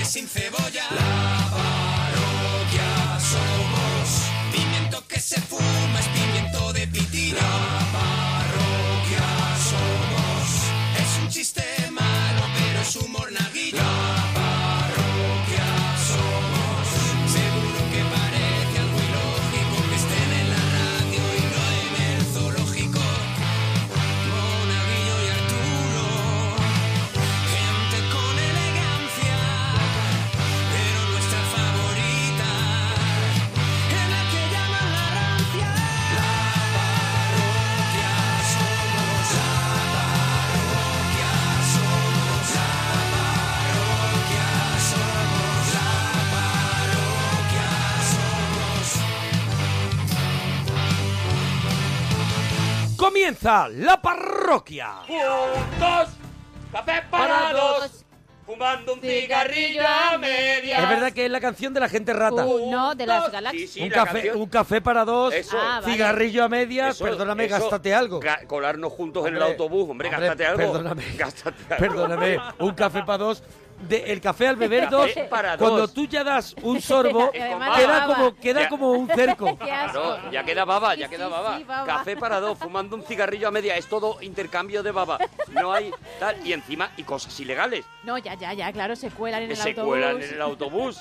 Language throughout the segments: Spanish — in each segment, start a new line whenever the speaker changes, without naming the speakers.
y sin cebolla. La parroquia somos. Pimiento que se fuma es pimiento de pitina. La parroquia somos. Es un chiste malo, pero es humor naguillo. La parroquia somos. Seguro que parece algo ilógico que estén en la radio y no en el zoológico. Monaguillo y Arturo. Gente con elegancia, pero nuestra favorita es la que llaman la rancia. La parroquia somos, la parroquia somos, la parroquia somos, la parroquia somos.
Comienza la parroquia.
Juntos, café para dos, fumando un cigarrillo a media.
Es verdad que es la canción de la gente rata.
Uno de las galaxias.
un, café, un café para dos,
Eso. Ah, vale.
cigarrillo a medias,
Eso-
perdóname,
eso-
gástate algo.
Ga- Colarnos juntos en el
Hombre,
autobús, hombre,
hombre,
gástate algo.
perdóname.
Gástate algo.
Perdóname, un café para dos. de- el café al beber dos,
Café para
cuando
dos.
tú ya das un sorbo,
Y con baba.
queda como, queda
Ya.
como un cerco.
Claro, ya queda baba, ya
Sí,
queda
sí,
baba.
sí, baba.
Café para dos, fumando un cigarrillo a media. Es todo intercambio de baba. No hay tal. Y encima, y cosas ilegales.
No, ya, ya, ya, claro, se cuelan en
Que
el
se
autobús.
cuelan en el autobús.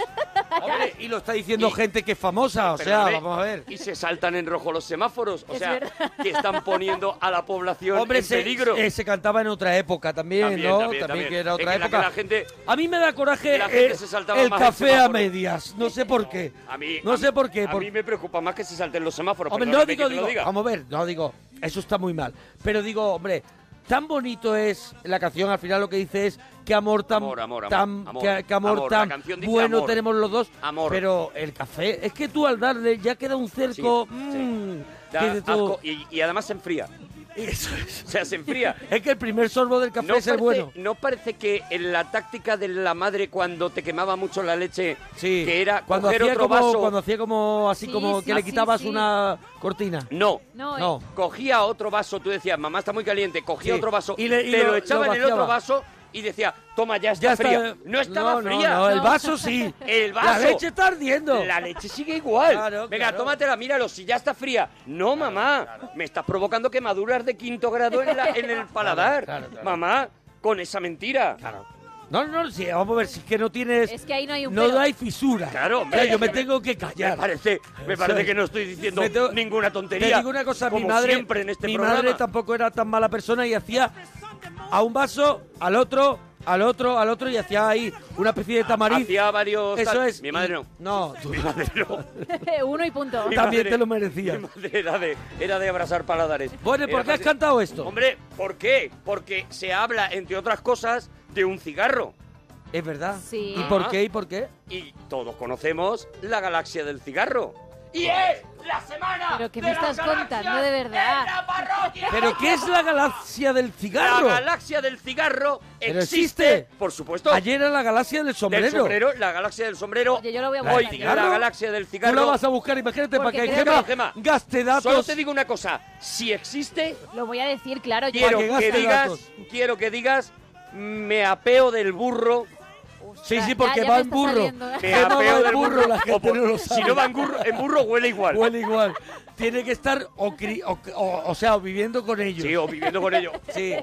Hombre, y lo está diciendo gente que es famosa, o sea,
Perdóname,
vamos a ver.
Y se saltan en rojo los semáforos. O
Es
sea,
verdad.
que están poniendo a la población
Hombre,
en
se,
peligro.
eh, se cantaba en otra época también,
También,
¿no?
también, también.
que era
Es
otra
que la-
época.
que la gente-
a mí me da coraje
la gente
eh,
se saltaba
el
más el
café a
semáforo.
medias, no sé por qué.
A mí,
No
a
sé
mí-
por qué,
A
por-
mí me preocupa más que se salten los semáforos.
Hombre, no
perdóname que
digo,
te lo
digo,
diga.
vamos a ver, no digo, eso está muy mal. Pero digo, hombre, tan bonito es la canción, al final lo que dice es que amor tan,
Amor, amor, amor,
tan-
amor,
que, que amor,
amor, la
tan
canción dice
bueno
amor.
tenemos los dos.
Amor.
Pero el café, es que tú al darle ya queda un cerco.
Sí,
mm,
Da
que dices tú,
asco y, y además se enfría. O sea, se enfría.
es que el primer sorbo del café
¿No
es el
parece,
bueno.
¿No parece que en la táctica de la madre cuando te quemaba mucho la leche, que era
Cuando
coger
hacía,
otro
como,
vaso?
cuando hacía como así
Sí,
como
sí,
que le
sí,
quitabas
sí.
una cortina.
No.
No, No. eh.
Cogía otro vaso, tú decías, mamá está muy caliente, cogía
Sí.
otro vaso,
Y le- y
te lo,
lo-
echaba
lo
en el otro
vaciaba.
vaso y decía, toma, ya está
Ya está,
fría.
eh,
No estaba
no, no,
fría.
no, el No. vaso sí.
El
La
vaso.
leche está ardiendo.
La leche sigue igual.
Claro,
Venga,
claro.
tómatela, míralo, si ya está fría. No, mamá, me estás provocando quemaduras de quinto grado en, la- en el paladar.
claro, claro.
Mamá, con esa mentira.
No, no, sí, vamos a ver, si es que no tienes...
Es que ahí no hay un
No
pelo.
hay fisura.
Claro, hombre.
O sea, yo me tengo que callar.
Me parece, me parece que no estoy diciendo ninguna tontería.
Te digo una cosa, mi
como
madre,
siempre en este
mi
programa.
madre tampoco era tan mala persona y hacía a un vaso, al otro, al otro, al otro y hacía ahí una especie de tamariz.
Hacía varios...
Eso
tal-
es.
Mi madre no.
No, tú-
Mi madre no.
Uno y punto.
Mi
también
madre-
te lo merecías.
Mi madre era de, era de abrazar paladares.
Bueno,
Era
¿por qué has
fácil.
cantado esto?
Hombre, ¿por qué? Porque se habla, entre otras cosas, de un cigarro.
Es verdad.
Sí.
¿Y por
Ah.
qué? ¿Y por qué?
Y todos conocemos la galaxia del cigarro.
Y es la semana.
Pero que
de
me
las
estás contando de verdad.
¿Pero qué es la galaxia del cigarro?
La galaxia del cigarro
Pero
existe, por supuesto.
Ayer era la galaxia del sombrero.
Del sombrero, la galaxia del sombrero.
Oye, yo lo voy a
La del
Hoy, la
cigarro.
galaxia del
Tú la
cigarro.
vas a este buscar, imagínate, para
Porque
que
creo
Gema
que-
gaste datos.
Solo te digo una cosa. Si existe,
Lo voy a decir, claro, yo.
quiero que,
gaste
digas,
datos.
quiero que digas, me apeo del burro.
Sí, sí,
Ya-
porque
ya me
va en
está
burro.
saliendo. ¿eh?
Me
Gema va
apeo
en
del
burro,
burro.
la gente
O por-
no lo
si
sabe.
no va en burro- en burro, huele igual.
Huele igual. Tiene que estar o, cri- o, o- o sea, o viviendo con ellos.
Sí, o viviendo con ellos.
Sí.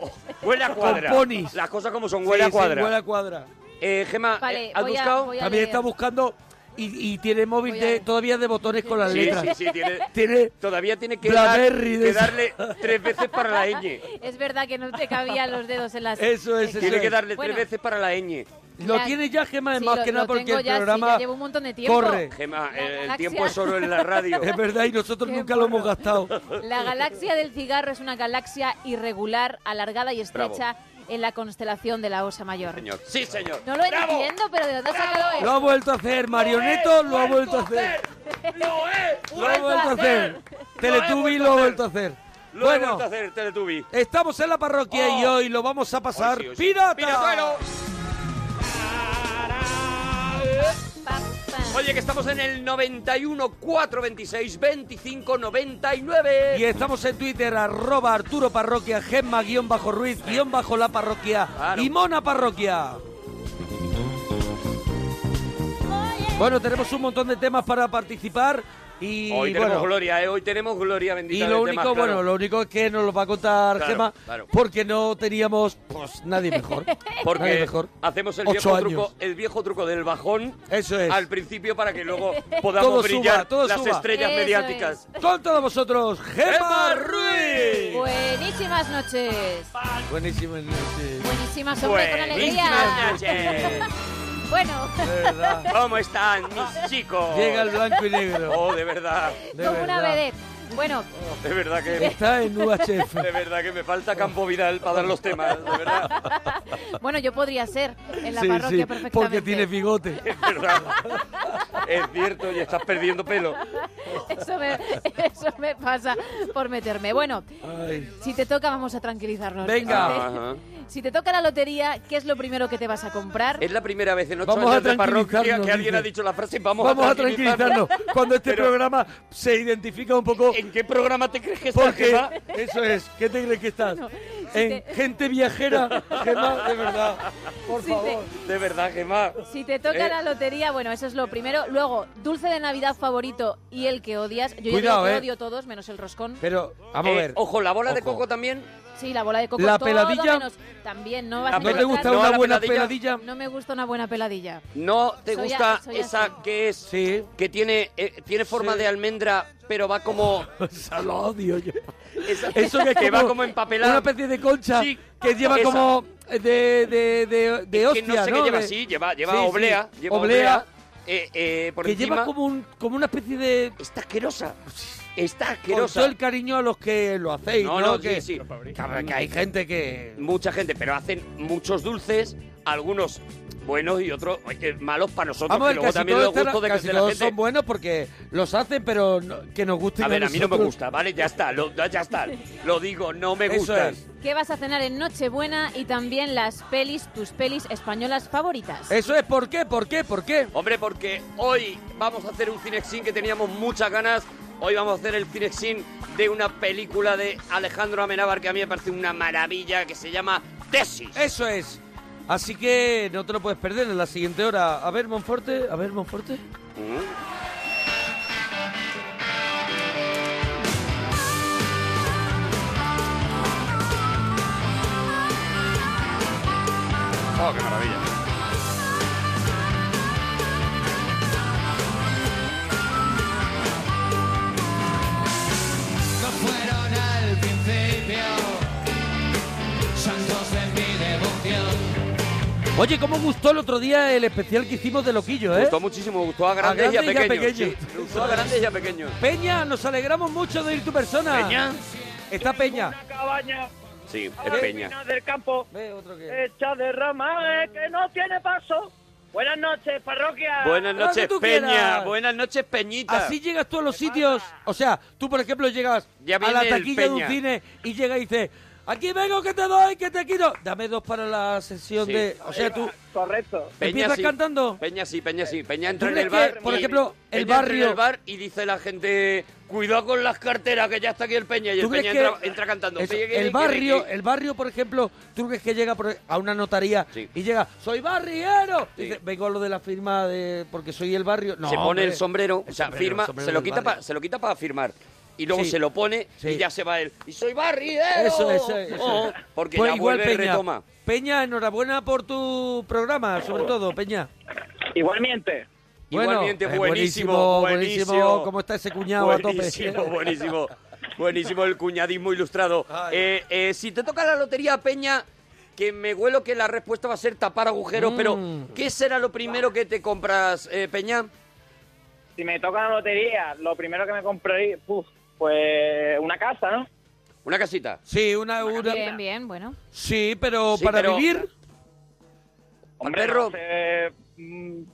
Huele a cuadra.
Con ponis.
Las cosas como son, huele a
Sí, sí,
cuadra.
huele a cuadra.
Eh, Gema,
Vale,
eh, ¿has
voy a-
buscado?
voy a
También
leer.
está buscando y, y tiene móvil
Voy a
de-
leer.
todavía de botones con las
Sí,
letras.
sí, sí, tiene-
Tiene
Todavía tiene que,
Blackberry
dar-
de
que
esa.
darle tres veces para la ñ.
Es verdad que no te cabían los dedos en las.
Eso es, eso
Tiene que
es.
darle
Bueno.
tres veces para la ñ.
Lo tiene ya Gema, es
Sí,
más
lo-
que nada
lo
porque
tengo
el
ya, sí,
programa
ya llevo un montón de tiempo.
corre.
Gema, el, el
galaxia.
tiempo es oro en la radio.
Es verdad, y nosotros nunca lo hemos gastado.
La galaxia del cigarro es una galaxia irregular, alargada y estrecha en la constelación de la Osa Mayor.
Señor. Sí, señor.
No lo entiendo, pero ¿de dónde ha sacado
Lo ha
eso?
vuelto a hacer, Marioneto lo ha vuelto a Pues, hacer.
¡Lo he
eh. Lo ha vuelto a hacer. Teletubby lo ha vuelto a hacer.
Lo he
Bueno,
vuelto a hacer, Teletubby.
estamos en la parroquia y
Oh.
hoy lo vamos a pasar
Hoy sí, hoy sí.
pirata.
¡Piratuero! Oye, que estamos en el 91 426 25 99.
Y estamos en Twitter, arroba Arturo Parroquia, Gemma guión bajo Ruiz, guión bajo la parroquia
Claro.
y Mona Parroquia. Bueno, tenemos un montón de temas para participar y
Hoy tenemos
bueno,
gloria, ¿eh? Hoy tenemos gloria bendita.
y
de
lo único,
temas, claro.
bueno, lo único es que nos lo va a contar
Claro,
Gema,
claro.
porque no teníamos pues nadie mejor.
Porque
Nadie mejor.
hacemos el
Ocho
viejo,
años.
truco, el viejo truco del bajón
Eso es.
al principio para que luego podamos
Todo suba,
brillar
todo
las
suba.
estrellas
Eso
mediáticas.
Con todos vosotros, Gema
¡Gema
Ruiz.
Buenísimas noches.
Buenísimo, buenísimo.
Buenísimas, hombre, con alegría.
Buenísimas noches.
Bueno,
De verdad.
¿Cómo están mis chicos?
Llega el blanco y negro.
Oh, de verdad,
De
como una
verdad.
vedette. Bueno,
de verdad que...
Está en UHF.
De verdad que me falta Campo Vidal para dar los temas, de verdad.
bueno, yo podría ser en la
Sí,
parroquia
sí,
perfectamente.
porque tiene bigote.
Es verdad. Es cierto, y estás perdiendo pelo.
Eso me, eso me pasa por meterme. Bueno,
Ay.
si te toca, vamos a tranquilizarnos.
Venga.
Ajá.
Si te toca la lotería, ¿qué es lo primero que te vas a comprar?
Es la primera vez en ocho
Vamos a
años de parroquia que
tranquilizarnos,
alguien
dice.
ha dicho la frase vamos,
Vamos a tranquilizarnos cuando este
Pero-
programa se identifica un poco
¿En qué programa te crees que estás,
porque
Gemma?
eso es, ¿qué te crees que estás?
si
en
te-
gente viajera, Gemma, de verdad, por
Si te-
favor.
De verdad, Gemma.
Si te toca
Eh.
la lotería, bueno, eso es lo primero. Luego, dulce de Navidad favorito y el que odias.
Cuidado,
Yo ya digo que
eh.
odio todos, menos el roscón.
Pero vamos
Eh,
a ver.
Ojo, la bola de
Ojo.
coco también.
Sí, la bola de coco.
¿La
todo
peladilla?
menos- también, ¿no? Vas
¿La
a
¿No te
encontrar-
gusta
No,
una
la
buena
peladilla.
peladilla?
No me gusta una buena peladilla.
No te
Soy
gusta
así, soy
esa
así.
que es
Sí.
que tiene eh, tiene forma
Sí.
de almendra, pero va como
Esa lo Pues odio yo.
esa-
Eso que, es
que va como
Una
empapelada.
especie de concha
Sí,
que lleva
esa.
como de, de, de, de
que
hostia,
no sé qué lleva
De-
así, lleva lleva
Sí, sí.
oblea, lleva
Oblea.
oblea, eh, eh, por
que
encima.
lleva como, un, como una especie de...
Está asquerosa.
Con
Está
todo
asquerosa.
el cariño a los que lo hacéis,
No,
¿no?
no,
que,
sí, sí.
que- que hay gente que...
Mucha gente, pero hacen muchos dulces, algunos buenos y otros eh, malos para nosotros,
Vamos a ver,
que luego
casi
también
todos,
los gustos
están-
de,
casi
de la
todos
gente.
son buenos porque los hacen, pero no- que nos gusten
A ver, a mí no me
nosotros.
gusta, ¿vale? Ya está, lo, ya está. Lo digo, no me
Eso
gustan.
es.
¿Qué vas a cenar en Nochebuena? Y también las pelis, tus pelis españolas favoritas.
Eso es, ¿por qué? ¿Por qué? ¿Por qué?
Hombre, porque hoy vamos a hacer un cinexin que teníamos muchas ganas. Hoy vamos a hacer el cinexin de una película de Alejandro Amenábar que a mí me parece una maravilla que se llama Tesis.
Eso es. Así que no te lo puedes perder en la siguiente hora. A ver, Monforte, a ver, Monforte.
Mm. Oh, qué maravilla.
No fueron al principio santos de mi devoción.
Oye, ¿cómo gustó el otro día el especial que hicimos de Loquillo, eh?
Gustó muchísimo, gustó a grandes, y a pequeños. sí. gustó a grandes y a pequeños.
Peña, nos alegramos mucho de ir tu persona.
Peña.
Está Peña.
Una cabaña
Sí, es
al
Peña.
final del campo,
Ve, otro que...
hecha de ramas eh, que no tiene paso. Buenas noches, parroquia.
Buenas
Lo que
noches,
tú
Peña.
quieras.
Buenas noches, Peñita.
Así llegas tú a los sitios. O sea, tú, por ejemplo, llegas
Ya
a
viene
la
el
taquilla de un
Peña.
cine y llega y dices, aquí vengo que te doy, que te quiero. Dame dos para la sesión
Sí.
de... O sea, tú...
Correcto.
Peña
¿Empiezas
sí.
cantando?
Peña sí, Peña sí. Peña
¿Tú
entra en
crees
el bar.
que, por
y-
ejemplo, el
Peña entra
barrio-
en el bar y dice la gente, cuidado con las carteras, que ya está aquí el Peña. Y el
¿Tú crees
Peña
que-
entra, entra cantando.
Eso,
Peña, que-
el
que-
barrio,
que-
el barrio, por ejemplo, tú crees que llega por- e, a una notaría
Sí.
y llega, soy barriero.
Sí.
Dice, vengo a lo de la firma de porque soy el barrio. No,
se pone
hombre.
el sombrero,
El
o sea,
sombrero,
firma,
el sombrero
se, lo
del
quita
barrio.
pa- se lo quita para firmar. Y luego
Sí.
se lo pone
Sí.
y ya se va él. ¡Y soy barriero!
Eso, eso, eso.
Oh, porque
Pues
ya
igual
vuelve y
Peña.
retoma.
Peña, enhorabuena por tu programa, sobre todo, Peña.
Igualmente.
Igualmente,
eh,
buenísimo, buenísimo.
¿Cómo está ese cuñado a
Buenísimo,
tope?
buenísimo. Buenísimo el cuñadismo ilustrado.
Ay.
Eh, eh, si te toca la lotería, Peña, que me huelo que la respuesta va a ser tapar agujeros,
Mm.
pero ¿qué será lo primero que te compras, eh, Peña?
Si me toca la lotería, lo primero que me compraría, puf, pues una casa, ¿no?
Una casita.
Sí, una, una-
Bien, bien, bueno.
sí, pero
Sí,
para
pero-
vivir,
Un perro.
para mm,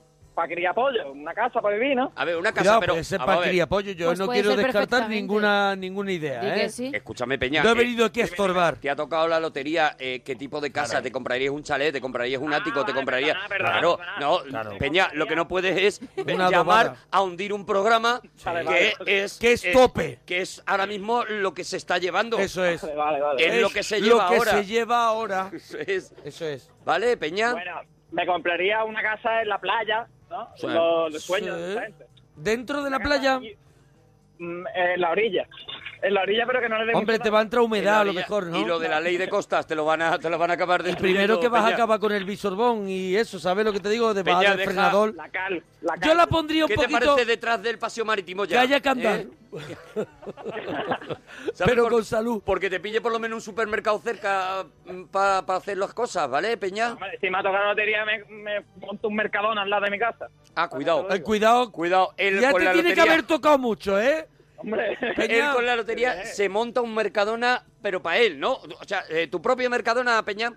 criar pollo, una casa para vivir, ¿no?
A ver, una casa,
cuidado,
pero.
puede ser
vamos a ver,
para apoyo. Yo
Pues
no
puede
quiero
ser
descartar
perfectamente.
ninguna ninguna idea,
Di
¿eh?
que sí.
Escúchame, Peña.
No he
eh,
venido aquí a estorbar.
Te ha tocado la lotería, eh, ¿qué tipo de casa? ¿Te comprarías un chalet? ¿Te comprarías un
Ah,
ático? ¿Te
vale,
comprarías...?
perdona, perdona,
claro,
perdona.
no,
Claro.
Peña, lo que no puedes es
Una
llamar
bobada.
a hundir un programa
Vale,
que
vale.
es...
Que es
eh,
tope.
que es ahora mismo lo que se está llevando.
Eso es.
Vale, vale, vale.
Es lo que se lleva
lo que
ahora.
se lleva ahora.
Eso es.
Eso es.
¿Vale, Peña?
Bueno, me compraría una casa en la playa, ¿no?
Sí.
Los, los sueños
Sí.
de esa gente.
¿Dentro de la playa?
Mm, En la orilla. En la orilla, pero que no le dé
Hombre,
mucho
te va a entrar humedad a lo
Y la-
mejor, ¿no?
Y lo de la ley de costas, te lo van a, te lo van a acabar de.
Y primero que vas a acabar con el bisorbón y eso, ¿sabes lo que te digo? De
Peña,
bajar el
deja
frenador.
la cal. La cal.
Yo la pondría un
¿Qué te
poquito
parece detrás del paseo marítimo
que
ya?
haya que andar,
¿Eh? ¿Sabes
pero
por-
con salud.
Porque te pille por lo menos un supermercado cerca para hacer las cosas, ¿vale, Peña?
Hombre, Si me ha tocado la lotería, me, me monto un mercadón al lado de mi casa.
Ah, cuidado.
Eh, cuidado,
Cuidado. Él
ya
con
te
la
tiene que
lotería,
haber tocado mucho, ¿eh?
Hombre, Eh.
Peña.
Él con la lotería se monta un Mercadona, pero para él, ¿no? O sea, eh, tu propio Mercadona, Peña.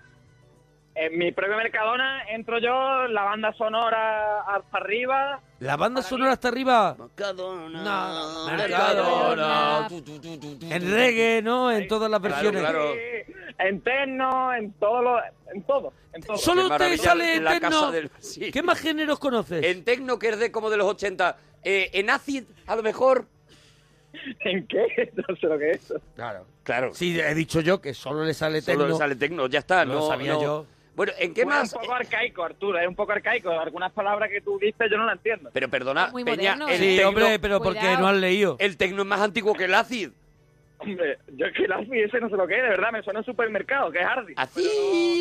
en mi propio mercadona entro yo, la banda sonora hasta arriba.
La banda sonora hasta arriba,
Mercadona.
No,
Mercadona.
Tu, tu, tu, tu, tu, tu.
en reggae, ¿no? En todas las
claro,
versiones.
claro.
Sí, En terno, en todo lo, en todo, en todo.
Qué
Solo te
maravilla,
sale
la
eterno.
casa del- sí.
¿Qué más géneros conoces?
En tecno, que es de como de los 80. Eh, en acid, a lo mejor.
¿En qué? No sé lo que es.
Claro.
Claro.
Sí, he dicho yo que solo le sale
Solo
tecno.
sale tecno, ya está.
Lo
no
sabía
no.
yo.
Bueno, ¿en qué
Bueno,
más?
Es un poco arcaico, Arturo, es un poco arcaico. Algunas palabras que tú dices yo no las entiendo.
Pero perdona,
Es muy
Peña,
moderno,
el,
¿eh?
Sí,
tecno,
hombre, pero porque
Cuidado.
no han leído.
el tecno es más antiguo que el acid.
Hombre, yo es que el Ardi ese no sé lo que es, de verdad, me suena en supermercado, que es Ardi.
Acid.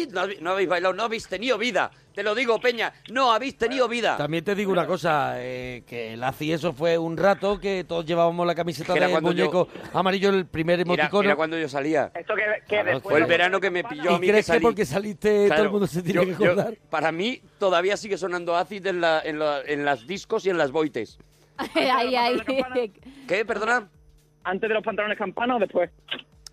Ah, No, habéis- no habéis bailado, no habéis tenido vida. Te lo digo, Peña, no habéis tenido vida.
También te digo una cosa, eh, que el ACI eso fue un rato que todos llevábamos la camiseta
Era
de
cuando yo-
muñeco amarillo, el primer
Mira,
emoticono.
mira cuando yo salía.
Esto que, que
Claro,
después...
Fue el verano que me pilló a
¿Y
mí que
crees que,
salí.
porque saliste todo
Claro,
el mundo se tiene
yo-
que
yo-
acordar?
para mí todavía sigue sonando acid en, la- en la- en las discos y en las boites.
ahí, ahí.
¿Qué? Perdona.
¿Antes de los pantalones campana o después?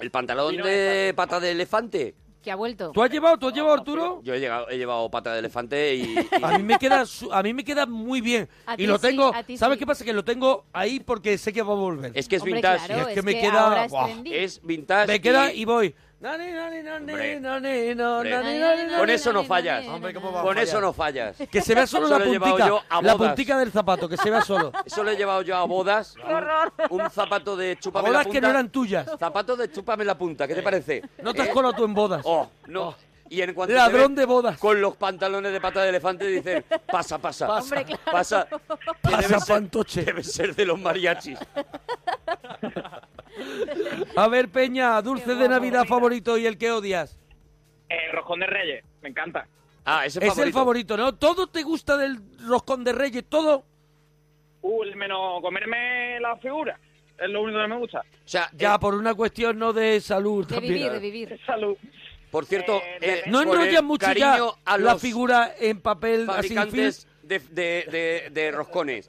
El pantalón de pata de elefante.
que ha vuelto.
¿Tú has llevado, tú has llevado, Arturo?
Yo he, llegado- he llevado pata de elefante y, y-
A mí me queda, su- a mí me queda muy bien.
A
Y
ti
lo
sí,
tengo,
a ti
¿sabes
sí.
qué pasa? Que lo tengo ahí porque sé que va a volver.
es que es
Hombre,
vintage.
claro,
Es que
es que
me queda-
ahora es
Buah,
trendy.
Es vintage.
Me queda
y-
y voy. Nani, nani, nani,
Hombre.
nani, no,
Hombre.
nani, nani, nani.
Con eso no fallas.
Hombre, ¿cómo va?
Con
Vamos
eso
allá.
no fallas.
Que se vea solo
Eso
la
lo he llevado
puntica,
yo a
la
bodas.
puntica del zapato, que se vea solo.
Eso lo he llevado yo a bodas. Un zapato de
A
chúpame la
bodas
punta.
que no eran tuyas.
Zapato de chúpame la punta, ¿qué te parece? Eh,
No te has colado tú en bodas.
Oh, no. Y en cuanto te
Ladrón
ven
de bodas.
Con los pantalones de pata de elefante dicen, pasa, pasa.
Pasa. Hombre,
Pasa. Que
Pasa,
debe ser-
fantoche.
Debe ser de los mariachis.
A ver, Peña, dulce de Navidad favorito y el que odias.
El rojón Eh, de Reyes, me encanta.
Ah, ese
Es el favorito, ¿no? Todo te gusta del roscón de Reyes, todo.
Uh, el menos comerme la figura, es lo único que me gusta.
O sea,
Ya,
eh,
por una cuestión no de salud
De
también.
vivir, de vivir.
Salud.
por cierto,
Eh,
eh,
No
por el
enrollas mucho ya
cariño a
la
los
figura en papel así de film.
fabricantes de, de- de- de roscones.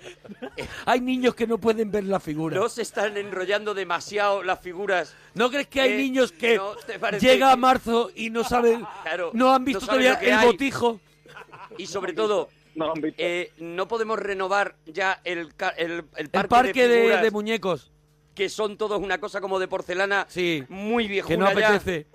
Hay niños que no pueden ver la figura.
No se están enrollando demasiado las figuras.
¿No crees que hay
Eh,
niños que
¿no te parece
llega a
que-
marzo y no saben,
Claro,
no han
no
visto
saben
todavía
lo que
el
hay.
botijo?
Y sobre todo,
No lo han visto.
eh, no podemos renovar ya el, ca- el, el
El
parque,
parque de,
figuras
de muñecos.
que son todos una cosa como de porcelana
Sí,
muy viejuna
Que no
ya.
apetece.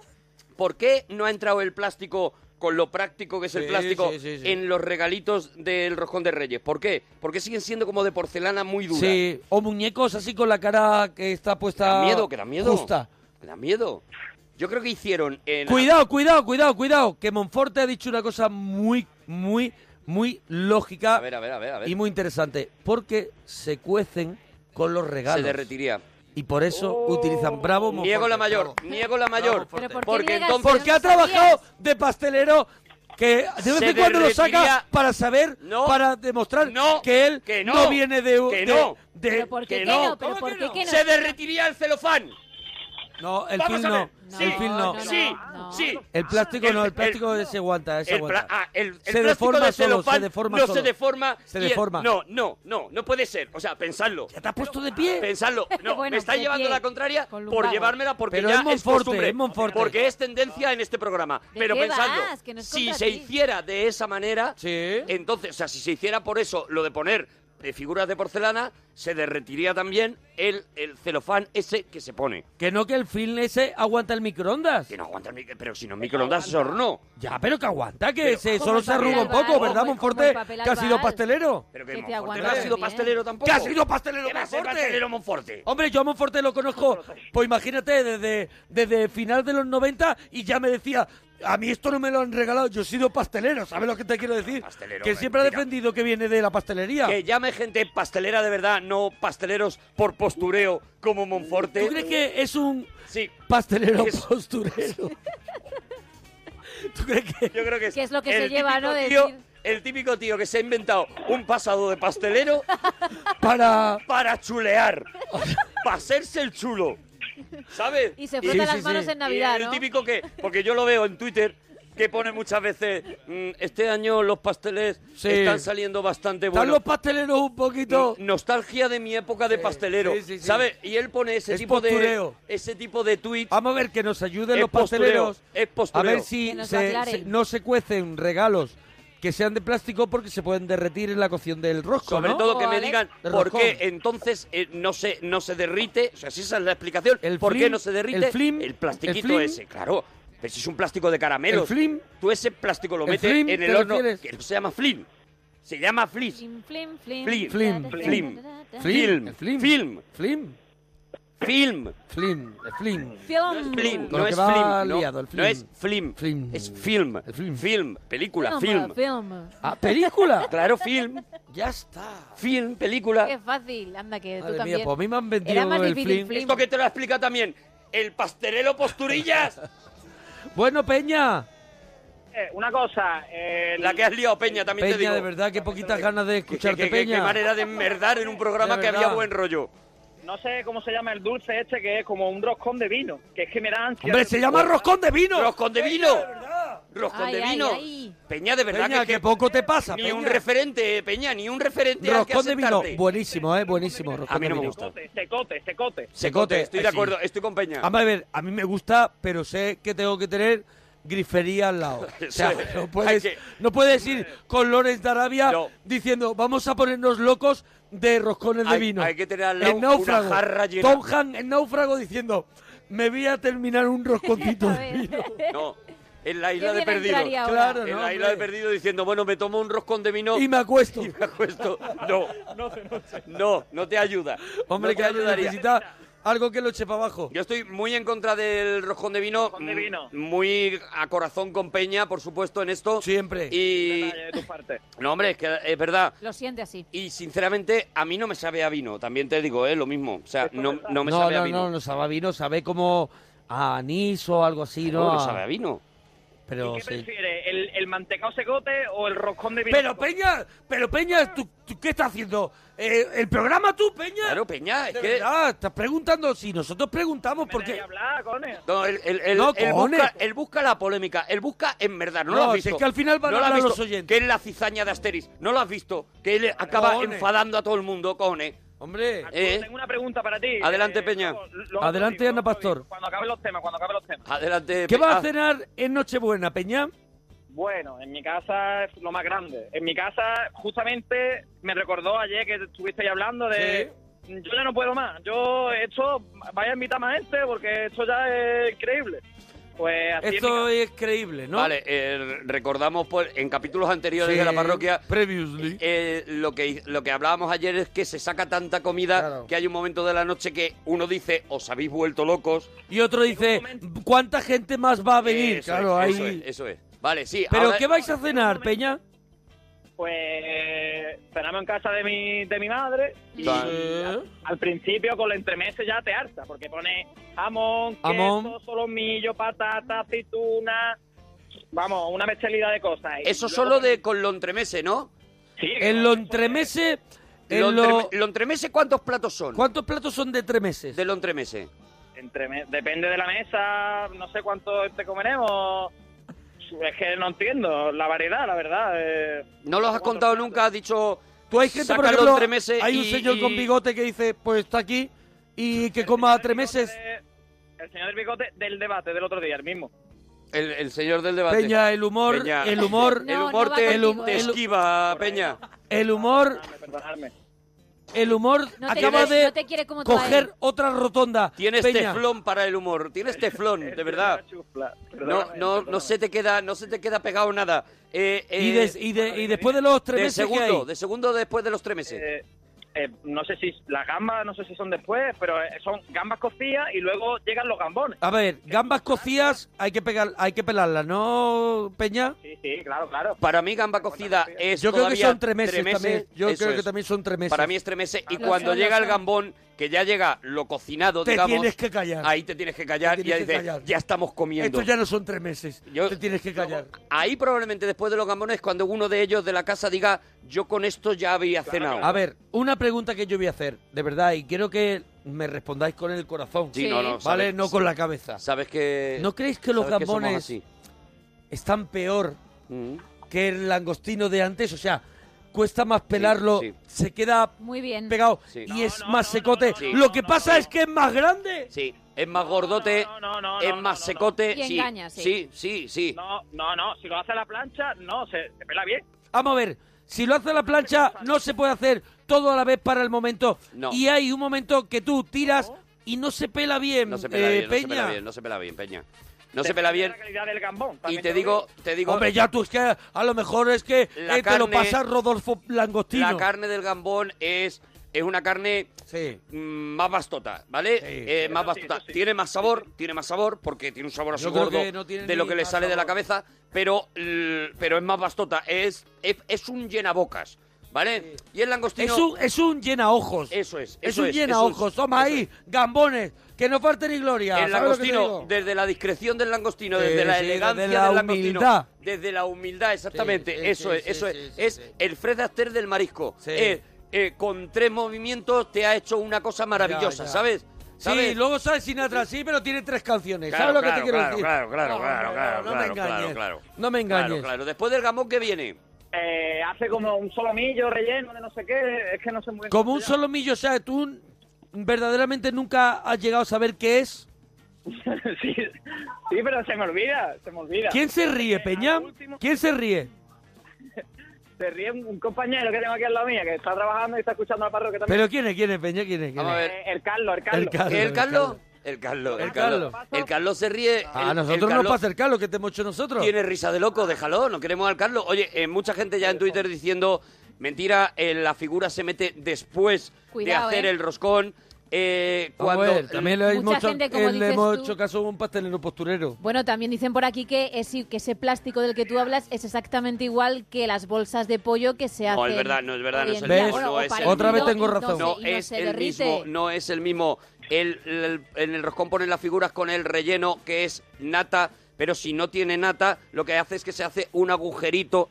¿Por qué no ha entrado el plástico con lo práctico que es el
Sí,
plástico
sí, sí, sí.
en los regalitos del Roscón de Reyes? ¿Por qué? Porque siguen siendo como de porcelana muy dura.
Sí, o muñecos así con la cara que está
Que
puesta.
da miedo, que da miedo.
Justa.
Que da miedo. Yo creo que hicieron en...
Cuidado, cuidado, cuidado, cuidado. Que Monforte ha dicho una cosa muy, muy, muy lógica
A ver, a ver, a ver, a ver.
y muy interesante. Porque se cuecen con los
Se
regalos.
derretiría.
Y por eso utilizan Bravo Monforte.
Niego la mayor,
Bravo.
niego la mayor.
Bravo, Forte.
¿Pero por qué
porque
niegas
entonces...
Porque ha trabajado de pastelero que de vez
Se
en cuando lo saca
derretiría.
para saber,
No.
para demostrar
No.
que él
Que
no.
no.
viene de...
Que
de-
no.
de-
Pero ¿por qué
que
que
no?
no? ¿Pero
¿Cómo
por
que
qué
no?
que no?
Se derretiría el celofán.
No, el
Vamos
film
a
no.
ver. Sí,
El film no.
no,
sí,
no.
sí.
El plástico
El-
no, el
el-
plástico se aguanta, ese
El,
aguanta.
pla- ah, el- el
Se
plástico
deforma
de
solo, se
celofán
deforma
no
solo.
se deforma.
Se
y el-
deforma.
no, no, no, no puede ser. O sea, pensadlo.
¿Ya te has puesto de pie?
Pensarlo, no,
Bueno,
me está
de
llevando
pie,
la contraria
con
por
lumbago.
llevármela porque
Pero
ya
es Monforte,
costumbre,
es Monforte.
porque es tendencia en este programa.
¿De
Pero
qué
pensadlo,
vas? Que no es
si
contra
se
ti.
hiciera de esa manera,
Sí.
entonces, o sea, si se hiciera por eso lo de poner eh, figuras de porcelana, se derretiría también el, el celofán ese que se pone.
Que no, que el film ese aguanta el microondas.
Que no aguanta el micro, pero si no microondas es horno.
Ya, pero que aguanta, que
Pero-
se,
Como
Este, solo
el
se
papel
arruga un
albal,
poco, ¿verdad,
como- como
Monforte?
el papel
Que ha sido
albal.
pastelero.
Pero que,
Que te
Monforte
aguanta
no ha
muy
sido
bien.
pastelero tampoco.
Que ha sido pastelero,
¿Qué va a ser
Monforte?
pastelero Monforte?
Hombre, yo a Monforte lo conozco, pues imagínate, desde, desde final de los 90 y ya me decía, A mí esto no me lo han regalado, yo he sido pastelero, ¿sabes lo que te quiero decir?
Pastelero,
que siempre ha
mentira.
defendido que viene de la pastelería.
Que llame gente pastelera de verdad, no pasteleros por postureo como Monforte.
¿Tú crees que es un
Sí.
pastelero
Es-
posturero? ¿Tú crees que
Yo creo que es,
Que es lo que
el
se lleva,
típico
¿no? De
tío-
decir-
el típico tío que se ha inventado un pasado de pastelero
para...?
para chulear, para hacerse el chulo, ¿sabes?
Y se
Sí,
frota
sí,
las manos
sí.
en
Y
Navidad,
el
¿no?
típico que, porque yo lo veo en Twitter, que pone muchas veces, "Mm, este año los pasteles
Sí.
están saliendo bastante
¿Están
buenos.
los pasteleros un poquito...?
N- Nostalgia de mi época de pastelero,
sí, sí, sí.
¿sabes? Y él pone ese
Es
tipo
postureo.
de ese tipo de tweet.
Vamos a ver que nos ayuden
Es
los
postureo,
pasteleros.
es
a
postureo.
ver si
Que nos lo
se-
aclaren.
se- no se cuecen regalos que sean de plástico porque se pueden derretir en la cocción del rosco,
Sobre
¿no?
todo que me
Joder.
digan
Del
por
roscón.
qué entonces eh, no se no se derrite, o sea, si esa es la explicación,
El
por qué
flim,
no se derrite
el flim, el
plastiquito
flim.
ese, claro. Pero si es un plástico de caramelo.
El flim.
Tú ese plástico lo
¿El
metes
flim,
en
te
el horno,
refieres?
que se llama flim. Se llama flis.
Flim, flim, flim.
Flim,
flim,
flim,
Flim,
Film,
flim,
film.
Flim,
Film.
flim, el flim.
No es flim,
Con
no
lo
es
que va
flim, no,
liado, el
no es flim,
Flim.
es film,
El film.
film, película, film,
Film, film.
Ah, película.
claro, film,
ya está.
film, película,
Qué fácil, anda que tú
Madre
también.
mía, pues a mí me han vendido
Era más
el
difícil
flim.
el flim.
esto que te lo explica también, el pastelero posturillas,
Bueno, Peña.
Eh, una cosa, eh,
la que has liado Peña, también te
Peña,
digo,
de verdad, qué poquitas ganas de
Qué- qué-
escucharte,
qué- qué
Peña.
manera de enmerdar en un programa
De
que había
verdad.
buen rollo,
no sé cómo se llama el dulce este, que es como un roscón de vino, que es que me da ansia.
Hombre, se llama roscón de vino.
roscón de vino, roscón
Ay,
de
ay,
vino,
ay.
Peña, de verdad
Peña,
que,
que,
que
poco te pasa,
ni
Peña.
un referente, eh, Peña, ni un referente al que
Roscón de vino.
aceptarte.
Buenísimo, eh, buenísimo. roscón
A mí
de
no me
vino.
gusta.
Secote, secote, secote.
Secote, estoy
eh,
de
sí.
acuerdo, estoy con Peña.
Vamos a ver, a mí me gusta, pero sé que tengo que tener grifería al lado. O sea,
Sí.
no
Hay
puedes,
que-
no puedes ir con Lorenz de Arabia
No.
diciendo, vamos a ponernos locos de roscones de
Hay-
vino.
hay que tener al
El
lado una
náufrago.
jarra llena.
Tom Han, el náufrago, diciendo, me voy a terminar un rosconcito
A
de
ver.
vino.
No, en la isla
Qué
de
bien
perdidos.
entraría ahora.
Claro,
En
¿no?
la isla de
hombre?
perdido diciendo, bueno, me tomo un roscón de vino
Y me acuesto.
y me acuesto. No, no, no te ayuda.
Hombre,
No te
que alguien
ayudaría.
necesita algo que lo eche para abajo.
Yo estoy muy en contra del roscón de vino,
Roscón de vino.
mm, muy a corazón con Peña, por supuesto, en esto.
Siempre.
Y
Detalle de tu parte.
no, hombre, es que es verdad.
Lo siente así.
Y sinceramente, a mí no me sabe a vino, también te digo, ¿eh? Lo mismo. O sea, no, no me
no,
sabe
no,
a vino.
no, no sabe a vino, sabe como a anís o algo así, ¿no?
No, no
A-
sabe a vino.
Pero
¿Y qué
sí.
prefieres, el, el mantecado secote o el roscón de vino?
Pero Peña, pero Peña, ¿tú, tú qué estás haciendo? Eh, ¿El programa tú, Peña?
Claro, Peña, es
De
que...
verdad, estás preguntando si nosotros preguntamos
¿Por qué?
porque...
hablar, cone.
No, él, él- él-
No,
él
cojones.
busca, él busca la polémica, él busca en verdad, no,
No,
lo has
si
visto.
es que al final van
no
a
lo has
hablar
visto,
los oyentes.
Que es la cizaña de Asteris, no lo has visto, que él acaba
Cojones.
enfadando a todo el mundo, cojones.
Hombre,
Eh,
Tengo una pregunta para ti. Eh,
Adelante, Peña.
luego- luego
Adelante,
contigo,
Ana
luego
Pastor.
contigo. Cuando acaben los temas, cuando acaben los temas.
Adelante.
¿qué
Pe-
vas
ah,
a cenar en Nochebuena, Peña?
Bueno, en mi casa es lo más grande. En mi casa, justamente, me recordó ayer que estuvisteis hablando de... Yo ya no puedo más. Yo, esto, vaya a invitar más gente este, porque esto ya es increíble. Pues así es mi
Esto es creíble, ¿no?
Vale, eh, recordamos pues, en capítulos anteriores
Sí,
de la parroquia
Previously.
eh, lo, que, lo que hablábamos ayer es que se saca tanta comida
Claro.
que hay un momento de la noche que uno dice, os habéis vuelto locos.
y otro dice, ¿cuánta gente más va a venir?
Eso
claro,
es,
ahí...
Eso es, eso es. Vale, sí.
¿Pero
ahora-
qué vais a cenar, Peña?
Pues cenamos en casa de mi, de mi madre y
Vale.
al, al principio con la entremesa ya te harta, porque pone jamón,
Jamón.
queso, solomillo, patata, aceituna, vamos, una bestialidad de cosas. Y
Eso
luego-
solo de con lo entremese, ¿no?
Sí, que
En
no,
lo
eso
entremese... en
Lo
lo-
entreme- lo entremese, ¿cuántos platos son?
¿Cuántos platos son de tres meses?
Del entremese.
es- entreme- depende de la mesa, no sé cuánto te comeremos. Es que Eh, no entiendo la variedad, la verdad. eh.
No los has
Cuatro
contado
platos.
nunca, has dicho.
Tú hay gente, por
Sácalo
ejemplo,
entre meses
hay un
y-
señor
y-
con bigote que dice, pues está aquí y que
El
coma
señor del
tres
bigote
meses.
de- el señor del bigote del debate del otro día, el mismo.
El, el señor del debate.
Peña, el humor,
Peña.
el humor,
el
No,
humor
no va
te,
contigo,
te
eh.
esquiva, Peña.
el humor,
Perdonadme, perdonadme.
el humor
No te,
acaba
quiere,
de
no te quiere como tú a él.
coger otra rotonda.
Tienes
Peña,
teflón para el humor. Tienes teflón, de verdad. No, no, no se te queda, no se te queda pegado nada. Eh, eh,
y, des- y de- y después de los tres
de
meses que
segundo,
hay,
de segundo después de los tres meses.
eh, no sé si las gambas, no sé si son después, pero eh, son gambas cocidas y luego llegan los gambones.
A ver, gambas cocidas hay que pegar, hay que pelarlas, ¿no, Peña?
Sí, sí, claro, claro.
Para mí gamba cocida es
Yo creo que
todavía
son tres meses también. Yo
eso
creo que
es.
también son tres meses.
Para mí es tres meses y
Lo
cuando
sé,
llega
lo
el
sé.
gambón, que ya llega lo cocinado,
Te
digamos...
tienes que callar.
Ahí te tienes que callar
Te
y
tienes
ahí
que
dices,
callar.
ya estamos comiendo.
Esto ya no son tres meses. Te tienes que callar.
Ahí probablemente después de los gambones, cuando uno de ellos de la casa diga, yo con esto ya había cenado.
A ver, una pregunta que yo voy a hacer, de verdad, y quiero que me respondáis con el corazón.
Sí, no, no,
Vale,
sabes-
no con la cabeza.
Sabes que...
¿No creéis que los
sabes somos
gambones
así?
están peor que el langostino de antes? O sea, cuesta más pelarlo,
sí.
se queda
Muy bien.
pegado y es más secote. Lo que pasa es que es más grande.
Sí, es más gordote, es más secote.
Y
sí,
engaña, sí.
sí, sí, sí.
No, no, no, si lo hace a la plancha, no, se, se pela bien.
Vamos a ver, si lo hace a la plancha, no se puede hacer todo a la vez para el momento.
No.
Y hay un momento que tú tiras y no se pela bien,
No se pela
eh,
bien, no se
Peña.
pela bien, no se pela bien, Peña. No se pela bien.
La calidad del gambón.
Y
también
te digo, te digo,
Hombre, ya tú es que a lo mejor es que
La
eh, te lo
carne-
pasa Rodolfo Langostino.
la carne del gambón es, es una carne mm, más bastota, ¿vale? Eh, más bastota. Tiene más sabor, tiene más sabor, porque tiene un sabor así
Yo creo
gordo
que no tiene
de
ni
lo que le
más
sale de la
sabor.
cabeza, pero, l- pero es más bastota. Es, es, es un llenabocas, ¿vale? Y el langostino...
es, un, es un llena ojos.
Eso es,
Es
eso
un
es,
llena
eso es,
ojos. Toma ahí, gambones. Que no falte ni gloria. ¿sabes
El
lo que te
langostino,
digo?
desde la discreción del langostino,
Sí,
desde la
sí, desde
elegancia
la
del langostino,
humildad.
desde la humildad, exactamente.
Sí, sí,
eso
sí,
es,
sí,
eso
sí,
es. es el Fred Astaire del marisco.
Sí.
Eh, eh, con tres movimientos te ha hecho una cosa maravillosa,
Ya, ya.
¿sabes?
Sí, luego sabes Sinatra, sí, pero tiene tres canciones.
Claro,
¿Sabes lo que
claro,
te quiero
claro,
decir?
claro, claro,
No,
claro,
hombre,
claro,
no, no me
claro, claro,
engañes.
claro.
No me engañes.
Claro, claro. Después del gamón, ¿qué viene?
Eh, hace como un solomillo relleno de no sé qué, es que no sé muy bien.
Como un solomillo, o sea, tú verdaderamente nunca has llegado a saber qué es.
sí, sí, pero se me olvida, se me olvida.
¿Quién se
Eh,
ríe, Peña? ¿Quién se ríe?
Se ríe un, un compañero que tengo aquí al lado mía, que está trabajando y está escuchando la parroquia también.
¿Pero quién es, quién es, Peña? ¿Quién es? quién
Vamos a
es?
ver.
Eh, El Carlos, el Carlos.
El Carlos.
¿El
el
Carlos?
El
El Carlos, el
Ah,
Carlos.
Carlos.
El Carlos se ríe. el-
A
el
Ah, nosotros no
Carlos-
nos pasa el Carlos, que te hemos hecho nosotros.
Tiene risa de loco, déjalo, no queremos al Carlos. Oye, eh, mucha gente ya en Twitter diciendo, mentira, eh, la figura se mete después
Cuidado,
de hacer
¿eh?
el roscón. eh,
Vamos a
cuando
ver, también le
Mucha
hemos, hecho,
gente, como
eh, le
dices
hemos
tú.
hecho caso a un pastelero posturero.
Bueno, también dicen por aquí que, eh, sí, que ese plástico del que tú hablas es exactamente igual que las bolsas de pollo que se hacen.
No, es verdad, no es verdad, no
hoy
es
en
el
día.
mismo.
Bueno,
no
o
es el
parecido,
Otra vez tengo
y no
razón.
se-
No
y
es
se
el
derrite.
mismo, no es el mismo. El- el- en el roscón ponen las figuras con el relleno que es nata, pero si no tiene nata, lo que hace es que se hace un agujerito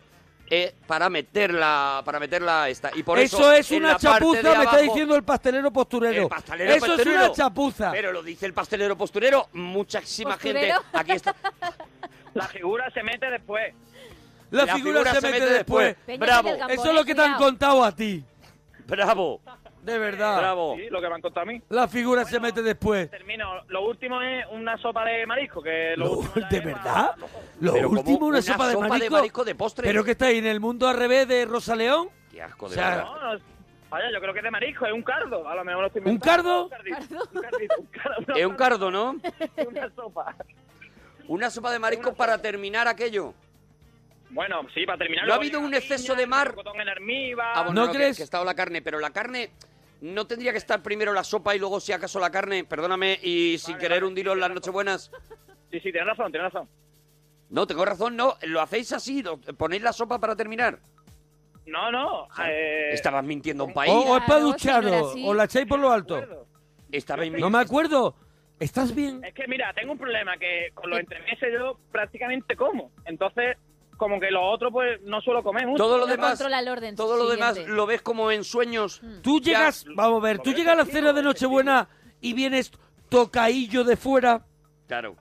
eh, para meterla, para meterla esta. Y por eso,
eso, es
en
una
la parte de
chapuza, me está
abajo-
diciendo el pastelero posturero.
El pastelero
eso es
posturero.
una chapuza.
Pero lo dice el pastelero posturero, muchísima
¿Posturero?
gente. Aquí está.
La figura se mete después.
la, figura, se, mete después.
Peña,
Bravo,
mete el gambón,
Eso es lo que te han
cuidado.
contado a ti.
bravo,
De verdad.
bravo.
Sí, lo que me han contado a mí.
La figura se mete después.
Termino. Lo último es una sopa de marisco, que lo,
Lo-
último ya
¿De
es
verdad? Lo
Pero como
último, una, sopa, de, marisco,
de postre.
¿Pero que está ahí en el mundo al revés de Rosa León?
Qué asco de
O sea,
verdad.
No, no, vaya, yo creo que es de marisco, es un cardo. A lo mejor lo estoy
¿Un
inventando.
cardo?
Un cardito, un cardito, un cardo,
Es un cardo, ¿no?
una sopa.
Una sopa de marisco para terminar aquello.
Bueno, sí, para terminar.
¿No ha
luego
habido
llega
un
la
exceso
piña,
de mar?
el melocotón en almíbar.
Ah, bueno,
¿No
que-
crees?
que estaba la carne, pero la carne no tendría que estar primero la sopa y luego si acaso la carne, perdóname, y sin
Vale,
querer
vale,
hundirlo en las nochebuenas.
Sí, sí, tienes razón, tienes razón.
No, tengo razón, no, lo hacéis así, lo- ponéis la sopa para terminar.
No, no. eh,
Estabas mintiendo a un
O,
país,
o Oh, es para
Claro, si no era
ducharos,
así.
o la echáis por lo alto.
acuerdo.
estabais
No me acuerdo. ¿Estás bien?
Es que mira, tengo un problema que con los entremeses yo prácticamente como. Entonces, como que lo otro pues no suelo comer mucho.
Todo lo
No
demás,
controla el orden.
todo lo demás
Siguiente.
lo ves como en sueños.
Tú
Ya.
llegas, vamos a ver, tú
Lo
llegas a la
veo
cena de
efectivo,
Nochebuena y vienes tocaillo de fuera.
Claro.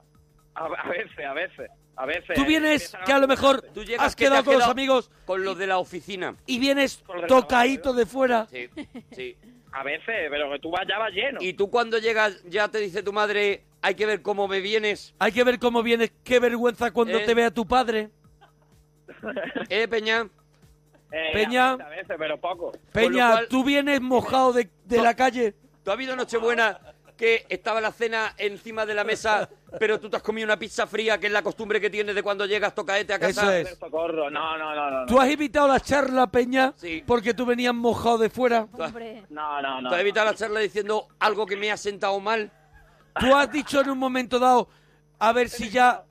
A, a veces, a veces, a veces.
Tú vienes
Empiezan a-
que a lo mejor
Tú llegas
has
que te
quedado
has
con los
quedado-
amigos
Con los de la oficina.
y vienes
Con los del trabajo,
tocaíto de fuera.
Sí, sí.
A veces, pero que tú vas, ya vas lleno.
Y tú cuando llegas ya te dice tu madre, hay que ver cómo me vienes.
Hay que ver cómo vienes, qué vergüenza cuando
Eh.
te vea tu padre.
¿Eh, Peña?
Eh,
Peña.
A veces, a veces, pero poco.
Con lo
Peña,
cual-
tú vienes mojado de, de
To-
la calle.
¿Tú has habido Nochebuena que estaba la cena encima de la mesa pero tú te has comido una pizza fría, que es la costumbre que tienes de cuando llegas tocaete a casa.
Eso es.
Socorro, no, no, no, no.
¿Tú has invitado la charla, Peña?
Sí.
Porque tú venías mojado de fuera.
No, no, no.
¿Tú has evitado la charla diciendo algo que me ha sentado mal?
Tú has dicho en un momento dado, a ver si ya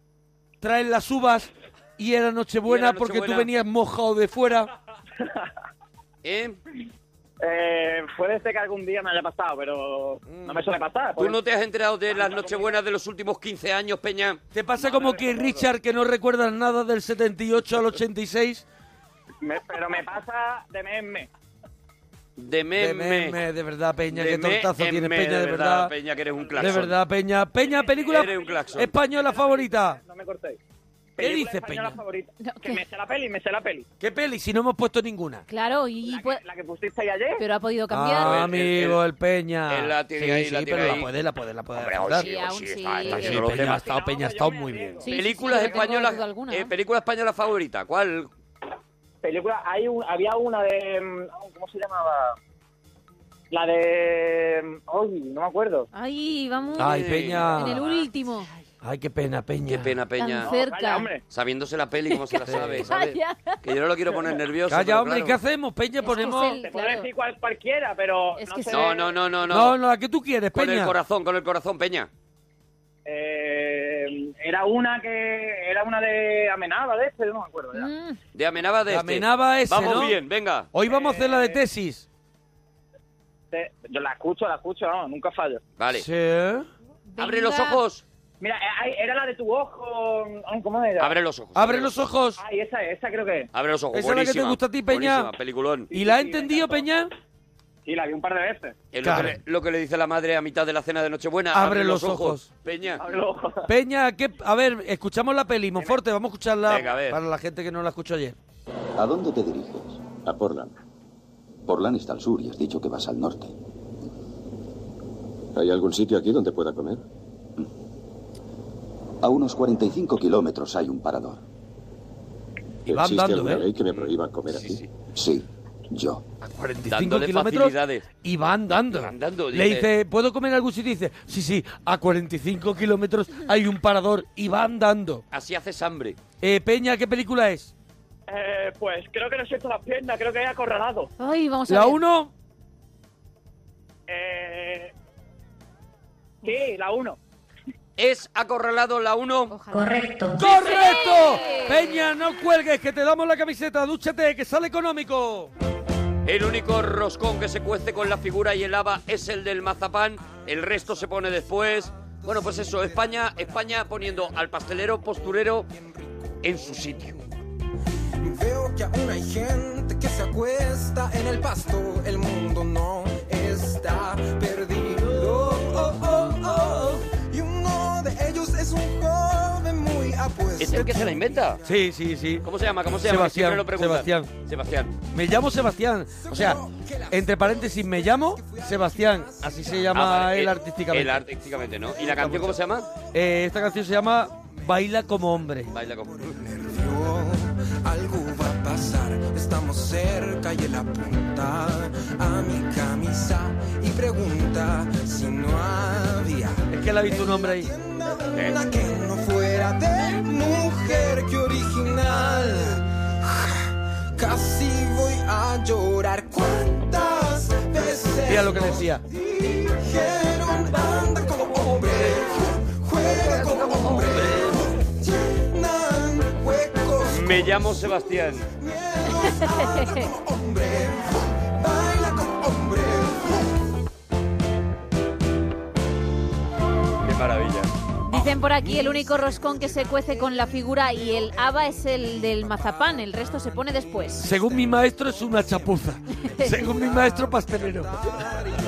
traen las uvas y era Nochebuena
Y era
porque tú
Nochebuena.
venías mojado de fuera.
¿Eh?
Eh, puede ser que algún día me haya pasado, pero
Mm.
no me suele pasar.
¿Tú
pues.
no te has enterado de las nochebuenas de los últimos 15 años, Peña?
¿Te pasa como que Richard, que no recuerdas nada del 78 al 86?
Me- pero me pasa de mes en mes.
De meme.
De meme, de verdad, Peña,
De
qué
me-
tortazo
en
tienes,
me,
Peña, de verdad.
Peña, que eres un
De
claxon.
verdad, Peña. Peña, película
Eres un claxon.
española favorita.
No me cortéis.
¿Qué
Película
dices,
española
Peña?
favorita.
No,
que
¿qué?
me sé la peli, me sé la peli.
¿Qué peli? Si no hemos puesto ninguna.
Claro, y
La
puede-
que, la que pusisteis ayer.
pero ha podido
Ah,
cambiar.
ver, el-
amigo,
el-
el Peña.
el la tiene
sí,
ahí,
sí,
la tiene
pero
ahí.
la puede, la puede, la puede.
Hombre,
aceptar.
hoy
Sí, aún
sí,
sí.
está- está
Sí,
Sí,
haciendo los
Peña ha
temas.
estado, Peña ha estado muy bien.
Sí, sí, sí,
películas
no tengo
españolas,
duda alguna,
eh,
¿no?
película española favorita, ¿cuál?
Película, hay un- había una de. mm, ¿Cómo se llamaba? La de. mm, Ay, no me acuerdo.
Ah, Ay, vamos.
Ay,
Sí.
Peña.
En el último.
Ay, qué pena, Peña.
Qué pena, Peña.
Tan cerca.
Calla, hombre.
Sabiéndose la peli, como se la sabe, ¿sabes?
Calla.
Que yo no lo quiero poner nervioso.
Calla,
pero
hombre,
claro.
¿qué hacemos, Peña?
que
Ponemos...
es el-
Te puedo
Claro.
decir cual- cualquiera, pero.
Es
no
que
sé.
sí.
No, no, no, no, no.
No, no, la que tú quieres,
con el
Peña.
corazón, con el corazón, Peña.
Eh, era una que. Era una de Amenaba, de este, no me acuerdo. ya.
Mm,
De Amenaba de
De
este.
Amenaba ese,
Vamos
¿no?
bien, venga.
Hoy vamos a hacer
Eh.
la de tesis.
Te- Yo la escucho, la escucho, no, nunca fallo.
Vale.
Sí.
Abre
venga.
los ojos.
Mira, eh, ay, era la de tu ojo. ay, ¿Cómo era?
Abre los ojos.
Abre los ojos.
Ay, esa, esa creo que es.
Abre los ojos.
Esa es la que te
Buenísima.
gusta a ti, Peña.
Buenísima, peliculón.
¿Y la ha
sí, me
entendido,
encantó.
Peña?
Sí, la vi un par de veces.
Es
Claro.
lo, que le, lo que le dice la madre a mitad de la cena de Nochebuena.
Abre los ojos.
Peña.
Abre los ojos.
Peña, ¿qué? a ver, escuchamos la peli, Monforte, vamos a escucharla
Venga, a ver.
para la gente que no la escuchó ayer.
¿A dónde te diriges? A Portland. Portland está al sur y has dicho que vas al norte.
¿Hay algún sitio aquí donde pueda comer?
A unos 45 kilómetros hay un parador.
Y van
¿Existe
dando,
alguna
¿eh?
ley que me prohíba comer aquí?
Sí, yo.
45
Dándole
kilómetros
facilidades.
y va andando.
Van dando,
Le
dice-
dice, ¿puedo comer en algún sitio? Y dice, sí, sí, a 45 kilómetros hay un parador y va andando.
Así haces hambre.
Eh, Peña, ¿qué película es?
Eh, pues creo que no siento las piernas, creo que he acorralado.
Ay, vamos a
¿La
ver.
1?
Eh... Sí, la 1.
Es acorralado la 1.
Ojalá.
Correcto.
¡Correcto! Peña, no cuelgues, que te damos la camiseta, dúchate, que sale económico.
El único roscón que se cuece con la figura y el haba es el del mazapán. El resto se pone después. Bueno, pues eso, España, España poniendo al pastelero posturero en su sitio.
Veo que aún hay gente que se acuesta en el pasto. El mundo no está perdido. Oh, oh, oh. Y uno de ellos es un joven muy apuesto.
¿Es el que se la inventa?
Sí, sí, sí.
¿Cómo se llama? ¿Cómo se llama? Que
Sebastián,
siempre lo preguntan.
Sebastián.
Sebastián.
Me llamo Sebastián. O sea, entre paréntesis, me llamo Sebastián. Así se llama
Ah, vale,
él
el-
artísticamente.
el artísticamente, ¿no? ¿Y la canción cómo se llama?
Eh, esta canción se llama Baila como hombre.
Baila con...
Algo va a pasar, estamos cerca y él apunta a mi camisa y pregunta si no había
Es que la ha visto un hombre ahí.
una que no fuera de mujer que original. Casi voy a llorar cuántas veces.
Mira lo que decía.
Dijeron anda como hombre, juega como hombre, llenan huecos.
Me llamo Sebastián.
Miedos, anda como hombre, baila como hombre.
Qué maravilla.
Dicen por aquí, el único roscón que se cuece con la figura y el haba es el del mazapán, el resto se pone después.
Según mi maestro es una chapuza. Según mi maestro pastelero.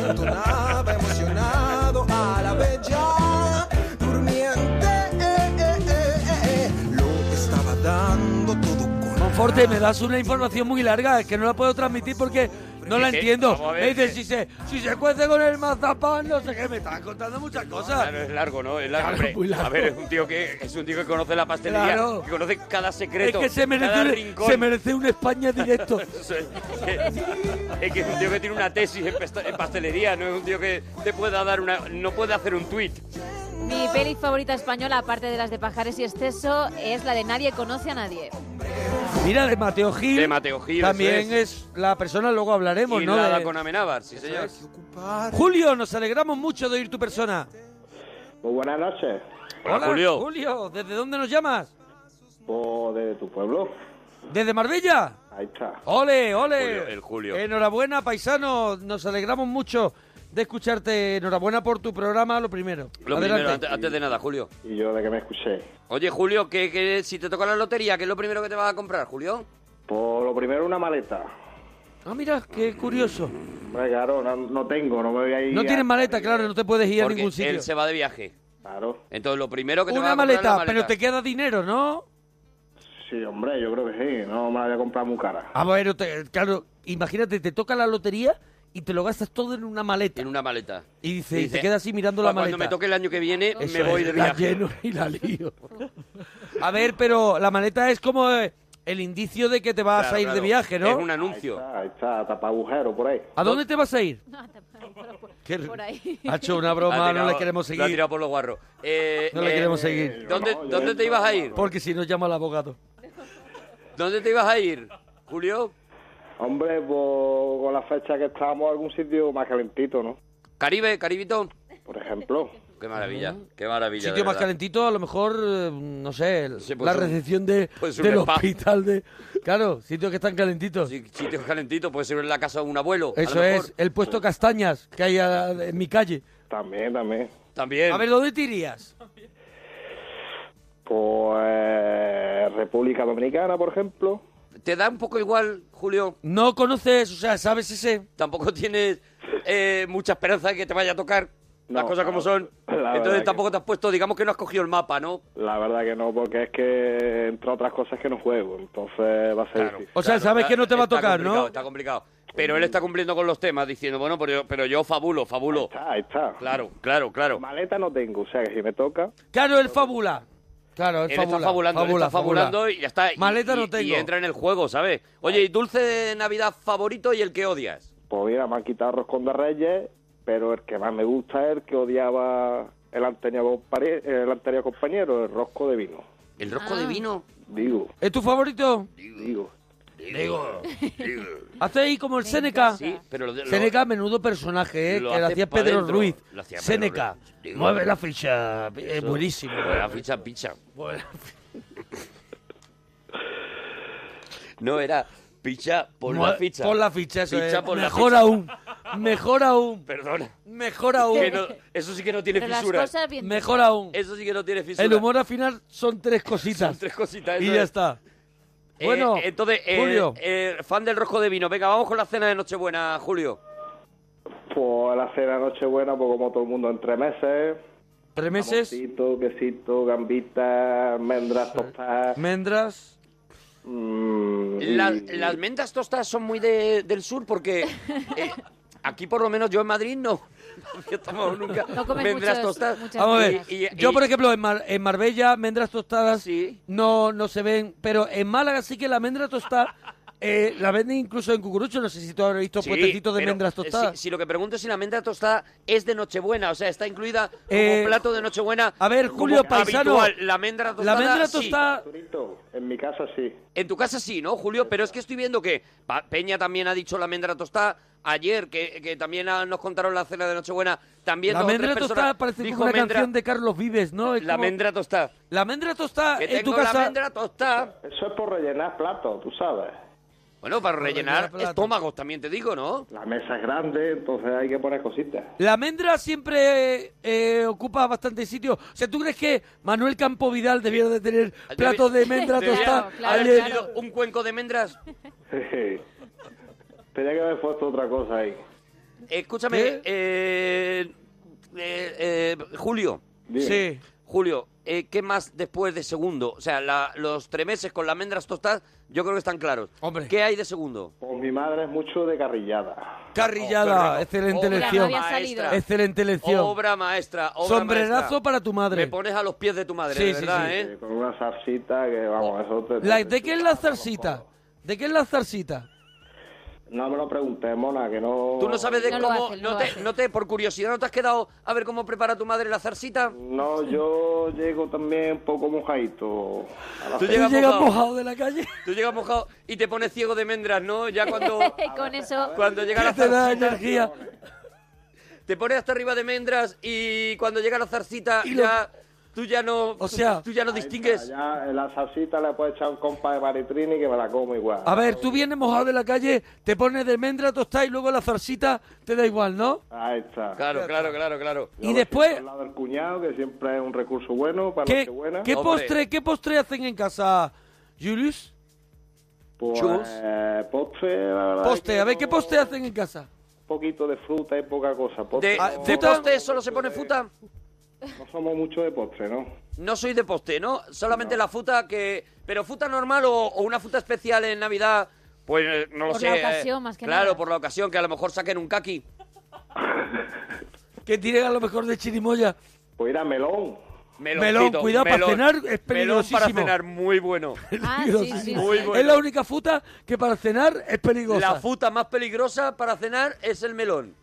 entonaba emocionado a la bella durmiente. eh, eh, eh, eh, eh. Lo estaba dando todo con
Conforte, me das una información muy larga que no la puedo transmitir porque no la
¿Qué?
entiendo.
Vamos a ver,
Me dice,
¿qué?
si se, si se cuece con el mazapán, no sé qué, me están contando muchas
Claro,
cosas.
es largo, ¿no? Es largo.
Claro,
hombre.
muy largo.
A ver, es un tío que es un tío que conoce la pastelería,
Claro.
que conoce cada
Es
secreto,
que se merece,
cada
un,
rincón.
se merece un España directo.
Eso es, que- es que es un tío que tiene una tesis en, pasta- en pastelería, no es un tío que te pueda dar una, no puede hacer un tuit.
Mi peli favorita española, aparte de las de Pajares y Exceso, es la de Nadie conoce a nadie.
Mira, de Mateo Gil.
De Mateo Gil,
También
eso
es la persona, luego hablaremos,
y
¿no?
nada
De-
con Amenábar, sí señor.
Julio, nos alegramos mucho de oír tu persona.
Muy buenas noches.
Hola, Julio.
Julio, ¿desde dónde nos llamas?
Pues desde tu pueblo.
¿Desde Marbella?
Ahí está. Eh,
¡Ole, ole!
Julio, el Julio.
Enhorabuena, paisano. Nos alegramos mucho de escucharte. Enhorabuena por tu programa, lo primero.
Lo
Adelante.
primero, ante- antes, de nada, Julio.
Y yo de que me escuché.
Oye, Julio, que, que si te toca la lotería, ¿qué es lo primero que te vas a comprar, Julio?
Pues lo primero una maleta.
Ah, mira, qué curioso.
Hombre, claro, no, no tengo, no me voy a ir.
No
a-
tienes maleta, claro, no te puedes ir
Porque
a ningún sitio.
él se va de viaje.
Claro.
Entonces, lo primero que te vas
Una
a comprar es
maleta,
la
pero te queda dinero, ¿no?
Sí, hombre, yo creo que sí. No me la voy a comprar muy cara.
A ver, Ah, te- claro, imagínate, te toca la lotería y te lo gastas todo en una maleta.
En una maleta.
Y dice, y te queda así mirando la
"Pa'
maleta.
Cuando me toque el año que viene,
Eso
me voy
es,
de
la
viaje.
lleno y la lío. A ver, pero la maleta es como eh, el indicio de que te vas
Claro,
a ir de
claro.
viaje, ¿no?
Es un
Ahí
anuncio.
está, ahí está, tapa agujero por ahí.
¿A dónde te vas a ir? Qué-
Por ahí.
Ha hecho una
Ha
broma, no
tirado-
le queremos
Lo ha
seguir.
tirado por los guarros. Eh,
No le
eh,
queremos seguir.
¿Dónde,
No, yo
dónde te
entro,
ibas a
no,
ir?
Porque si no llama al abogado.
¿Dónde te ibas a ir, Julio?
Hombre, pues con la fecha que estamos, algún sitio más calentito, ¿no?
Caribe, Caribito.
Por ejemplo.
Qué maravilla, qué maravilla.
Sitio
de
más
verdad.
calentito, a lo mejor, eh, no sé,
Sí, pues
la
un-
recepción de,
pues un
del
spa.
hospital de... Claro, sitios que están calentitos.
Sí, sitios calentitos, puede ser en la casa de un abuelo. a
Eso
lo mejor.
es, el puesto castañas que hay a- en mi calle.
También, también.
También.
A ver, ¿dónde te irías?
Pues eh, República Dominicana, por ejemplo.
¿Te da un poco igual, Julio?
No conoces, o sea, ¿sabes ese?
Tampoco tienes eh, mucha esperanza de que te vaya a tocar las
No,
cosas como
la-
son.
la verdad
Entonces
que-
tampoco te has puesto, digamos que no has cogido el mapa, ¿no?
La verdad que no, porque es que entre otras cosas que no juego, entonces va a ser difícil.
O sea, sabes que no te va a
está
tocar,
complicado,
¿no?
Está complicado. Pero él está cumpliendo con los temas, diciendo, bueno, pero yo, pero yo fabulo, fabulo.
Está, está.
Claro, claro, claro.
Maleta no tengo, o sea que si me toca,
Claro, él fabula. Claro, él,
Él
fabula.
está fabulando, él
fabula,
está fabulando
fabula.
y ya está. Y-
Maleta
y-
no tengo.
Y entra en el juego, ¿sabes? Oye, ¿y dulce de Navidad favorito y el que odias?
pues mira, me han quitado roscón de reyes, pero el que más me gusta es el que odiaba el anterior, compare- el anterior compañero, el rosco de vino.
¿El rosco de vino?
Digo,
Ah. ¿Es tu favorito?
digo.
Hace ahí como el Seneca.
Sí, pero lo, de- lo-
Seneca, menudo personaje, ¿eh?
Lo
que lo
hace
hacía
pa'
Pedro
dentro,
Ruiz.
lo hacía Pedro
Seneca,
Ruiz. Digo,
mueve la ficha. Es buenísimo.
Buena ficha, picha.
Buena-
No, era picha por
Mue-
la ficha.
Pon la ficha, eso
Ficha
es.
por la
Mejor
ficha.
aún. Mejor aún.
Perdona.
Mejor aún.
Que no- eso sí que no tiene
Pero las
fisuras.
cosas bien.
Mejor aún.
Eso sí que no tiene fisuras.
El humor al final son tres cositas.
Son tres cositas.
y
eso
ya
es.
está.
Eh,
Bueno,
entonces, eh,
Julio.
eh, fan del rojo de vino. Venga, vamos con la cena de Nochebuena, Julio.
Pues la cena Nochebuena, pues como todo el mundo, entre meses.
tres meses,
Quesito, quesito, gambitas, almendras tostadas.
mendras.
mm, y-
Las, las mentas tostadas son muy de- del sur porque eh, aquí, por lo menos, yo en Madrid no. No tomamos nunca
No comen
mentas
muchos-
tostadas.
muchas
Vamos a ver.
Y- y-
Yo,
y-
por ejemplo, en, Mar- en Marbella, mendras tostadas
Sí.
no, no se ven. Pero en Málaga sí que la almendra tostada eh, la venden incluso en cucurucho. No sé si tú habrás visto
Sí,
puestecitos de
pero,
mendras
eh,
tostadas.
Si, si lo que pregunto es si la mendra tostada es de Nochebuena, o sea, está incluida como
Eh,
plato de Nochebuena.
a ver,
como
Julio Paisano,
habitual. La mendra
La
tostada.
almendra
sí.
tostada...
Arturito, en mi casa sí.
En tu casa sí, ¿no, Julio? Pero es que estoy viendo que Pa- Peña también ha dicho la almendra tostada. Ayer, que, que también ah, nos contaron la cena de Nochebuena, también
La
dos o tres
almendra tostada
personas
parece
dijo
como una
mendra-
canción de Carlos Vives, ¿no? Es
La
como-
almendra tostada.
La almendra tostada
Que
en tu
tengo
casa...
la almendra tostada.
Eso es por rellenar platos, tú sabes.
Bueno, para
rellenar
rellenar
plato.
estómagos también te digo, ¿no?
La mesa es grande, entonces hay que poner cositas.
La almendra siempre eh, ocupa bastante sitio. O sea, ¿tú crees que Manuel Campo Vidal debiera de tener platos de almendra
Debería
tostada?
Claro, claro,
ayer?
haber tenido un cuenco de almendras.
Tenía que haber puesto otra cosa ahí.
Escúchame, eh, eh, eh, Julio,
Dime.
Sí.
Julio, eh, ¿qué más después de segundo? O sea, la- los tremeses con las almendras tostadas, yo creo que están claros.
Hombre.
¿Qué hay de segundo?
Pues mi madre es mucho de carrillada.
Carrillada,
Oh, qué rico.
excelente
Obra
elección.
no había salido.
maestra.
Excelente elección.
Obra maestra. obra
Sombrerazo
maestra.
para tu madre.
Me pones a los pies de tu madre,
Sí,
de
sí,
verdad,
sí. Oh,
¿eh?
Eh, Con una salsita que, vamos, eso te...
La- ¿De qué es la zarcita? ¿De qué es la zarcita?
No me lo preguntes, mona, que no...
¿Tú no sabes de cómo... no, te, no te- por curiosidad, ¿no te has quedado a ver cómo prepara tu madre la zarcita?
No, yo llego también un poco mojadito. a la
Tú
feria.
llegas mojado.
de la calle.
Tú llegas mojado y te pones ciego de mendras, ¿no? Ya cuando,
Con eso.
cuando llega la
Te da
zarcita...
energía.
Te pones hasta arriba de mendras y cuando llega la zarcita ya... Tú ya no... O
sea-
Tú ya no distingues...
Ya en la salsita le puedo echar un compa de baritrini que me la como igual.
A ver, tú vienes mojado de la calle, te pones de almendra tostada y luego la zarcita te da igual, ¿no?
Ahí está.
Claro, claro, claro, claro.
Y después,
Al lado del cuñado, que siempre es un recurso bueno para
¿qué,
Nochebuena.
qué postre, ¿qué postre hacen en casa, Julius?
Pues,
Chus?
eh, postre, la verdad
Postre,
que
a ver, ¿qué
no-
postre hacen en casa?
Un poquito de fruta y poca cosa. Postre,
¿De,
Ah,
no,
de postre solo se pone futa?
no somos mucho de postre, ¿no?
No soy de postre, ¿no? Solamente la futa que... Pero futa normal o, o una futa especial en Navidad... Pues eh, no lo
Por
sé.
la
eh.
ocasión, más que
Claro,
nada.
por la ocasión, que a lo mejor saquen un kaki.
Que tiren a lo mejor de chirimoya.
Pues era melón.
Meloncito,
Melón, cuidado, para
melón.
cenar es
Melón para
peligrosísimo.
cenar, muy bueno.
Ah, sí, sí.
Muy
sí.
bueno.
Es la única fruta que para cenar es peligrosa.
La futa más peligrosa para cenar es el melón.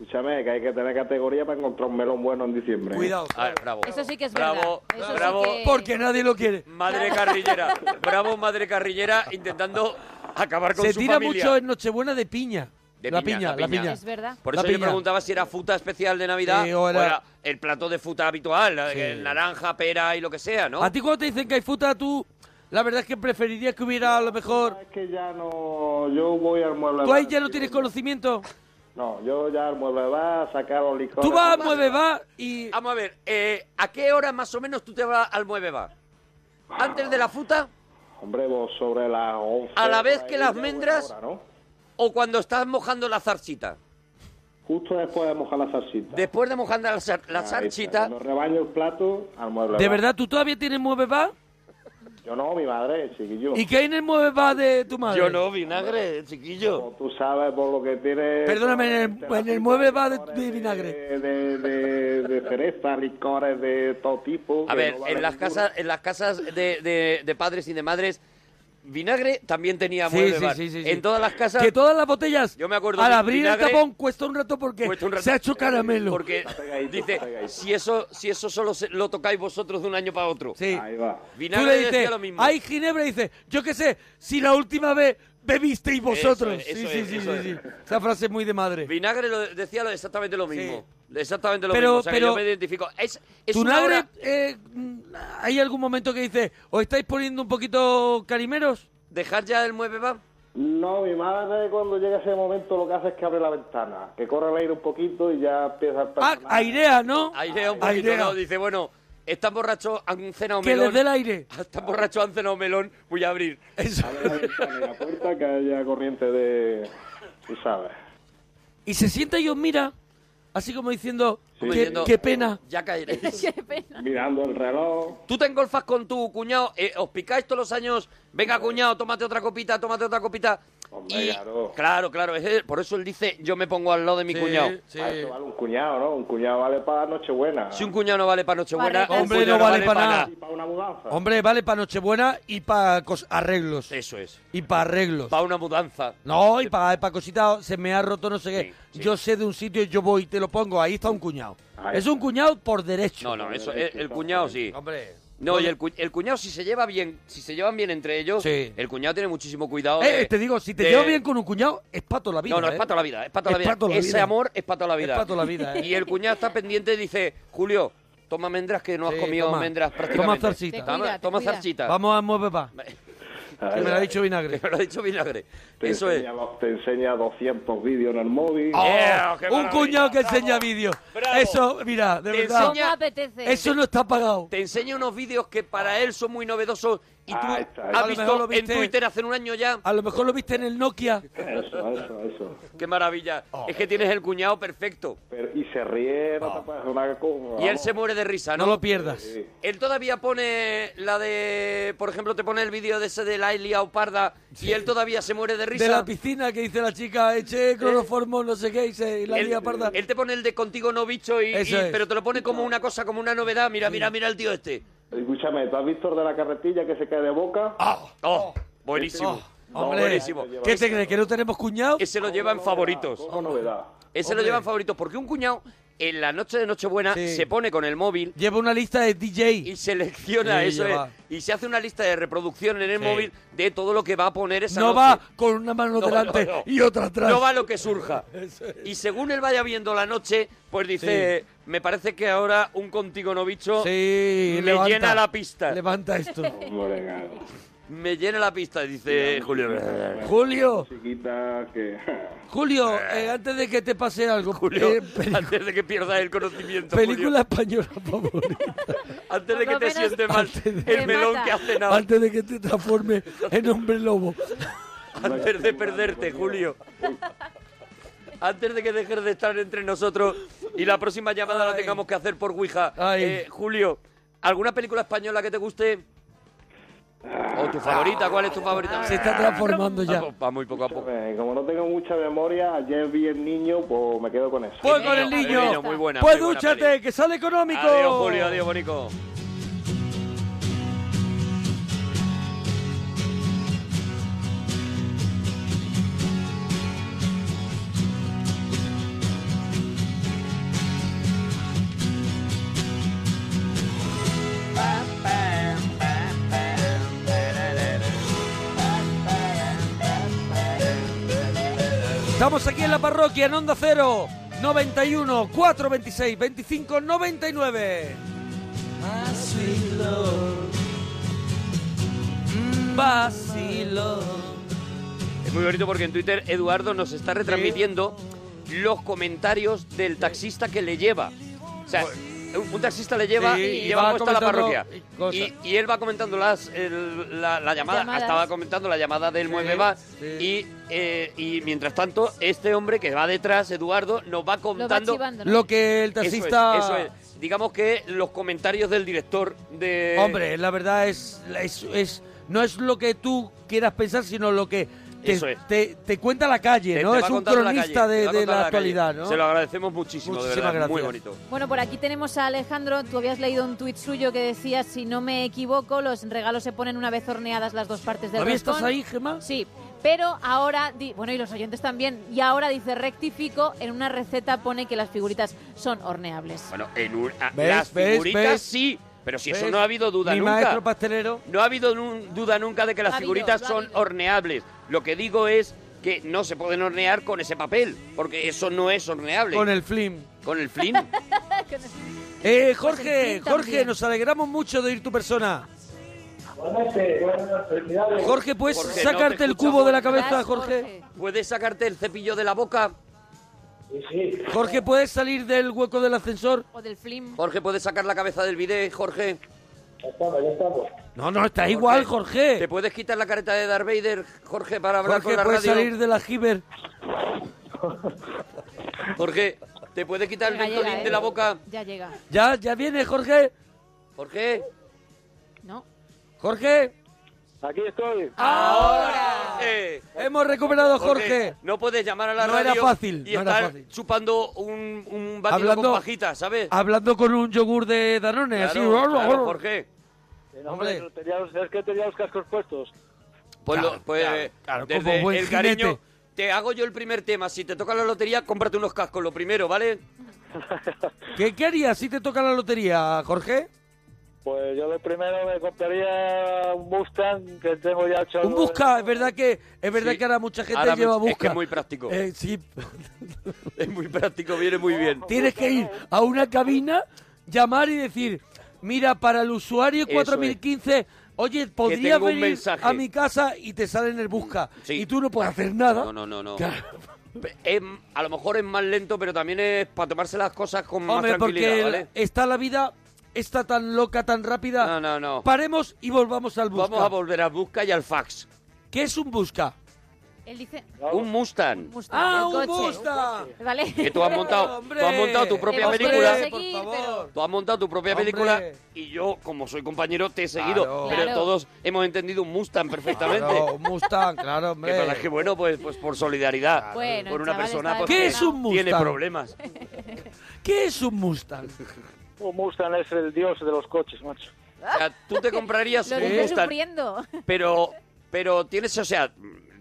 Escúchame, que hay que tener categoría para encontrar un melón bueno en diciembre. ¿eh?
Cuidado.
Ah, bravo.
Eso sí que es
Bravo,
verdad. Eso
bravo.
sí que-
Porque nadie lo quiere.
Madre carrillera. bravo, madre carrillera, intentando acabar con
Se
su
tira
familia.
mucho en Nochebuena de piña.
De
la
piña,
piña,
la
la
piña.
piña.
Es verdad.
Por
La
eso yo
piña.
preguntaba si era futa especial de Navidad
Sí,
o,
o
era...
era-
el plato de futa habitual, la de
Sí. Ah,
que naranja, pera y lo que sea, ¿no?
A ti cuando te dicen que hay fruta, tú la verdad es que preferirías que hubiera a lo mejor...
Es que ya no... Yo voy al mueble
Tú ahí
bar.
ya no tienes conocimiento.
No, yo ya al mueble va a sacar los licores.
Tú vas a Mueve Va y...
Vamos a ver, eh, ¿a qué hora más o menos tú te vas al mueve va? ¿Antes de la futa
Hombre, vos sobre las 11.
A la
por
vez
ahí
que las
ya buena
almendras-
hora, ¿no?
o cuando estás mojando la zarchita?
Justo después de mojar la salsita.
Después de mojando la, zar- la
Ahí está,
zarchita,
Cuando rebaño el plato, al mueble
¿De
va.
verdad tú todavía tienes Mueve Va?
Yo no, mi madre, chiquillo.
¿Y qué hay en el Mueve Va de tu madre?
yo no, vinagre, chiquillo.
Como tú sabes, por lo que tiene...
Perdóname, en el- en el mueble va de- de vinagre.
De, de, de, de cereza, licores de todo tipo.
A
que
ver,
no vale
en las
ninguno.
casas, en las casas de, de- de padres y de madres, vinagre también tenía
Sí,
mueve
sí,
bar.
sí, sí, sí.
En todas las casas
Que todas las botellas,
Yo me acuerdo
al
de
abrir
vinagre-
el tapón, cuesta un rato porque
cuesta un rato-
se ha hecho caramelo.
Porque
Está pegadito,
dice,
está pegadito.
si eso, si eso solo se- lo tocáis vosotros de un año para otro.
Sí.
Ahí va.
Tú
Vinagre
le
decía
dices,
lo mismo.
hay ginebra, y dice, yo qué sé, si la última vez bebisteis vosotros.
Eso es,
sí,
eso
sí,
es,
sí,
eso
sí,
es.
sí. Esa frase es muy de madre.
Vinagre lo- decía lo- exactamente lo mismo. Exactamente lo
Pero-
mismo. O sea, que
pero-
yo me identifico. Es, es
¿Tu
una
nagre,
hora-
eh, mm, hay algún momento que dice, os estáis poniendo un poquito carimeros?
Dejar ya el mueve va.
No, mi madre cuando llega ese momento lo que hace es que abre la ventana, que corre el aire un poquito y ya empieza el
Ah,
personaje.
airea, ¿no?
Airea un poquito,
Airea.
¿no? Dice, bueno, están borrachos, han cenado
Que
melón.
les dé el aire.
Están borrachos, han cenado melón. Voy a abrir.
Eso.
Abre la ventana y la puerta que haya corriente de... Tú sabes.
Y se sienta y os mira, así como diciendo,
Como
qué,
diciendo,
qué pena.
Ya caeréis.
Qué pena.
Mirando el reloj.
Tú te engolfas con tu cuñado, eh, os picáis todos los años, venga cuñado, tómate otra copita, tómate otra copita.
Hombre,
Y-
claro.
claro, claro, es él, por eso él dice, yo me pongo al lado de mi cuñado.
Sí.
Ah, eso vale un cuñado, ¿no? Un cuñado vale para Nochebuena.
Si un cuñado no vale para Nochebuena,
Para
un
Hombre,
cuñado
no vale para
pa'
nada.
Y para una mudanza.
Hombre, vale para Nochebuena y para arreglos.
Eso es,
Y para arreglos.
para una mudanza.
No, y para cositas, se me ha roto no sé qué.
Sí, sí.
Yo sé de un sitio, yo voy y te lo pongo. Ahí está un cuñado.
Ahí
Es un cuñado por derecho.
No, no, eso, el, el cuñado sí.
Hombre.
No, y el, cu- el cuñado si se lleva bien, si se llevan bien entre ellos,
Sí.
el cuñado tiene muchísimo cuidado.
Eh,
de-
te digo, si te
de-
llevas bien con un cuñado, es pato la vida.
No, no, es
¿eh?
para toda la vida, es para toda la
Es
vida.
pa' toda la
Ese
vida.
amor es para toda la vida.
Es pa' toda la vida, ¿eh?
Y el cuñado está pendiente y dice, Julio, toma almendras que no has
Sí,
comido
toma.
almendras
Toma
prácticamente.
zarcita. Te
Toma,
cuida, te
toma
cuida.
zarcita.
Vamos a mover pa.
Ahí
Que me lo
va.
ha dicho vinagre.
Me lo ha dicho vinagre.
Te
Eso es.
enseña los- te enseña 200 vídeos en el móvil.
Oh,
Yeah, qué
un
maravilla,
cuñado que
bravo,
enseña vídeos.
bravo.
Eso, mira, de
Te
verdad.
No me apetece.
Eso no está pagado.
Te enseña unos vídeos que para él son muy novedosos y tú
Ah, está,
has
está.
Ah. A lo mejor
visto
lo
en
viste.
Twitter hace un año ya.
A lo mejor lo viste en el Nokia.
Eso, eso, eso.
¡Qué maravilla!
Oh.
Es que tienes el cuñado perfecto.
Pero- y se ríe, no te puedes una cosa.
Y él
vamos.
se muere de risa, ¿no?
No lo pierdas.
Sí.
Él todavía pone la de... Por ejemplo, te pone el vídeo de ese de Laili o Parda y él todavía se muere de risa.
De la piscina que dice la chica, eché cloroformo, no sé qué, y, se- y la
él,
liga parda.
él te pone el de contigo no bicho, y,
Eso
y-
es.
pero te lo pone como una cosa, como una novedad. Mira, mira, mira el tío este.
Escúchame, ¿tú has visto el de la carretilla que se cae de boca?
¡Oh! buenísimo.
Oh. Hombre,
buenísimo.
¿qué te crees? ¿Que no tenemos cuñado?
Ese lo lleva en favoritos. Ese
Hombre.
lo lleva en favoritos porque un cuñado en la noche de Nochebuena
Sí.
se pone con el móvil
Lleva una lista de DJ.
y selecciona
Sí,
eso es,
lleva.
y se hace una lista de reproducción en el
Sí.
móvil de todo lo que va a poner esa
No
noche.
va con una mano
No,
delante
no, no.
y otra atrás.
No va lo que surja. Y según él vaya viendo la noche, pues dice, me parece que ahora un contigo novicho
Sí,
me
levanta,
llena la pista.
Levanta esto.
Me llena la pista, dice Julio.
Julio,
Chiquita que...
Julio, eh, antes de que te pase algo,
Julio,
eh, pelicu-
antes de que pierdas el conocimiento,
película
Julio,
española favorita.
antes de
Por
que
lo
te
menos
sientes mal
te
el melón
mata.
que hace nada,
Antes de que te transforme en hombre lobo.
antes de perderte, Julio. Antes de que dejes de estar entre nosotros y la próxima llamada la
Ay.
tengamos que hacer por Ouija.
Ay.
Eh, Julio, ¿alguna película española que te guste? ¿O tu favorita? ¿Cuál es tu favorita?
Se está transformando ya.
Va, va muy poco a poco.
Eh, Como no tengo mucha memoria, ayer vi el niño, pues me quedo con eso.
Pues con el
Muy
niño.
bien, muy buena,
Pues
muy buena
dúchate,
peli.
que sale económico.
Adiós, Julio, adiós, Bonico.
Estamos aquí en la parroquia, en Onda Cero, 91 426 25 99. Vacilo.
Es muy bonito porque en Twitter Eduardo nos está retransmitiendo los comentarios del taxista que le lleva. O sea, un, un taxista le lleva
Pues Sí,
y
y
lleva
va
puesta la
comentando
parroquia.
cosas.
Y, y él va comentando las, el- la, la llamada,
Llamadas.
estaba comentando la llamada del
Sí,
mueve va.
sí.
Y, eh, y mientras tanto, este hombre que va detrás, Eduardo, nos va
Lo va
contando.
chivando, ¿no?
Lo que el
Eso es,
taxista.
eso es. Digamos que los comentarios del director de.
Hombre, la verdad es, es, es- No es lo que tú quieras pensar, sino lo que te,
Eso es.
te- te cuenta la calle,
te-
¿no?
te va
es un
contando la
cronista
calle,
de,
te va
de
contando
la
calle.
actualidad, ¿no?
Se lo agradecemos muchísimo, de
Muchísimas
verdad. Muy
gracias.
bonito.
Bueno, por aquí tenemos a Alejandro. Tú habías leído un tuit suyo que decía, si no me equivoco, los regalos se ponen una vez horneadas las dos partes del
¿Todavía estás
roscón".
ahí, Gemma?
Sí, pero ahora, di- bueno, y los oyentes también, y ahora dice, rectifico, en una receta pone que las figuritas son horneables.
Bueno, en un, a-
¿Ves?
las
¿Ves?
figuritas
¿Ves?
sí, pero si eso
¿Ves?
no ha habido duda
Mi
nunca.
maestro pastelero.
No ha habido nun- duda nunca de que las
Lo ha habido,
figuritas
lo ha
son
habido.
horneables. Lo que digo es que no se pueden hornear con ese papel, porque eso no es horneable.
Con el flim.
Con el flin.
Eh,
Pues
Jorge,
en fin,
Jorge,
también.
nos alegramos mucho de ir tu persona.
este,
Jorge, ¿puedes
Jorge, no
sacarte
te
el
escuchamos.
cubo de la cabeza,
Gracias,
Jorge?
¿Puedes sacarte el cepillo de la boca?
Jorge, ¿puedes salir del hueco del ascensor?
O del flim.
Jorge, ¿puedes sacar la cabeza del bidet, Jorge?
No, no, está
Jorge,
igual,
¿Te
Jorge.
puedes quitar la careta de Darth Vader, Jorge, para hablar
Jorge,
con la
¿puedes
radio?
salir de la giver?
Jorge, ¿te puedes quitar el
Llega, llega,
mentolín
¿eh?
de la boca?
Ya llega,
¿Ya, ya viene, Jorge?
Jorge.
¿no?
¿Jorge?
Aquí estoy.
¡Ahora!
Eh,
Hemos recuperado a
Jorge,
Jorge.
no puedes llamar a la
No era
radio
fácil,
y
no era
estar
fácil.
chupando un, un batido
Hablando-
con pajita, ¿sabes?
Hablando con un yogur de Danone,
Claro,
así.
claro, Jorge.
Eh,
Hombre.
es que tenía los cascos puestos.
Pues,
Claro,
lo- pues,
claro, claro,
desde
como buen
el cariño,
jinete.
te hago yo el primer tema. Si te toca la lotería, cómprate unos cascos, lo primero, ¿vale?
¿Qué, ¿Qué harías si te toca la lotería, Jorge?
Pues yo de primero me compraría un Mustang que tengo ya hecho.
Un busca, es verdad que es verdad
Sí.
que ahora mucha gente
Ahora
lleva
me-
busca.
es que es muy práctico.
Eh, sí.
Es muy práctico, viene muy bien.
Tienes que ir a una cabina, llamar y decir, mira, para el usuario
Eso
4015, oye, podría
tengo un
venir
mensaje".
a mi casa y te sale en el busca.
Sí.
Y tú no puedes hacer nada.
No, no, no, no.
Claro.
Es- a lo mejor es más lento, pero también es para tomarse las cosas con
Hombre,
más tranquilidad,
porque
¿vale?
está la vida, está tan loca, tan rápida.
No, no, no.
Paremos y volvamos al busca.
Vamos a volver a busca y al fax.
¿Qué es un busca?
Él dice,
Un Mustang.
Mustang,
¡Ah,
el
un
coche.
busca!
¿Vale?
Que tú has montado,
Hombre.
tú has montado tu propia
Hemos
película.
querido seguir,
Por favor.
Tú has montado tu propia
Hombre.
película y yo, como soy compañero, te he seguido.
Claro.
Pero
Claro.
todos hemos entendido un Mustang perfectamente.
Claro, un Mustang, claro,
Que
hombre.
para que, bueno, pues, pues por solidaridad
Bueno,
con
el
una
chaval
persona
está
pues,
¿Qué
que
es un
tiene
Mustang?
problemas.
¿Qué es un Mustang?
Un Mustang es el dios de los coches, macho.
O sea, tú te comprarías
Lo
un
dice
Mustang,
sufriendo.
pero, pero tienes, o sea,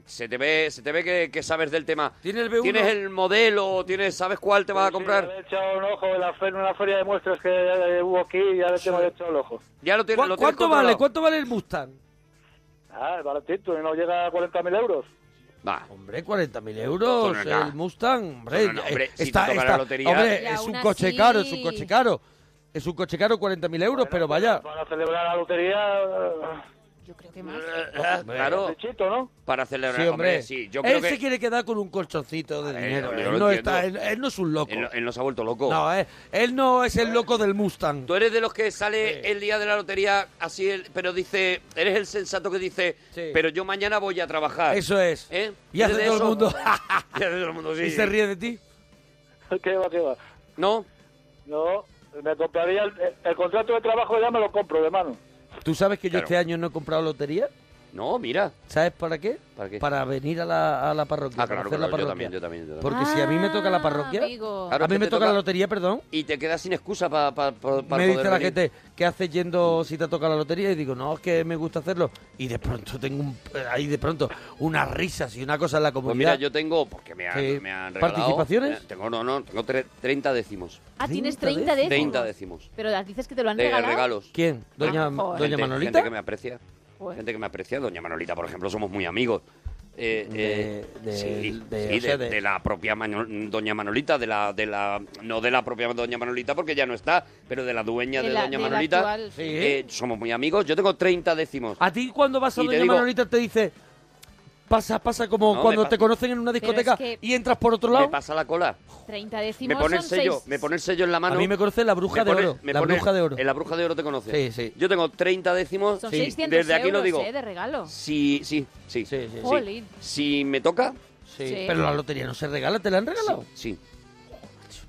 se te ve, se te ve que, que sabes del tema.
¿Tienes el Pues
¿Tienes el modelo? ¿Tienes, ¿Sabes cuál te vas a comprar?
Le he echado un ojo en la, fe- en una feria de muestras que eh, hubo aquí y ya le tengo echado el ojo.
Ya lo tienes,
¿Cuá-
lo tienes
¿Cuánto vale?
controlado.
¿Cuánto vale el Mustang?
Ah, es baratito, y no llega a 40.000 euros.
Hombre, 40.000 euros
Eso no es nada.
el Mustang. Hombre,
Eso no es nada. Hombre,
eh,
si te toca la lotería-
hombre,
Y
es
aún
un coche
así-
caro, es un coche caro. Es un coche caro, 40.000 euros, pero vaya.
Para celebrar la lotería... eh, Yo creo
Eh,
que más.
claro.
¿no?
Para celebrar.
Sí, hombre.
sí. Yo creo
él
que...
se quiere quedar con un colchoncito de dinero.
yo
Él
lo
no,
entiendo.
está- él- él no es un loco.
Él, no- él no se ha vuelto loco.
No, eh, él no es el loco del Mustang.
Tú eres de los que sale el día de la lotería así, el- pero dice, eres el sensato que dice, pero yo mañana voy a trabajar.
Eso es.
¿Eh?
Y hace
¿Eres
todo
de
el
esos?
mundo.
Y hace todo el mundo, sí.
¿Y se ríe de ti?
¿Qué va, qué va?
¿No?
No, me compraría... El, el contrato de trabajo ya me lo compro, de mano.
¿Tú sabes que
Claro.
yo este año no he comprado lotería?
No, mira.
¿Sabes para qué?
¿Para qué?
venir a la, a la parroquia.
Ah, claro,
para hacer la
claro, yo
parroquia.
también, yo también, yo también.
Porque si a mí me toca la parroquia,
amigo.
Claro,
Ah, a mí
que
me
te
toca,
toca-
la lotería, perdón.
Y te quedas sin excusa para
me dice la gente, ¿qué haces yendo si te toca la lotería? Y digo, no, es que me gusta hacerlo. Y de pronto tengo un- ahí de pronto unas risas y una cosa en la
Pues
comunidad.
mira, yo tengo, porque me han,
Sí.
me han regalado...
¿Participaciones?
eh, Tengo, no, no, tengo tre- 30 décimos.
Ah, tienes 30 décimos.
30 décimos.
Pero las dices que te lo han
De
regalado.
regalos. Ah,
¿Quién? ¿Doña,
joder.
doña
Gente-
Manolita?
Gente que me aprecia.
Joder.
Gente que me aprecia. Doña Manolita, por ejemplo, somos muy amigos. Eh, eh,
De- de-
sí,
de-
sí,
o sea,
de-
de-
de la propia Mano- Doña Manolita, de la, de la, no de la propia Doña Manolita porque ya no está, pero de la dueña
De
de,
la-
Doña
de la
Manolita.
actual, sí.
Eh, somos muy amigos. Yo tengo 30 décimos.
¿A ti cuando vas a
Y te
Doña
digo-
Manolita te dice, pasa, pasa como
No,
cuando
me
te
pa-
conocen en una
Pero es
discoteca
que-
y entras por otro lado?
Me pasa la cola.
30
Me
décimos
pone el
son
sello,
seis-
me pone el sello en la mano.
A mí me conoce la bruja
Me
de
pone-
oro,
me
la
pone-
bruja de oro.
En la bruja de oro te conoce.
Sí, sí.
Yo tengo 30 décimos.
Son
Sí.
600
Desde aquí
euros,
lo digo.
eh, de regalo.
Sí, sí, sí.
sí.
Jolín.
Si me toca.
Sí.
Sí.
Pero la lotería no se regala, ¿te la han regalado?
Sí.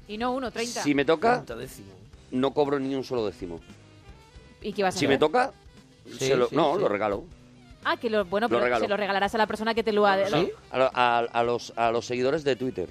Y no uno, 30.
Si me toca,
30 décimos.
no cobro ni un solo décimo.
¿Y qué vas a
Si
hacer?
me toca,
Sí,
se lo-
sí,
no,
sí.
lo regalo.
Ah, que lo, bueno,
Lo
pero
regalo.
se lo regalarás a la persona que te lo ha de-
A, lo- a- a los, a los seguidores de Twitter.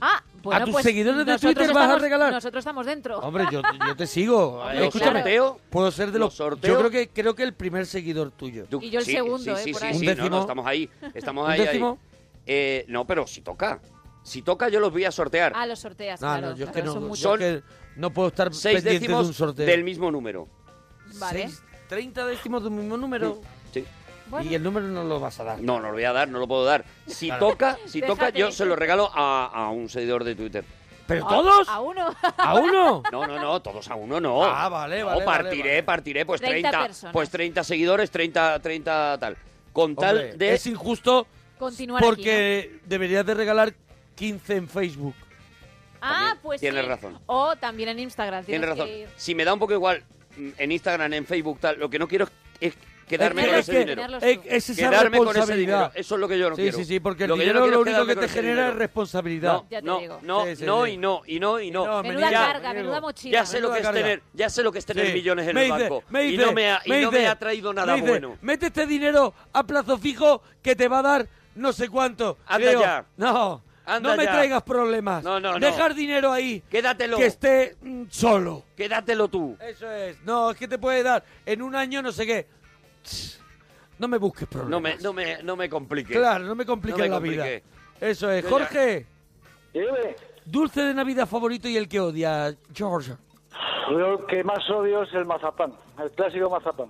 Ah, bueno,
tus
pues
seguidores de
nosotros
Twitter vas a
estamos-
regalar?
Nosotros estamos dentro.
Hombre, yo, yo te sigo.
Hombre,
Eh,
los
Escúchame,
sorteo-
puedo ser de los...
los sorteo-
Yo creo que creo que el primer seguidor tuyo.
Tú-
Y yo el
sí,
segundo,
sí,
eh,
sí,
por
sí,
ahí.
sí,
Un
no, no,
décimo.
estamos ahí. Estamos
¿Un
ahí, ahí.
décimo?
Eh, no, pero si toca. Si toca, yo los voy a sortear.
Ah, los sorteas,
Ah,
claro.
no, yo es que
claro,
no,
son
yo
muchos.
es que no puedo estar
Seis
pendiente de
décimos
un sorteo.
del mismo número.
Vale.
Seis- 30 décimos de un mismo número.
Sí.
Bueno.
Y el número no lo vas a dar.
No, no lo voy a dar, no lo puedo dar. Si
Claro.
toca, si toca,
Déjate.
yo se lo regalo a, a un seguidor de Twitter.
¿Pero
Ah.
todos?
A uno.
¿A uno?
No, no, no, todos a uno no.
Ah, vale,
No,
vale, vale,
partiré,
vale.
partiré, pues
30
30,
personas.
pues 30 seguidores, 30, 30 tal. Con tal
Hombre,
de
Es injusto
Continuar aquí,
porque deberías de regalar 15 en Facebook.
¿no? Ah, pues
tienes
sí.
razón.
O también en Instagram.
Tienes
tienes
razón.
que ir.
Si me da un poco igual mm, en Instagram, en Facebook, tal, lo que no quiero es es quedarme
Es que-
con
es
ese
que-
dinero.
es- es esa
quedarme con ese
responsabilidad.
dinero. Eso es lo que yo no
sí,
quiero.
sí, sí, porque el
Lo que yo
dinero
no quiero
lo
es
único que
quedarme
te
con ese
genera es
dinero.
responsabilidad.
No,
Ya te
no,
digo.
no,
Sí, sí,
no
sí.
y no, y no, y no.
No, me
Menuda
niego,
carga,
me niego.
menuda mochila.
Ya sé lo que es
carga.
tener, ya sé lo que es tener
Sí.
millones en
Me
el
dice-
banco.
me
y
dice-
no me ha, y no me
dice-
ha traído nada
me dice,
bueno.
Mete este dinero a plazo fijo que te va a dar no sé cuánto. Y
Anda
digo,
ya.
No,
Anda
no me
ya.
traigas problemas.
No, no, no.
Dejar dinero ahí
Quédatelo.
que esté mm, solo.
Quédatelo tú.
Eso es. No, es que te puede dar en un año no sé qué. Tss, No me busques problemas.
No me, no me, no me compliques.
Claro, no me compliques
No me
la
compliques.
vida. Eso es.
Yo ya-
Jorge,
Dime.
dulce de Navidad favorito y el que odia, George.
Yo Lo que más odio es el mazapán, el clásico mazapán.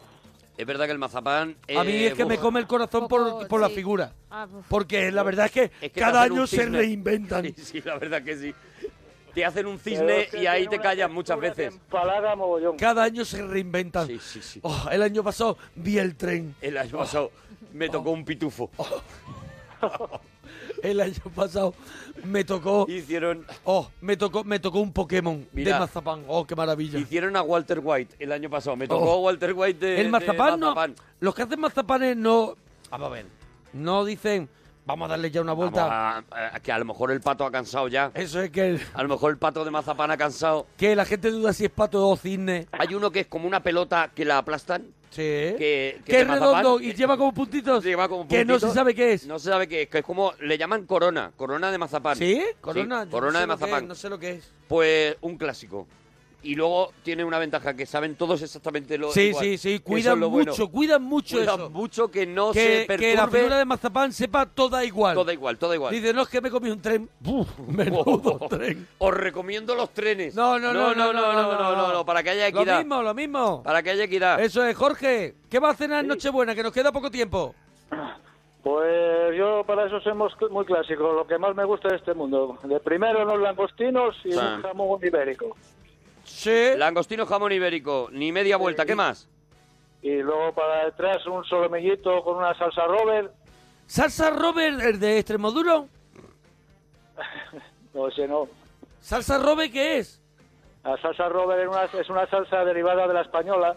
Es verdad que el mazapán.
A mí
eh,
es que
uf,
me come el corazón por, por la figura.
Ah, uf.
Porque la verdad es que,
es que te
cada
hacen un
año se
cisne.
reinventan.
Sí, sí, la verdad que sí. Te hacen un
Pero
cisne
es que
y ahí
tiene
te
una
callan muchas veces.
Palaga mogollón.
Cada año se reinventan.
Sí, sí, sí.
Oh, el año pasado vi el tren. Oh.
El año pasado me tocó un pitufo.
El año pasado me tocó.
Hicieron,
Oh, me tocó, me tocó un Pokémon de
Mira.
mazapán. Oh, qué maravilla.
hicieron a Walter White el año pasado. Me tocó
Oh.
a Walter White de.
el
de
mazapán no.
mazapán.
Los que hacen mazapanes no. Vamos a ver. No dicen, vamos a darle ya una
Vamos
vuelta.
a- a- que a lo mejor el pato ha cansado ya.
Eso es que, el-
A lo mejor el pato de mazapán ha cansado.
que la gente duda si es pato o cisne.
Hay uno que es como una pelota que la aplastan.
Sí.
Que, que
Que es
de mazapán-
redondo y lleva como puntitos.
Lleva como
Que no
puntitos.
se sabe qué es.
No se sabe qué es, que es como le llaman corona, corona de mazapán.
¿Sí? Corona. yo no sé
corona
lo
de
que es,
mazapán.
no sé lo que es.
Pues un clásico. Y luego tiene una ventaja, que saben todos exactamente lo
Sí,
igual,
sí, sí,
que eso
cuidan
es lo bueno.
mucho, cuidan mucho
Cuidan
eso.
mucho que no
que,
se perturbe.
que la figura de mazapán sepa toda igual.
Toda igual, toda igual.
Dice, no es que me comí un tren. Buf, menudo tren.
Os recomiendo los trenes.
No, no, no,
no, no, no, no, no, no, para que haya
Lo
equidad.
mismo, lo mismo.
Para que haya equidad.
Eso es, Jorge. ¿Qué va a cenar en Nochebuena? Que nos queda poco tiempo.
Pues yo para eso soy mos- muy clásico, lo que más me gusta de este mundo. De primero los langostinos y
Ah.
un jamón ibérico.
Langostino jamón ibérico, ni media vuelta,
Eh,
¿qué más?
Y luego para detrás un solomillito con una salsa Robert.
¿Salsa Robert el de Extremoduro?
No, ese no.
¿Salsa Robert qué es?
La salsa Robert es una, es una salsa derivada de la española.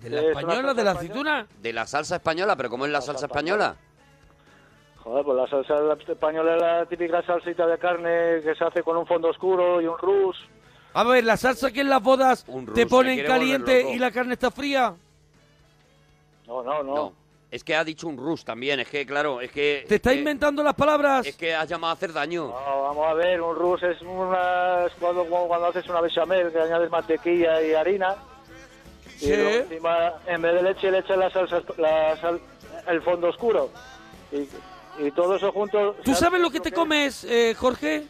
¿De
la española, de la
aceituna?
De la salsa española, pero ¿cómo es la salsa española?
Joder, pues la salsa de la española es la típica salsita de carne que se hace con un fondo oscuro y un rus.
A ver, la salsa que en las bodas
ruso,
te
se
ponen
quiere
caliente
volver loco.
y la carne está fría.
No, no, no.
Es que ha dicho un rus también, es que claro, es que... eh,
Te está inventando las palabras.
Es que has llamado a hacer daño.
No, Ah, vamos a ver, un rus es una, es cuando, cuando haces una bechamel que añades mantequilla y harina. Y
Sí.
luego encima, en vez de leche, le echas la salsa, la sal- el fondo oscuro. Y, y todo eso junto.
¿Tú sabes lo que te comes, eh, Jorge?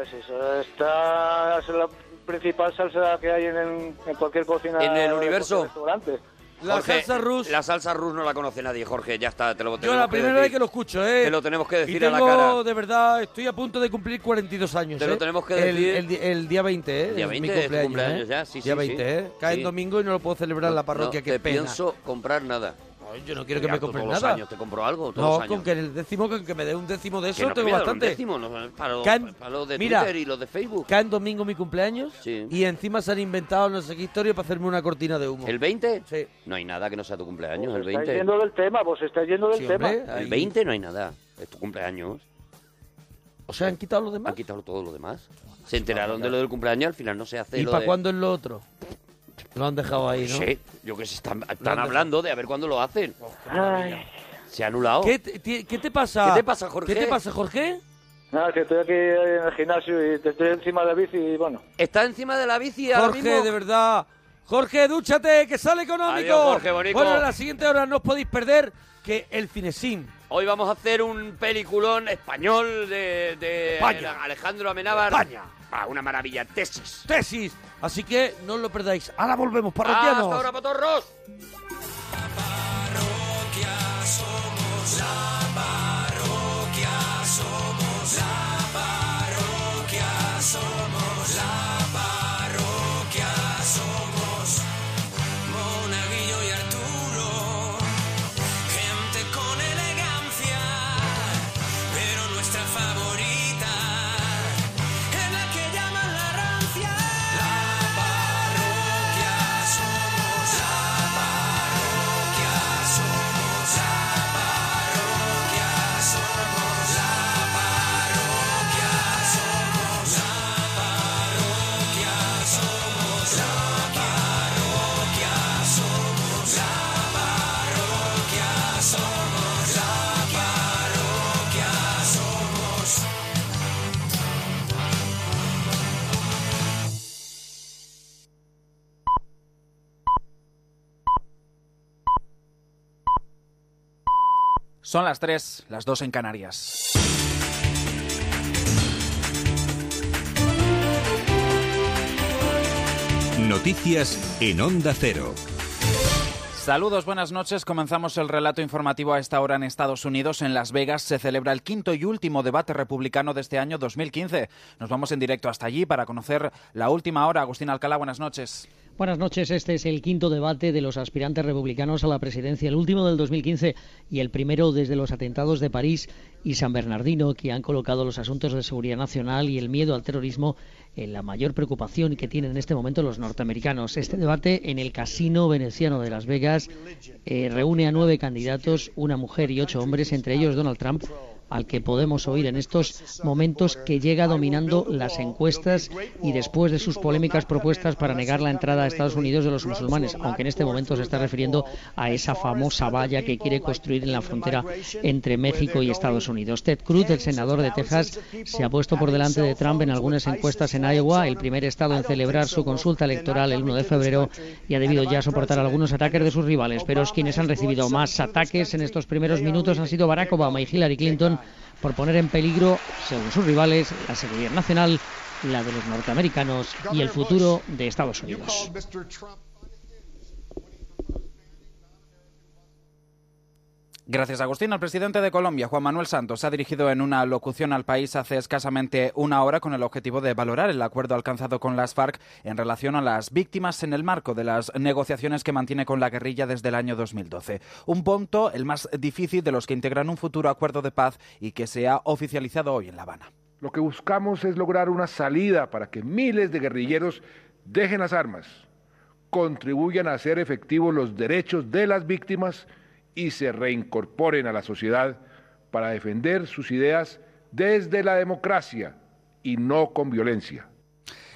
Es eso, esta es la principal salsa que hay en, en- en cualquier cocina.
En el
de
universo.
cualquier Restaurante.
La
salsa rus. La salsa rus no la conoce nadie, Jorge, ya está, te lo
Yo
tenemos
la
que
primera
decir.
vez que lo escucho, ¿eh?
Te lo tenemos que
y
decir a
tengo,
la cara.
de verdad, estoy a punto de cumplir 42 años.
Te lo
¿eh?
tenemos que
El-
decir.
El, di- el día 20, ¿eh?
Día
Es
20
mi
es tu
cumpleaños,
cumpleaños
¿eh?
ya, sí,
Día
sí,
20,
sí.
¿eh? Cae
Sí.
en domingo y no lo puedo celebrar en la parroquia,
no
qué
te
pena.
pienso comprar nada.
yo no quiero que me compres
todos
nada.
Los años te compro algo, todos
No,
los
con
años.
que el décimo, con que me dé un décimo de
Que
eso,
no
tengo
me voy a dar un
bastante.
décimo, no, eh, para, los-
Caen-
para los de
Mira,
Twitter y los de Facebook.
Cae en domingo mi cumpleaños y encima se han inventado no sé qué historia para hacerme una cortina de humo.
¿El 20?
Sí.
No hay nada que no sea tu cumpleaños, el
Está
20.
yendo del tema, pues está yendo del
Sí,
tema.
hombre, el 20 no hay nada. Es tu cumpleaños.
O sea, han quitado lo demás.
Han quitado todo lo demás. Se enteraron de lo del cumpleaños, al final no se hace
¿Y
lo
para
de...
cuándo es lo otro? Lo han dejado ahí, ¿no?
Sí, yo que sé, están, están
Lo han
hablando de a ver cuándo lo hacen. Se ha anulado.
¿Qué te, ti- qué te pasa?
¿Qué te pasa, Jorge?
¿Qué te pasa, Jorge?
Nada, que estoy aquí en el gimnasio y te estoy encima de la bici y bueno.
Está encima de la bici ahora
Jorge,
mismo.
de verdad. Jorge, dúchate, que sale económico.
Adiós, Jorge, bonico.
bueno, en la siguiente hora no os podéis perder que el Cinesim.
Hoy vamos a hacer un peliculón español de, de
España.
Alejandro Amenábar.
España.
Ah, una maravilla, tesis.
Tesis. Así que no os lo perdáis. Ahora volvemos, parroquianos.
Hasta ahora, potorros.
parroquia somos, la parroquia somos, la parroquia somos, la parroquia somos. Monaguillo y Arturo, gente con elegancia, pero nuestra favorita es la que llaman la rancia. La parroquia somos, la parroquia somos, la parroquia somos, la parroquia somos, la parroquia somos, la parroquia somos, la parroquia somos, la parroquia somos.
Son las 3, las 2 en Canarias.
Noticias en Onda Cero.
Saludos, buenas noches. Comenzamos el relato informativo a esta hora en Estados Unidos. En Las Vegas se celebra el quinto y último debate republicano de este año 2015. Nos vamos en directo hasta allí para conocer la última hora. Agustín Alcalá, buenas noches.
Buenas noches. Este es el quinto debate de los aspirantes republicanos a la presidencia, el último del 2015 y el primero desde los atentados de París y San Bernardino, que han colocado los asuntos de seguridad nacional y el miedo al terrorismo en la mayor preocupación que tienen en este momento los norteamericanos. Este debate en el Casino Veneciano de Las Vegas eh, reúne a nueve candidatos, una mujer y ocho hombres, entre ellos Donald Trump, al que podemos oír en estos momentos que llega dominando las encuestas y después de sus polémicas propuestas para negar la entrada a Estados Unidos de los musulmanes, aunque en este momento se está refiriendo a esa famosa valla que quiere construir en la frontera entre México y Estados Unidos. Ted Cruz, el senador de Texas, se ha puesto por delante de Trump en algunas encuestas en Iowa, el primer estado en celebrar su consulta electoral el 1 de febrero y ha debido ya soportar algunos ataques de sus rivales, pero quienes han recibido más ataques en estos primeros minutos han sido Barack Obama y Hillary Clinton por poner en peligro, según sus rivales, la seguridad nacional, la de los norteamericanos y el futuro de Estados Unidos.
Gracias, Agustín. El presidente de Colombia, Juan Manuel Santos, ha dirigido en una locución al país hace escasamente una hora con el objetivo de valorar el acuerdo alcanzado con las FARC en relación a las víctimas en el marco de las negociaciones que mantiene con la guerrilla desde el año 2012. Un punto, el más difícil de los que integran un futuro acuerdo de paz y que se ha oficializado hoy en La Habana.
Lo que buscamos es lograr una salida para que miles de guerrilleros dejen las armas, contribuyan a hacer efectivos los derechos de las víctimas y se reincorporen a la sociedad para defender sus ideas desde la democracia y no con violencia.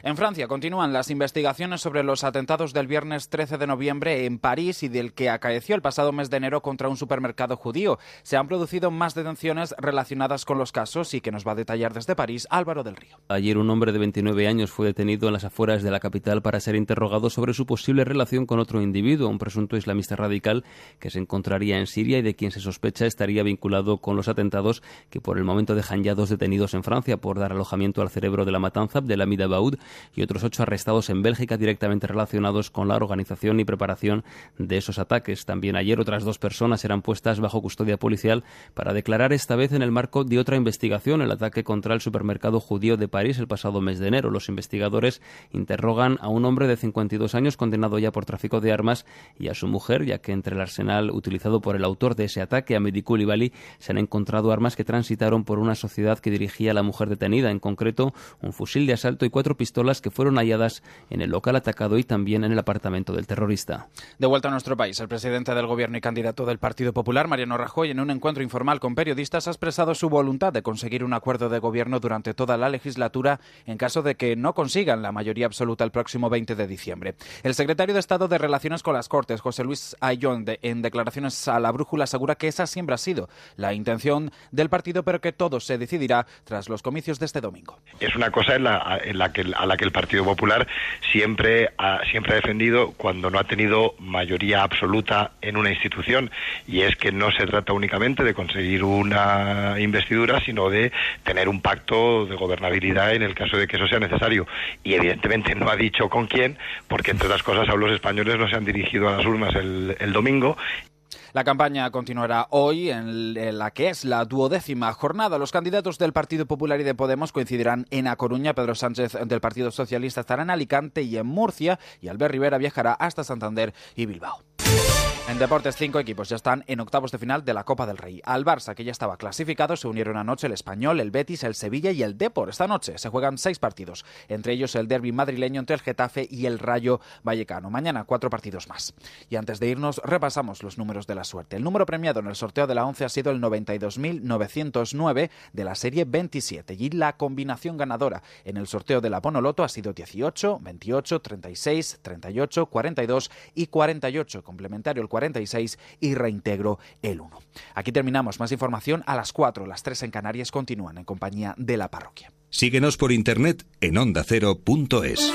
En Francia continúan las investigaciones sobre los atentados del viernes 13 de noviembre en París y del que acaeció el pasado mes de enero contra un supermercado judío. Se han producido más detenciones relacionadas con los casos y que nos va a detallar desde París Álvaro del Río.
Ayer un hombre de 29 años fue detenido en las afueras de la capital para ser interrogado sobre su posible relación con otro individuo, un presunto islamista radical que se encontraría en Siria y de quien se sospecha estaría vinculado con los atentados que por el momento dejan ya dos detenidos en Francia por dar alojamiento al cerebro de la matanza de la Mida Baud y otros ocho arrestados en Bélgica directamente relacionados con la organización y preparación de esos ataques. También ayer otras dos personas eran puestas bajo custodia policial para declarar esta vez en el marco de otra investigación el ataque contra el supermercado judío de París el pasado mes de enero. Los investigadores interrogan a un hombre de 52 años condenado ya por tráfico de armas y a su mujer, ya que entre el arsenal utilizado por el autor de ese ataque, a Medicul Bali, se han encontrado armas que transitaron por una sociedad que dirigía a la mujer detenida, en concreto un fusil de asalto y cuatro pistolas las que fueron halladas en el local atacado y también en el apartamento del terrorista.
De vuelta a nuestro país, el presidente del gobierno y candidato del Partido Popular, Mariano Rajoy, en un encuentro informal con periodistas ha expresado su voluntad de conseguir un acuerdo de gobierno durante toda la legislatura en caso de que no consigan la mayoría absoluta el próximo 20 de diciembre. El secretario de Estado de Relaciones con las Cortes, José Luis Ayón, de, en declaraciones a la Brújula asegura que esa siempre ha sido la intención del partido, pero que todo se decidirá tras los comicios de este domingo.
Es una cosa en la, en la que a la que el Partido Popular siempre ha, siempre ha defendido cuando no ha tenido mayoría absoluta en una institución. Y es que no se trata únicamente de conseguir una investidura, sino de tener un pacto de gobernabilidad en el caso de que eso sea necesario. Y evidentemente no ha dicho con quién, porque entre otras cosas a los españoles no se han dirigido a las urnas el, el domingo.
La campaña continuará hoy en la que es la duodécima jornada. Los candidatos del Partido Popular y de Podemos coincidirán en A Coruña. Pedro Sánchez del Partido Socialista estará en Alicante y en Murcia y Albert Rivera viajará hasta Santander y Bilbao. En deportes, cinco equipos ya están en octavos de final de la Copa del Rey. Al Barça, que ya estaba clasificado, se unieron anoche el Español, el Betis, el Sevilla y el Depor. Esta noche se juegan seis partidos, entre ellos el derby madrileño entre el Getafe y el Rayo Vallecano. Mañana, cuatro partidos más. Y antes de irnos, repasamos los números de la suerte. El número premiado en el sorteo de la 11 ha sido el 92.909 de la Serie 27 y la combinación ganadora en el sorteo de la Bonoloto ha sido 18, 28, 36, 38, 42 y 48, complementario el 46 y reintegro el 1. Aquí terminamos. Más información a las 4, las 3 en Canarias continúan en compañía de la parroquia.
Síguenos por internet en ondacero.es.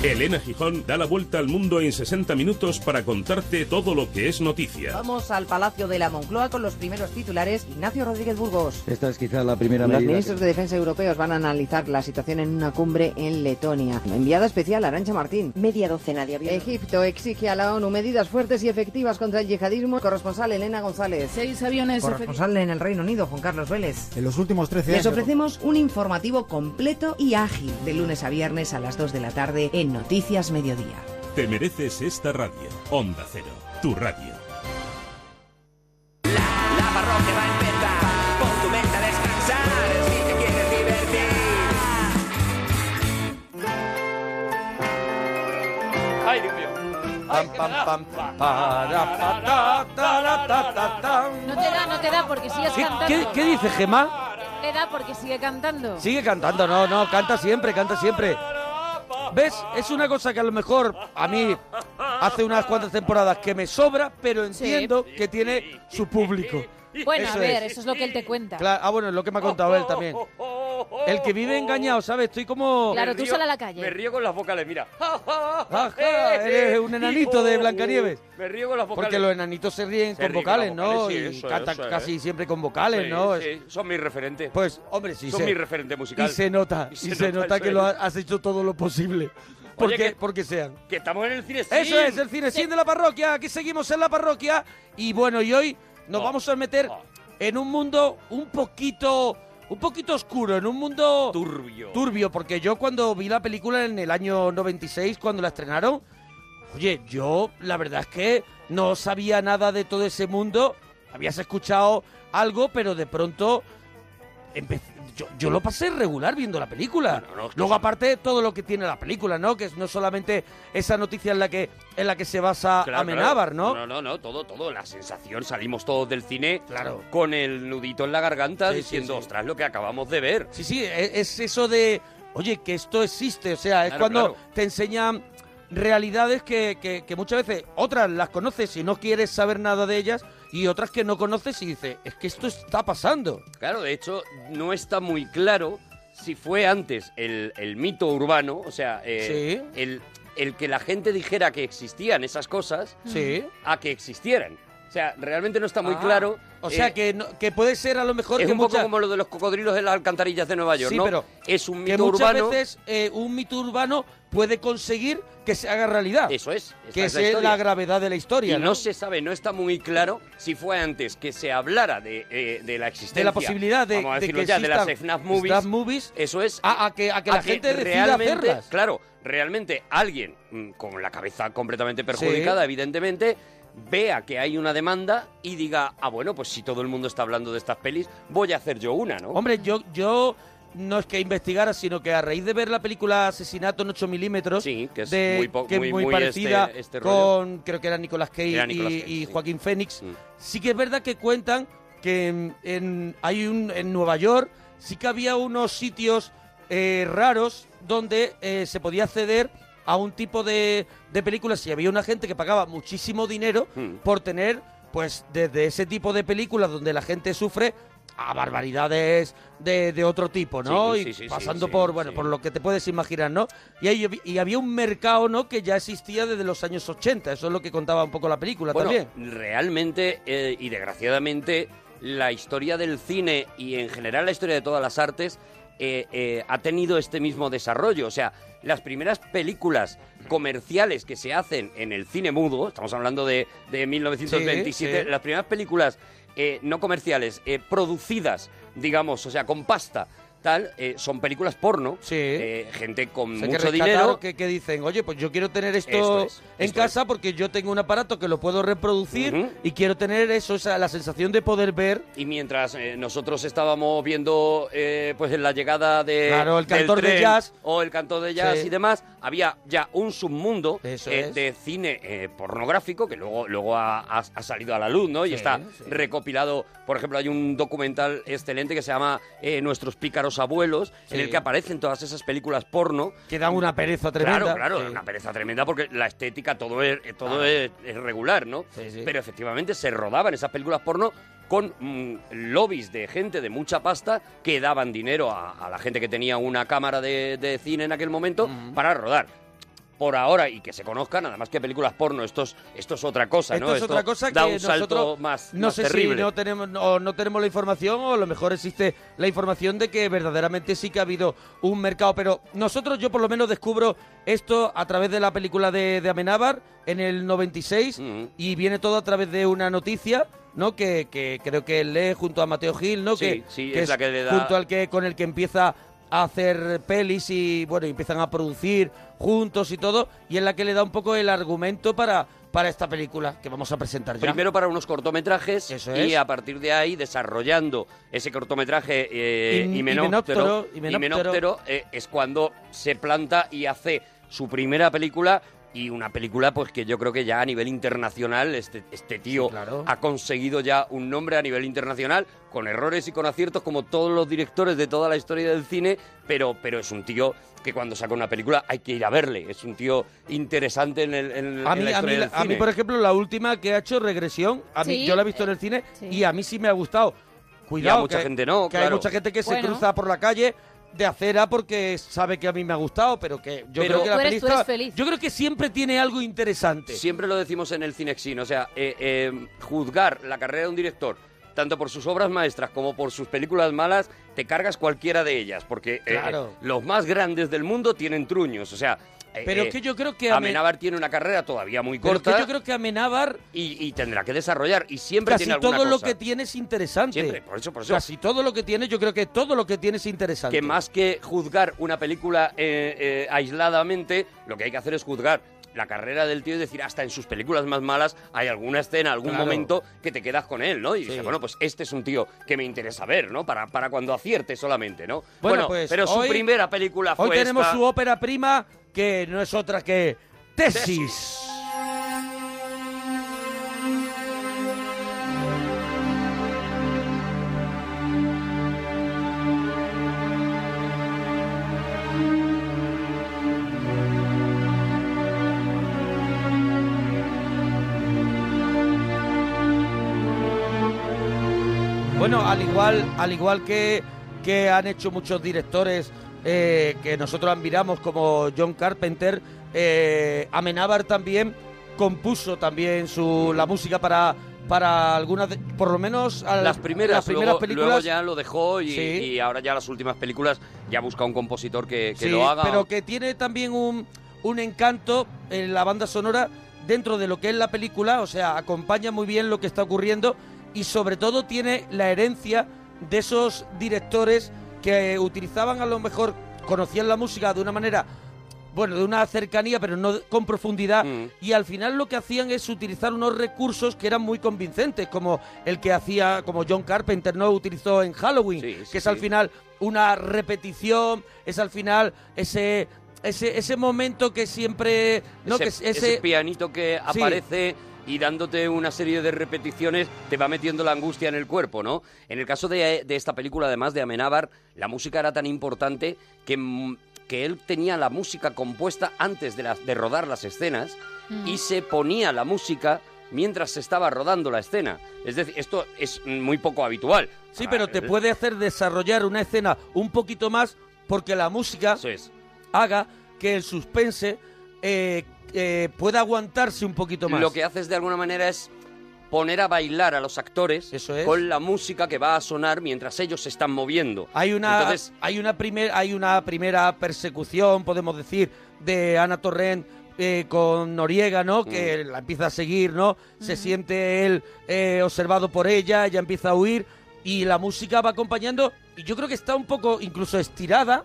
Elena Gijón da la vuelta al mundo en 60 minutos para contarte todo lo que es noticia.
Vamos al Palacio de la Moncloa con los primeros titulares. Ignacio Rodríguez Burgos.
Esta es quizá la primera
Los
medida
ministros
que-
de Defensa europeos van a analizar la situación en una cumbre en Letonia. La enviada especial Arancha Martín. Media docena de aviones. Egipto exige a la ONU medidas fuertes y efectivas contra el yihadismo. Corresponsal Elena González. Seis aviones. Corresponsal en el Reino Unido, Juan Carlos Vélez.
En los últimos 13
Les
años.
ofrecemos un informativo completo y ágil de lunes a viernes a las 2 de la tarde en Noticias Mediodía.
Te mereces esta radio. Onda Cero, tu radio.
Pon tu mente a descansar si te quieres divertir.
¡Ay, Dios mío!
pam, pam, pam, para, pa, ta, ta, ra, ta, ta, ta.
No te da, no te da porque sigues
¿Qué,
cantando.
qué, qué dice Gemma?
No te da porque sigue cantando.
Sigue cantando, no, no, canta siempre, canta siempre. ¿Ves? Es una cosa que a lo mejor a mí hace unas cuantas temporadas que me sobra, pero entiendo que tiene su público.
Bueno, a
Eso
ver,
es.
eso es lo que él te cuenta.
Cla- ah, bueno, es lo que me ha contado él también. El que vive engañado, ¿sabes? Estoy como...
Claro, tú sal a la calle.
Me río con las vocales, mira.
Ajá, eres un enanito de Blancanieves.
uh, Me río con las vocales.
Porque los enanitos se ríen
Se
con
ríen
vocales,
con
¿no?
vocales, sí,
y
eso es,
cantan
eso ¿eh? es.
casi siempre con vocales,
Sí,
¿no?
sí, son mis referentes.
Pues, hombre, sí.
Son
se-
mi referente musical.
Y se nota, y se, nota, que
¿eh?
lo ha- has hecho todo lo posible. Porque,
que-
porque sean. Eh,
Que estamos en el cine.
Eso es, el cine sin de la parroquia. Aquí seguimos en la parroquia. Y bueno, y hoy nos vamos a meter en un mundo un poquito. Un poquito oscuro, en un mundo.
Turbio.
Turbio, porque yo cuando vi la película en el año 96, cuando la estrenaron. Oye, yo la verdad es que no sabía nada de todo ese mundo. Habías escuchado algo, pero de pronto. empe- Yo, yo lo pasé regular viendo la película. Luego aparte todo lo que tiene la película, ¿no? Que es no solamente esa noticia en la que en la que se basa
Claro,
Amenábar, ¿no?
claro. No, no, no, todo, todo. La sensación, salimos todos del cine
Claro.
con el nudito en la garganta diciendo, ostras, lo que acabamos de ver.
Sí, sí, e- es eso de, oye, que esto existe, o sea, es
Claro,
cuando
claro.
te enseñan realidades que, que- que muchas veces otras las conoces y no quieres saber nada de ellas y otras que no conoces y dices, es que esto está pasando.
Claro, de hecho, no está muy claro si fue antes el, el mito urbano, o sea, eh, el, el que la gente dijera que existían esas cosas,
Sí.
a que existieran. O sea, realmente no está muy
Mm. Ah,
claro.
O sea,
eh,
que, no- que puede ser a lo mejor...
es
que
un poco
muchas-
como lo de los cocodrilos en las alcantarillas de Nueva York,
Sí,
¿no?
pero
es un
que
mito
muchas
urbano.
veces eh, un mito urbano puede conseguir que se haga realidad.
Eso es. esta
Que
es
esa
la
es
historia.
la gravedad de la historia.
y no se sabe, no está muy claro si fue antes que se hablara de, eh, de la existencia.
de la posibilidad de,
vamos a
de
decirlo
que
ya, de las
existan
FNAF movies.
FNAF movies
eso es.
A, a que, a que la gente decida
realmente,
hacerlas.
Claro, realmente alguien mm, con la cabeza completamente perjudicada,
Sí.
evidentemente, vea que hay una demanda y diga, ah, bueno, pues si todo el mundo está hablando de estas pelis, voy a hacer yo una, ¿no?
Hombre, yo, yo no es que investigara, sino que a raíz de ver la película Asesinato en 8 milímetros,
que es
de-
muy po-
que es
muy-
muy
muy
parecida
este- este rollo.
con, creo que era Nicolas Cage,
Era
y-
Nicolas Cage,
y,
sí.
Joaquín Phoenix, sí que es verdad que cuentan que en, en- hay un, en Nueva York sí que había unos sitios eh, raros donde eh, se podía acceder a un tipo de, de películas y había una gente que pagaba muchísimo dinero
Hmm.
por tener, pues, desde ese tipo de películas donde la gente sufre a barbaridades de, de otro tipo, ¿no?
Sí,
y
sí, sí, sí,
pasando
sí,
por, bueno,
sí.
por lo que te puedes imaginar, ¿no? Y, ahí hab- y había un mercado, ¿no? Que ya existía desde los años 80, eso es lo que contaba un poco la película
Bueno,
también.
realmente eh, y desgraciadamente la historia del cine y en general la historia de todas las artes eh, eh, ha tenido este mismo desarrollo. O sea, las primeras películas comerciales que se hacen en el cine mudo, estamos hablando de, de 1927,
Sí, sí.
las primeras películas eh, no comerciales, eh, producidas, digamos, o sea, con pasta. Tal, eh, son películas porno, eh, gente con
O sea, que
mucho
rescataron
dinero,
Que, que dicen, oye, pues yo quiero tener esto,
Esto es,
en
esto
casa porque yo tengo un aparato que lo puedo reproducir y quiero tener eso, o sea, la sensación de poder ver.
Y mientras eh, nosotros estábamos viendo eh, pues en la llegada de
Claro, el
del
cantor de
tren
jazz.
o el cantor de jazz
Sí.
y demás, había ya un submundo eh,
es.
de cine eh, pornográfico que luego luego ha, ha- ha salido a la luz, ¿no? Y
Sí,
está recopilado, por ejemplo, hay un documental excelente que se llama eh, Nuestros pícaros abuelos, en
Sí.
el que aparecen todas esas películas porno
Que dan una pereza tremenda.
Claro, claro,
Sí.
una pereza tremenda porque la estética todo es, eh, todo es, es regular, ¿no? Pero efectivamente se rodaban esas películas porno con mm, lobbies de gente de mucha pasta que daban dinero a, a la gente que tenía una cámara de, de cine en aquel momento para rodar. Por ahora, y que se conozcan, además que películas porno, esto es, esto es otra cosa,
Esto
¿no?
es otra cosa
da
que
un salto
nosotros
más,
no
más
sé
terrible.
si no tenemos o no tenemos la información o a lo mejor existe la información de que verdaderamente sí que ha habido un mercado, pero nosotros yo por lo menos descubro esto a través de la película de, de Amenábar en el 96 y viene todo a través de una noticia, ¿no? Que, que creo que lee junto a Mateo Gil, ¿no? que,
Sí, sí, es la que le da-
junto al que con el que empieza a hacer pelis y bueno, y empiezan a producir juntos y todo y es la que le da un poco el argumento para para esta película que vamos a presentar ya.
Primero para unos cortometrajes y
es.
a partir de ahí desarrollando ese cortometraje eh,
In-
himenóptero,
himenóptero, himenóptero.
himenóptero, eh, es cuando se planta y hace su primera película Y una película, pues que yo creo que ya a nivel internacional este, este tío ha conseguido ya un nombre a nivel internacional, con errores y con aciertos, como todos los directores de toda la historia del cine, pero, pero es un tío que cuando saca una película hay que ir a verle. Es un tío interesante en, el, en-
A
en
mí,
la
a, mí,
historia del
a mí,
cine.
por ejemplo, la última que ha hecho Regresión, a mí,
Sí,
yo la he visto en el cine
sí.
y a mí sí me ha gustado. Cuidado,
Y a mucha
que-
gente no,
que hay
claro.
mucha gente que se
Bueno.
cruza por la calle de acera porque sabe que a mí me ha gustado, pero que yo
Pero-
creo que la
Tú eres- tú
película-
eres feliz.
yo creo que siempre tiene algo interesante.
Siempre lo decimos en el Cinexin, o sea, eh, eh, juzgar la carrera de un director, tanto por sus obras maestras como por sus películas malas, te cargas cualquiera de ellas, porque eh,
Claro.
eh, los más grandes del mundo tienen truños, o sea... eh,
Pero
eh,
es que yo creo que Amen-
Amenábar tiene una carrera todavía muy
Pero es
corta.
que yo creo que Amenábar
y, y tendrá que desarrollar y siempre
casi
tiene
todo
alguna
lo
cosa.
que tiene es interesante.
Siempre, por eso, por eso.
Casi todo lo que tiene, yo creo que todo lo que tiene es interesante.
que más que juzgar una película eh, eh, aisladamente, lo que hay que hacer es juzgar la carrera del tío y decir, hasta en sus películas más malas hay alguna escena, algún
Claro.
momento que te quedas con él, ¿no? Y dices, bueno, pues este es un tío que me interesa ver, ¿no? Para, para cuando acierte solamente, ¿no?
Bueno, pues
pero su
hoy-
primera película fue
Hoy tenemos
esta.
su ópera prima, que no es otra que Tesis. Bueno, al igual, al igual que, que han hecho muchos directores eh, que nosotros admiramos, como John Carpenter, eh, Amenábar también compuso también su, la música para, para algunas, de- por lo menos al-
Las primeras,
las primeras
luego,
películas.
luego ya lo dejó y,
Sí.
y ahora ya las últimas películas ya busca un compositor que, que
Sí,
lo haga.
Pero que tiene también un, un encanto en la banda sonora dentro de lo que es la película, o sea, acompaña muy bien lo que está ocurriendo y sobre todo tiene la herencia de esos directores que utilizaban a lo mejor, conocían la música de una manera, bueno, de una cercanía, pero no con profundidad,
Mm.
y al final lo que hacían es utilizar unos recursos que eran muy convincentes, como el que hacía, como John Carpenter, ¿no? Utilizó en Halloween, que es al
sí.
final final una repetición, es al final ese ese, ese momento que siempre no
ese,
que
ese pianito que
Sí.
aparece y dándote una serie de repeticiones te va metiendo la angustia en el cuerpo, ¿no? En el caso de, de esta película, además de Amenábar, la música era tan importante que, mm, que él tenía la música compuesta antes de, las- de rodar las escenas
Mm.
y se ponía la música mientras se estaba rodando la escena. Es decir, esto es muy poco habitual.
Sí, pero
Ah,
te puede hacer desarrollar una escena un poquito más porque la música haga que el suspense eh, eh, pueda aguantarse un poquito más.
Lo que haces de alguna manera es poner a bailar a los actores con la música que va a sonar mientras ellos se están moviendo.
Hay una,
Entonces-
hay una primer, hay una primera persecución, podemos decir, de Ana Torrent eh, con Noriega, ¿no? Que
Mm.
la empieza a seguir, ¿no? Se siente él eh, observado por ella, ella empieza a huir y la música va acompañando. Y yo creo que está un poco incluso estirada,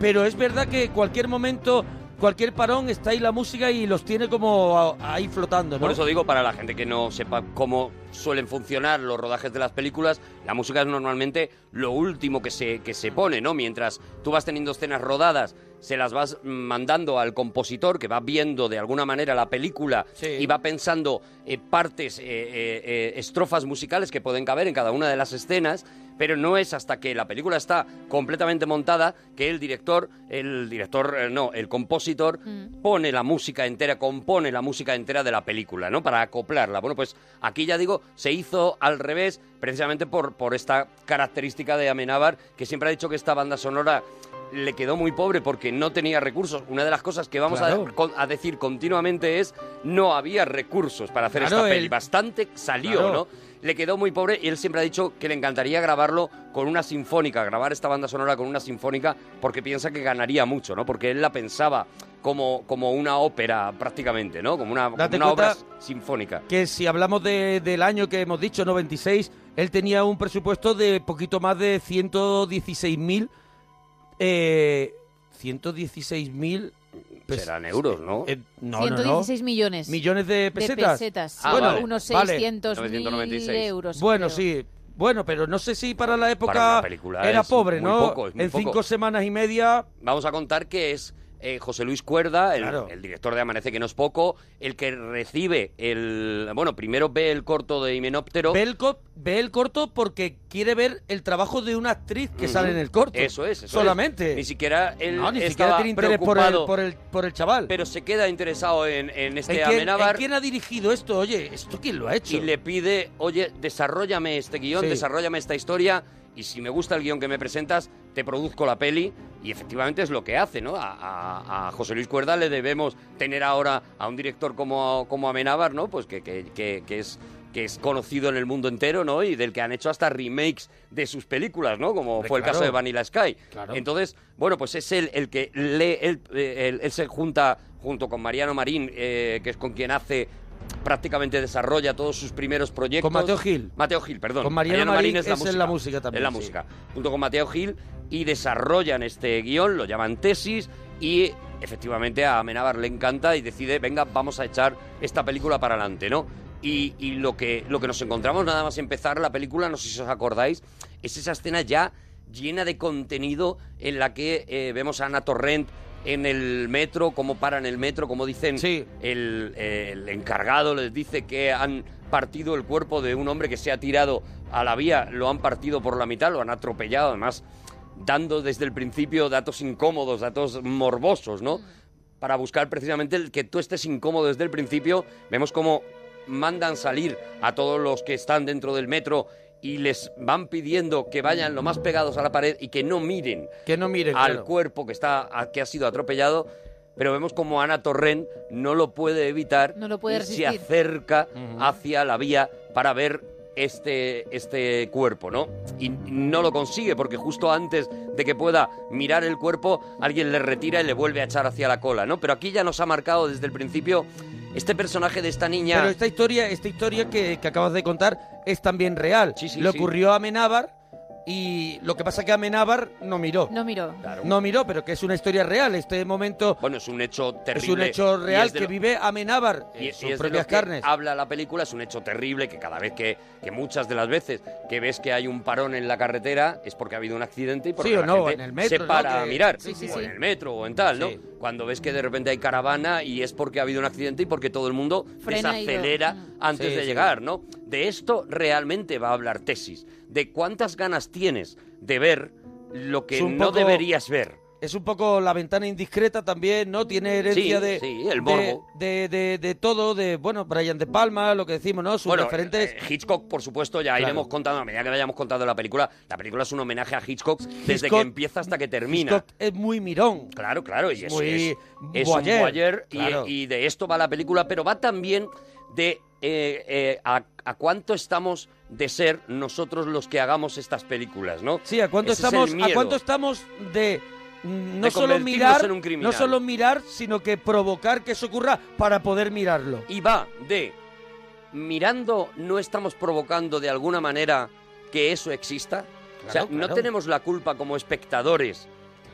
pero es verdad que cualquier momento, cualquier parón está ahí la música y los tiene como a- ahí flotando, ¿no?
Por eso digo, para la gente que no sepa cómo suelen funcionar los rodajes de las películas, la música es normalmente lo último que se, que se pone, ¿no? Mientras tú vas teniendo escenas rodadas, se las vas mandando al compositor que va viendo de alguna manera la película y va pensando eh, partes, eh, eh, eh, estrofas musicales que pueden caber en cada una de las escenas. Pero no es hasta que la película está completamente montada que el director, el director, eh, no, el compositor pone la música entera, compone la música entera de la película, ¿no? Para acoplarla. Bueno, pues aquí ya digo, se hizo al revés, precisamente por, por esta característica de Amenábar, que siempre ha dicho que esta banda sonora le quedó muy pobre porque no tenía recursos. Una de las cosas que vamos a-
Claro.
con- a, decir continuamente es no había recursos para hacer
Claro,
esta peli.
el-
Bastante salió,
Claro.
¿no? Le quedó muy pobre y él siempre ha dicho que le encantaría grabarlo con una sinfónica, grabar esta banda sonora con una sinfónica, porque piensa que ganaría mucho, ¿no? Porque él la pensaba como, como una ópera prácticamente, ¿no? Como una, como
Date
una obra
cuenta-
sinfónica.
que si hablamos de- del año que hemos dicho, 96, él tenía un presupuesto de poquito más de 116.000... Eh, 116.000... pues,
Serán euros, ¿no?
eh, no, no, no.
116 millones.
Millones de pesetas. Ah,
pesetas, sí. Unos 600.000 996. euros,
Bueno, sí. Bueno, pero no sé si para la época
Para una película
era
es
pobre,
muy
¿no?
poco, es muy
en
poco.
cinco semanas y media
Vamos a contar que es eh, José Luis Cuerda, el,
Claro.
el director de Amanece, que no es poco, el que recibe el. Bueno, primero ve el corto de Himenóptero.
Ve el, co- ve el corto porque quiere ver el trabajo de una actriz que sale en el corto.
Eso es, eso es.
Solamente.
Ni siquiera él
No, ni siquiera
estaba
tiene interés por el,
preocupado,
por el- por el chaval.
pero se queda interesado en, en este
¿En quién,
Amenábar.
en quién ha dirigido esto? Oye, ¿esto quién lo ha hecho?
Y le pide, oye, desarrollame este guión,
Sí.
desarrollame esta historia. Y si me gusta el guión que me presentas, te produzco la peli. Y efectivamente es lo que hace, ¿no? A, a- a José Luis Cuerda le debemos tener ahora a un director como, como Amenábar, ¿no? Pues que, que- que- que es que es conocido en el mundo entero, ¿no? Y del que han hecho hasta remakes de sus películas, ¿no? Como
Hombre,
fue el
claro.
caso de Vanilla Sky.
Claro.
Entonces, bueno, pues es él el que lee, él, eh, él- él se junta junto con Mariano Marín, eh, que es con quien hace prácticamente desarrolla todos sus primeros proyectos.
Con Mateo Gil.
Mateo Gil, perdón.
Con Mariano Marín
es la
es en
música.
la música también,
Es la
sí.
música. Junto con Mateo Gil y desarrollan este guión, lo llaman tesis y efectivamente a Amenábar le encanta y decide, venga, vamos a echar esta película para adelante, ¿no? Y, y lo, que, lo que nos encontramos nada más empezar la película, no sé si os acordáis, es esa escena ya llena de contenido en la que eh, vemos a Ana Torrent en el metro, cómo paran el metro, como dicen el, eh, el encargado les dice que han partido el cuerpo de un hombre que se ha tirado a la vía, lo han partido por la mitad, lo han atropellado, además dando desde el principio datos incómodos, datos morbosos, ¿no? Para buscar precisamente el que tú estés incómodo desde el principio, vemos cómo mandan salir a todos los que están dentro del metro y les van pidiendo que vayan lo más pegados a la pared y que no miren
Que no miren.
al
claro.
cuerpo que está a- que ha sido atropellado, pero vemos como Ana Torrent no lo puede evitar
No lo puede
y se
resistir.
acerca hacia la vía para ver este este cuerpo, ¿no? Y no lo consigue porque justo antes de que pueda mirar el cuerpo, alguien le retira y le vuelve a echar hacia la cola, ¿no? Pero aquí ya nos ha marcado desde el principio este personaje de esta niña
Pero este- esta historia, esta historia que, que acabas de contar es también real. Le
sí.
ocurrió a Amenábar y lo que pasa es que Amenábar no miró.
No miró.
No miró, pero que es una historia real. Este momento
Bueno, es un hecho terrible.
es un hecho
y
real
es de
que
lo-
vive Amenábar
Y,
en
y
eh, sus
es de lo
propias
que
carnes.
habla la película, es un hecho terrible que cada vez que, que muchas de las veces que ves que hay un parón en la carretera es porque ha habido un accidente y porque
Sí o
la
no,
gente
en el metro,
se
¿no?
para a
Que-
mirar,
sí, sí,
o
sí.
en el metro o en tal, ¿no?
Sí.
Cuando ves que de repente hay caravana y es porque ha habido un accidente y porque todo el mundo
Frena y lo-
desacelera
Mm.
antes
Sí,
de
sí.
llegar, ¿no? De esto realmente va a hablar tesis, de cuántas ganas tienes de ver lo que
Es un
no
poco-
deberías ver.
Es un poco la ventana indiscreta también, ¿no? Tiene herencia
Sí,
de,
sí, el
de-
morbo.
De, de- de todo, de, bueno, Brian De Palma, lo que decimos, ¿no? Sus
Bueno,
referentes.
eh, Hitchcock, por supuesto, ya
Claro.
iremos contando a medida que vayamos contando la película. La película es un homenaje a Hitchcock desde
Hitchcock-
que empieza hasta que termina.
Hitchcock es muy mirón.
Claro, claro, y eso
Muy
es, es
voyeur,
un voyeur y-
claro.
y, de esto va la película, pero va también de eh, eh, a, a cuánto estamos de ser nosotros los que hagamos estas películas, ¿no?
Sí, ¿a cuánto
Ese es el
estamos, a
miedo.
cuánto estamos de mm, no
De
solo
convertirnos
mirar,
en un criminal.
no solo mirar, sino que provocar que eso ocurra para poder mirarlo.
Y va de mirando, no estamos provocando de alguna manera que eso exista. o sea,
Claro, claro.
no tenemos la culpa como espectadores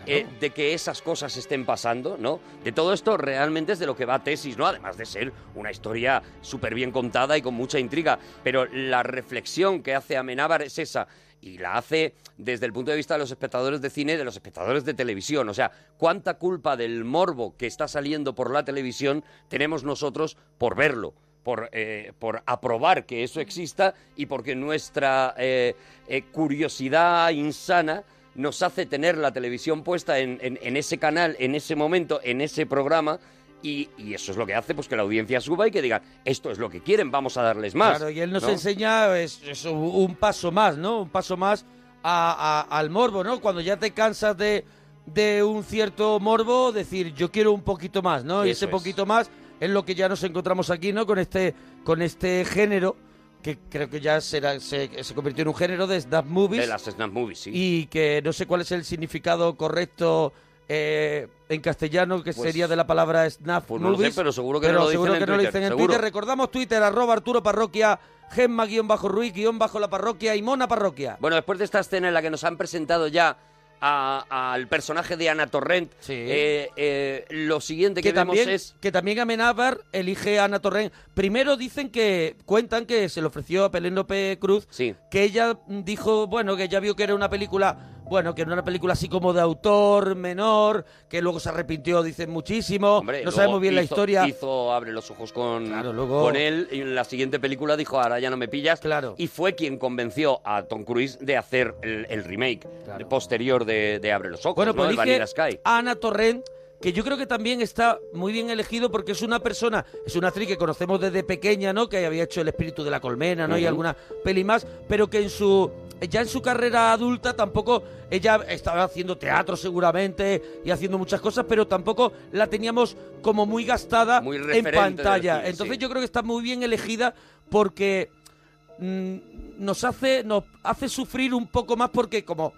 eh, de que esas cosas estén pasando, ¿no? De todo esto realmente es de lo que va tesis, ¿no? Además de ser una historia súper bien contada y con mucha intriga. Pero la reflexión que hace Amenábar es esa. Y la hace desde el punto de vista de los espectadores de cine, de los espectadores de televisión. O sea, ¿cuánta culpa del morbo que está saliendo por la televisión tenemos nosotros por verlo? por, eh, por aprobar que eso exista y porque nuestra eh, eh, curiosidad insana nos hace tener la televisión puesta en, en- en ese canal, en ese momento, en ese programa. Y, y eso es lo que hace pues que la audiencia suba y que digan, esto es lo que quieren, vamos a darles más.
Claro, y él nos
¿no?
enseña es, es un- un paso más, ¿no? Un paso más a- a- al morbo, ¿no? Cuando ya te cansas de, de un cierto morbo, decir, yo quiero un poquito más, ¿no? y
Eso
ese
es.
poquito más es lo que ya nos encontramos aquí, ¿no? Con este, con este género, que creo que ya será, se, se convirtió en un género de Snap Movies.
De las Snap Movies, sí.
Y que no sé cuál es el significado correcto eh, en castellano, que
Pues,
sería de la palabra snap
pues no lo sé,
movies,
pero seguro que no lo dicen
seguro
en
que no lo
Twitter,
dicen en
seguro.
Twitter. Recordamos Twitter, arroba Arturo Parroquia, Gemma guión bajo Ruiz guión bajo la parroquia y Mona Parroquia.
Bueno, después de esta escena en la que nos han presentado ya a- al personaje de Ana Torrent, eh, eh, lo siguiente que, vemos
también,
es...
que también Amenábar elige a Ana Torrent. Primero dicen que, cuentan que se le ofreció a Penélope Cruz,
Sí.
que ella dijo, bueno, que ella vio que era una película bueno, que era una película así como de autor menor, que luego se arrepintió, dicen muchísimo.
Hombre,
no
luego
sabemos bien la
eh, hizo-
historia.
Hizo Abre los ojos con,
luego-
con él y en la siguiente película dijo, ahora ya no me pillas. Claro. Y fue quien convenció a Tom Cruise de hacer el, el remake posterior de, de Abre los ojos,
Bueno,
¿no?
pues
de
dije
Vanilla Sky.
a Ana Torrent, que yo creo que también está muy bien elegido porque es una persona, es una actriz que conocemos desde pequeña, ¿no? Que había hecho El espíritu de la colmena, ¿no? Y
Ujú.
alguna peli más, pero que en su ya en su carrera adulta tampoco ella estaba haciendo teatro seguramente y haciendo muchas cosas, pero tampoco la teníamos como muy gastada en
referente del
pantalla.
cine,
Entonces
sí.
yo creo que está muy bien elegida porque mm, nos hace nos hace sufrir un poco más porque como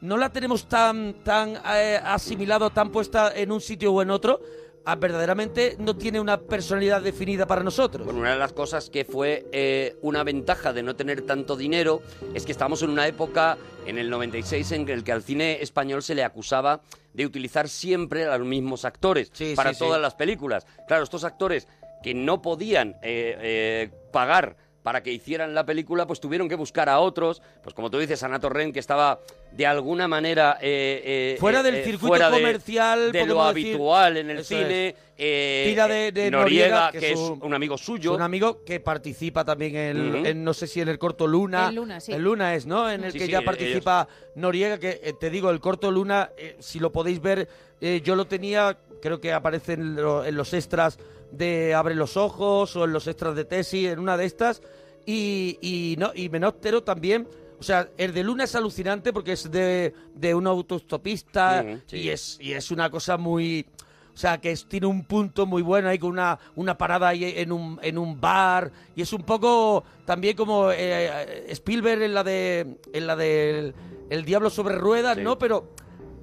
no la tenemos tan tan eh, asimilado, tan puesta en un sitio o en otro, ah, verdaderamente no tiene una personalidad definida para nosotros.
Bueno, una de las cosas que fue eh, una ventaja de no tener tanto dinero es que estamos en una época, en el 96, en el que al cine español se le acusaba de utilizar siempre a los mismos actores para
sí,
todas
sí.
las películas. Claro, estos actores que no podían eh, eh, pagar para que hicieran la película, pues tuvieron que buscar a otros, pues como tú dices, Ana Torrent, que estaba de alguna manera... eh, eh,
Fuera
eh,
del
eh,
circuito
fuera de-
comercial,
de, lo
podemos decir.
habitual en el
Eso
cine.
es.
eh,
Tira de- de Noriega,
Noriega,
que
que es
es un-
un amigo
Es
suyo.
un amigo que participa también en,
Ujú.
en, no sé si en el corto Luna.
En Luna, sí.
En Luna es, ¿no? En el
Sí,
que
sí,
ya
ellos-
participa Noriega, que eh, te digo, el corto Luna, eh, si lo podéis ver, eh, yo lo tenía, creo que aparece en, lo- en los extras de Abre los Ojos o en los extras de Tesis, en una de estas. Y, y, no, y Menóptero también. O sea, el de Luna es alucinante porque es de, de un autostopista
Ujú, sí.
y, es, y es una cosa muy... O sea, que es- tiene un punto muy bueno ahí con una, una parada ahí en un, en un bar. Y es un poco también como eh, Spielberg en la de. en la del El Diablo sobre Ruedas,
Sí.
¿no? Pero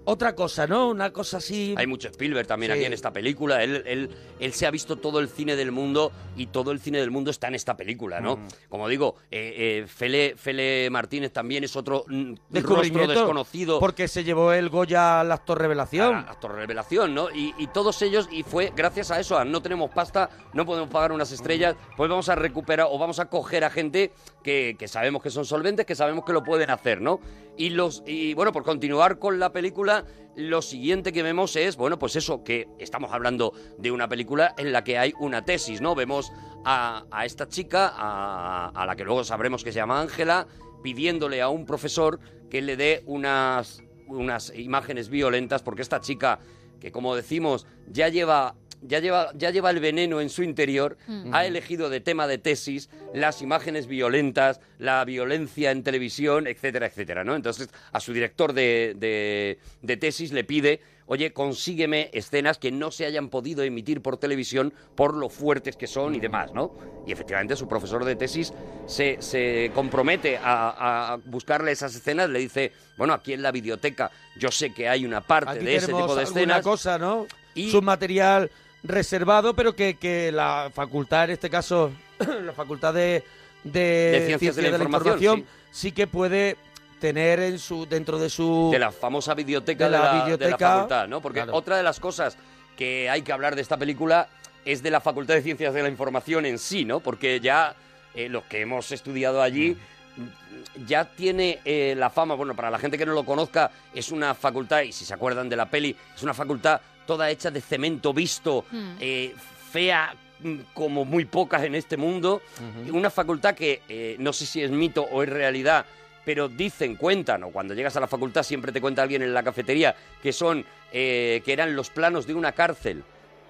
otra cosa, ¿no? Una cosa así.
Hay mucho Spielberg también
Sí.
aquí en esta película. Él, él, él se ha visto todo el cine del mundo y todo el cine del mundo está en esta película, ¿no?
Mm.
Como digo, eh, eh, Fele, Fele Martínez también es otro mm, rostro
descubrimiento.
desconocido. Ah,
Porque se llevó el Goya al actor revelación.
actor revelación, ¿no? Y, y todos ellos, y fue gracias a eso, a no tenemos pasta, no podemos pagar unas estrellas,
Mm.
pues vamos a recuperar o vamos a coger a gente que, que sabemos que son solventes, que sabemos que lo pueden hacer, ¿no? Y los y bueno, por continuar con la película, lo siguiente que vemos es, bueno, pues eso, que estamos hablando de una película en la que hay una tesis, ¿no? Vemos a, a esta chica, a, a la que luego sabremos que se llama Ángela, pidiéndole a un profesor que le dé unas unas imágenes violentas porque esta chica que como decimos ya lleva ya lleva ya lleva el veneno en su interior
Mm.
ha elegido de tema de tesis las imágenes violentas la violencia en televisión etcétera etcétera no entonces a su director de, de- de tesis le pide oye consígueme escenas que no se hayan podido emitir por televisión por lo fuertes que son y demás no y efectivamente su profesor de tesis se, se compromete a, a buscarle esas escenas le dice bueno aquí en la biblioteca yo sé que hay una parte
Aquí
de ese
tenemos
tipo de
alguna
escenas
cosa, ¿no? Es un material reservado, pero que, que la facultad, en este caso, la facultad de, de,
Ciencias de la Información,
sí. que puede tener en su dentro de su...
de la famosa biblioteca
de
de
la
la, de la
biblioteca.
facultad, ¿no? Porque otra de las cosas que hay que hablar de esta película es de la Facultad de Ciencias de la Información en sí, ¿no? Porque ya eh, los que hemos estudiado allí
Mm.
ya tiene eh, la fama, bueno, para la gente que no lo conozca, es una facultad, y si se acuerdan de la peli, es una facultad toda hecha de cemento visto,
Mm.
eh, fea mm, como muy pocas en este mundo,
Ujú.
Mm-hmm.
una facultad que eh, no sé si es mito o es realidad, pero dicen, cuentan, o cuando llegas a la facultad siempre te cuenta alguien en la cafetería que son eh, que eran los planos de una cárcel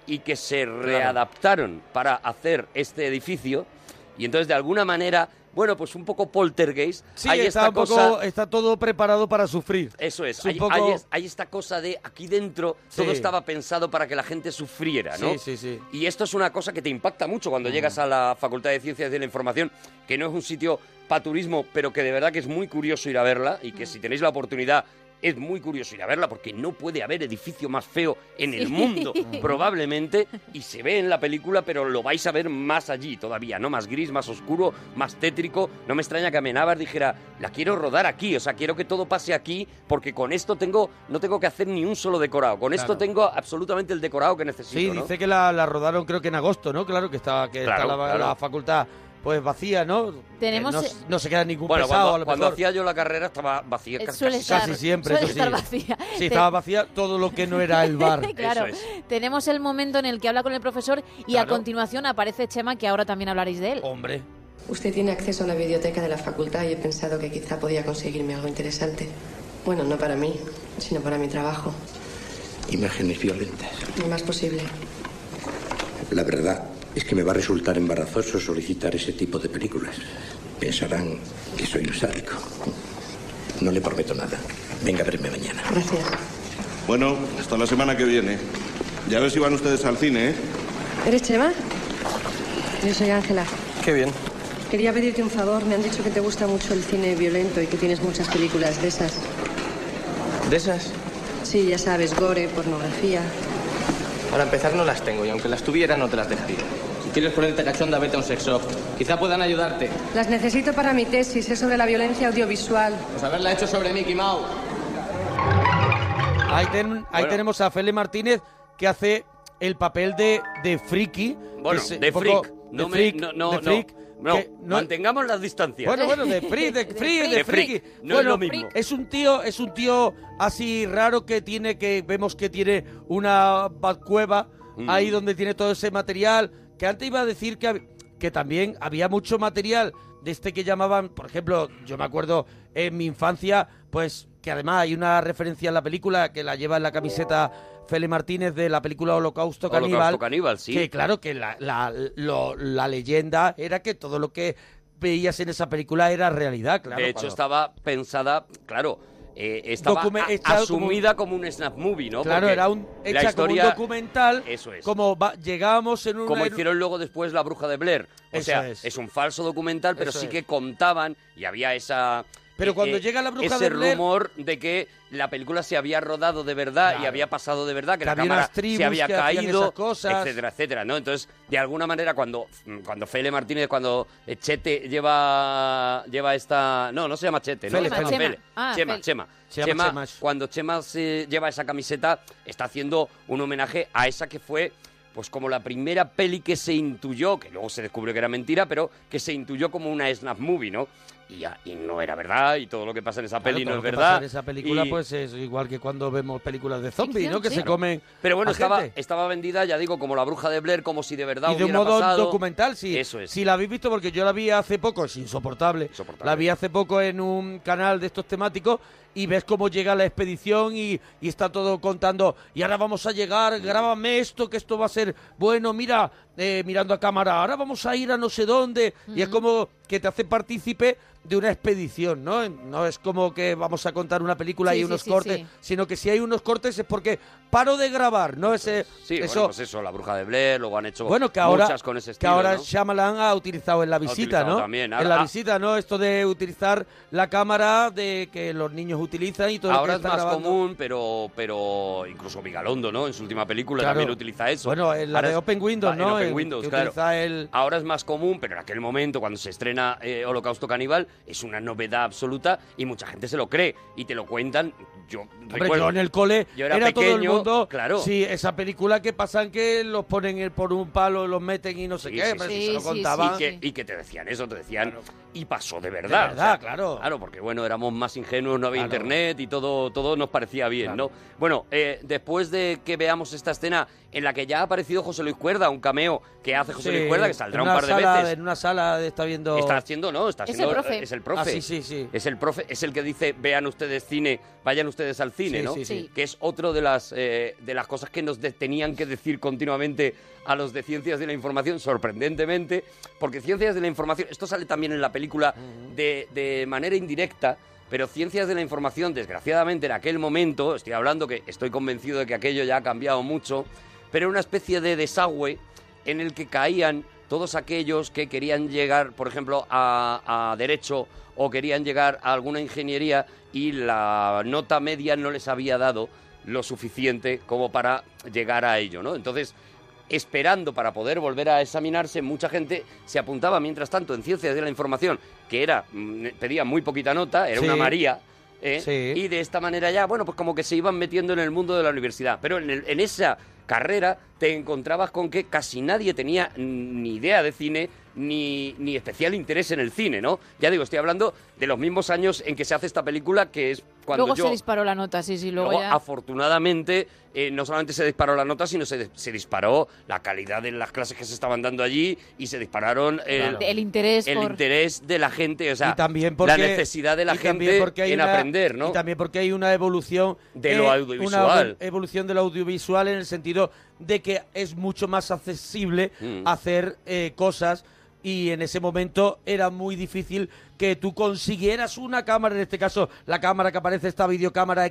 y que se readaptaron para hacer este edificio y entonces de alguna manera, bueno, pues un poco poltergeist,
Sí,
hay
está,
esta
un poco-
cosa
está todo preparado para sufrir.
eso es,
Es un
hay,
poco-
hay es- hay esta cosa de aquí dentro
Sí.
todo estaba pensado para que la gente sufriera, ¿no?
Sí, sí, sí.
Y esto es una cosa que te impacta mucho
Mm.
cuando llegas a la Facultad de Ciencias de la Información, que no es un sitio para turismo, pero que de verdad que es muy curioso ir a verla y
Mm.
que si tenéis la oportunidad es muy curioso ir a verla porque no puede haber edificio más feo en el
Sí.
mundo, probablemente, y se ve en la película, pero lo vais a ver más allí todavía, ¿no? Más gris, más oscuro, más tétrico. No me extraña que Amenábar dijera, la quiero rodar aquí, o sea, quiero que todo pase aquí, porque con esto tengo, no tengo que hacer ni un solo decorado, con esto
Claro.
tengo absolutamente el decorado que necesito.
Sí,
¿no?
dice que la, la rodaron creo que en agosto, ¿no? Claro que está, que está
Claro,
la,
claro.
la facultad pues vacía, ¿no?
Tenemos-
Eh, no, no se queda ningún
Bueno,
pesado,
cuando,
a lo
cuando
mejor.
hacía yo la carrera estaba vacía
Eh,
casi,
suele
casi
estar-
Casi siempre,
suele
eso sí.
estar vacía.
Sí,
Te-
estaba vacía todo lo que no era el bar.
claro, tenemos el momento en el que habla con el profesor y a
Claro.
continuación aparece Chema, que ahora también hablaréis de él.
Hombre.
Usted tiene acceso a la biblioteca de la facultad y he pensado que quizá podía conseguirme algo interesante. Bueno, no para mí, sino para mi trabajo,
Imágenes violentas.
lo más posible.
La verdad es que me va a resultar embarazoso solicitar ese tipo de películas. Pensarán que soy un sádico. No le prometo nada. Venga a verme mañana.
Gracias.
Bueno, hasta la semana que viene. Ya a ver si van ustedes al cine, ¿eh?
¿Eres Chema? Yo soy Ángela.
Qué bien.
Quería pedirte un favor. Me han dicho que te gusta mucho el cine violento y que tienes muchas películas de esas.
¿De esas?
Sí, ya sabes, gore, pornografía.
Para empezar no las tengo y aunque las tuviera no te las dejaría. Si quieres ponerte cachonda, vete a un sexo. Quizá puedan ayudarte.
Las necesito para mi tesis, es sobre la violencia audiovisual.
Pues haberla hecho sobre Mickey Mouse.
Ahí, ten- ahí tenemos a Fele Martínez que hace el papel de, de friki.
Bueno,
que es
de
un poco-
freak.
de
No, me-
freak,
no, no,
de
no.
freak,
No,
que no-
mantengamos las distancias.
Bueno, bueno, de free, de free, de, friki.
No
Bueno,
es lo mismo.
Es un tío, es un tío así raro que tiene que vemos que tiene una ba- cueva
Mm.
ahí donde tiene todo ese material. Que antes iba a decir que hab- que también había mucho material de este que llamaban, por ejemplo, yo me acuerdo en mi infancia, pues que además hay una referencia en la película que la lleva en la camiseta Fele Martínez de la película Holocausto Caníbal.
Holocausto Caníbal, sí.
Que claro, que la, la- lo- la leyenda era que todo lo que veías en esa película era realidad, claro.
de hecho,
cuando-
estaba pensada, claro, eh, estaba
Docume-
a-
echado como un-
asumida como un, snap movie, ¿no?
Claro,
Porque
era un,
la
hecha como un
historia-
documental,
Eso es.
como va- llegábamos en un...
como hicieron luego después La Bruja de Blair. O
Eso
sea,
es.
es. un falso documental, pero
Eso
sí
es.
que contaban y había esa... eh,
Pero cuando llega La Bruja
ese
de Blair-
rumor de que la película se había rodado de verdad y había pasado de verdad, que,
Que
la
había
cámara
unas tribus
se había
que hacían
caído,
esas cosas.
etcétera, etcétera, ¿no? Entonces, de alguna manera, cuando, mm, cuando Fele Martínez, cuando Chete lleva, lleva esta... No, no se llama Chete, ¿no?
Fele,
Se
Fele.
llama
Chema.
Fele.
Ah,
Chema,
Fele.
Chema.
Se llama Chema.
Cuando Chema se lleva esa camiseta, está haciendo un homenaje a esa que fue, pues como la primera peli que se intuyó, que luego se descubrió que era mentira, pero que se intuyó como una snap movie, ¿no? Y, ya- y no era verdad, y todo lo que pasa en esa
Claro,
peli
todo
no es
lo que pasa
verdad.
En esa película,
y-
pues es igual que cuando vemos películas de zombies,
Ficción,
¿no? Que
sí.
se
Claro.
comen.
Pero bueno,
a
estaba,
gente.
estaba vendida, ya digo, como la bruja de Blair, como si de verdad
Y de un
hubiera
modo
pasado.
documental, sí.
Eso es.
Si la habéis visto, porque yo la vi hace poco, es insoportable. La vi hace poco en un canal de estos temáticos y ves cómo llega la expedición y, y está todo contando. Y ahora vamos a
Mm.
llegar, grábame esto, que esto va a ser bueno, mira, eh, mirando a cámara, ahora vamos a ir a no sé dónde. Y es
Mm.
como que te hace partícipe de una expedición, ¿no? No es como que vamos a contar una película
Sí,
y
sí,
unos
sí,
cortes,
sí.
sino que si hay unos cortes es porque paro de grabar, ¿no? Ese,
Sí, bueno,
eso,
pues eso, la bruja de Blair, luego han hecho
bueno, que ahora,
muchas con ese estilo.
que ahora
¿no?
Shyamalan ha utilizado en la visita,
utilizado
¿no?
también.
en
Ahora-
la
ah.
visita, ¿no? Esto de utilizar la cámara de que los niños utilizan y todo
Ahora
lo
es
que
más
está grabando.
común, pero, pero incluso Vigalondo, ¿no? En su última película
Claro.
también utiliza eso.
Bueno, en la
Ahora
de
es-
Open Windows,
va,
¿no?
En Open
El-
Windows,
que
claro.
utiliza el-
Ahora es más común, pero en aquel momento, cuando se estrena eh, Holocausto Caníbal, es una novedad absoluta y mucha gente se lo cree y te lo cuentan. Yo
Hombre,
recuerdo.
yo en el cole
yo era,
todo el
pequeño,
mundo.
Claro.
Sí, esa película que pasan que los ponen eh, por un palo, los meten y no sé
Sí,
qué.
sí,
pero
sí,
si
sí,
se lo
sí,
contaban.
Y que, y que te decían eso, te decían, y pasó de verdad.
De verdad, claro.
Claro, porque bueno, éramos más ingenuos, no había
Claro.
internet y todo, todo nos parecía bien, ¿no? Bueno, eh, después de que veamos esta escena en la que ya ha aparecido José Luis Cuerda, un cameo que hace José Luis
Sí,
Cuerda, que saldrá
en
un
una
par de
sala-
veces.
En una sala de- está viendo.
Está haciendo, ¿no? Está
Es el
haciendo-
profe.
Es el profe.
Ah, sí, sí, sí.
Es el profe, es el que dice, vean ustedes cine, vayan ustedes al cine,
Sí,
¿no?
sí, sí.
Que es otro de las, eh, de las cosas que nos de- tenían que decir continuamente a los de Ciencias de la Información, sorprendentemente, porque Ciencias de la Información, esto sale también en la película de, de manera indirecta, pero Ciencias de la Información, desgraciadamente, en aquel momento, estoy hablando que estoy convencido de que aquello ya ha cambiado mucho, pero era una especie de desagüe en el que caían todos aquellos que querían llegar, por ejemplo, a, a derecho o querían llegar a alguna ingeniería y la nota media no les había dado lo suficiente como para llegar a ello, ¿no? Entonces, esperando para poder volver a examinarse, mucha gente se apuntaba, mientras tanto, en Ciencias de la Información, que era mm, pedía muy poquita nota, era una
Sí.
María, ¿eh?
Sí.
y de esta manera ya, bueno, pues como que se iban metiendo en el mundo de la universidad. Pero en, el- en esa carrera te encontrabas con que casi nadie tenía ni idea de cine ni, ni especial interés en el cine, ¿no? Ya digo, estoy hablando de los mismos años en que se hace esta película, que es cuando
luego
yo...
se disparó la nota, sí, sí, luego,
Luego,
ya...
afortunadamente, eh, no solamente se disparó la nota, sino se, se disparó la calidad de las clases que se estaban dando allí y se dispararon el,
El interés
el
por-
interés de la gente, o sea,
Y también porque-
la necesidad de la
y también
gente
porque hay
en
una-
aprender, ¿no?
Y también porque hay una evolución
De lo
una
audiovisual.
evolución de lo audiovisual en el sentido de que es mucho más accesible
Mm.
hacer eh, cosas y en ese momento era muy difícil que tú consiguieras una cámara, en este caso la cámara que aparece esta videocámara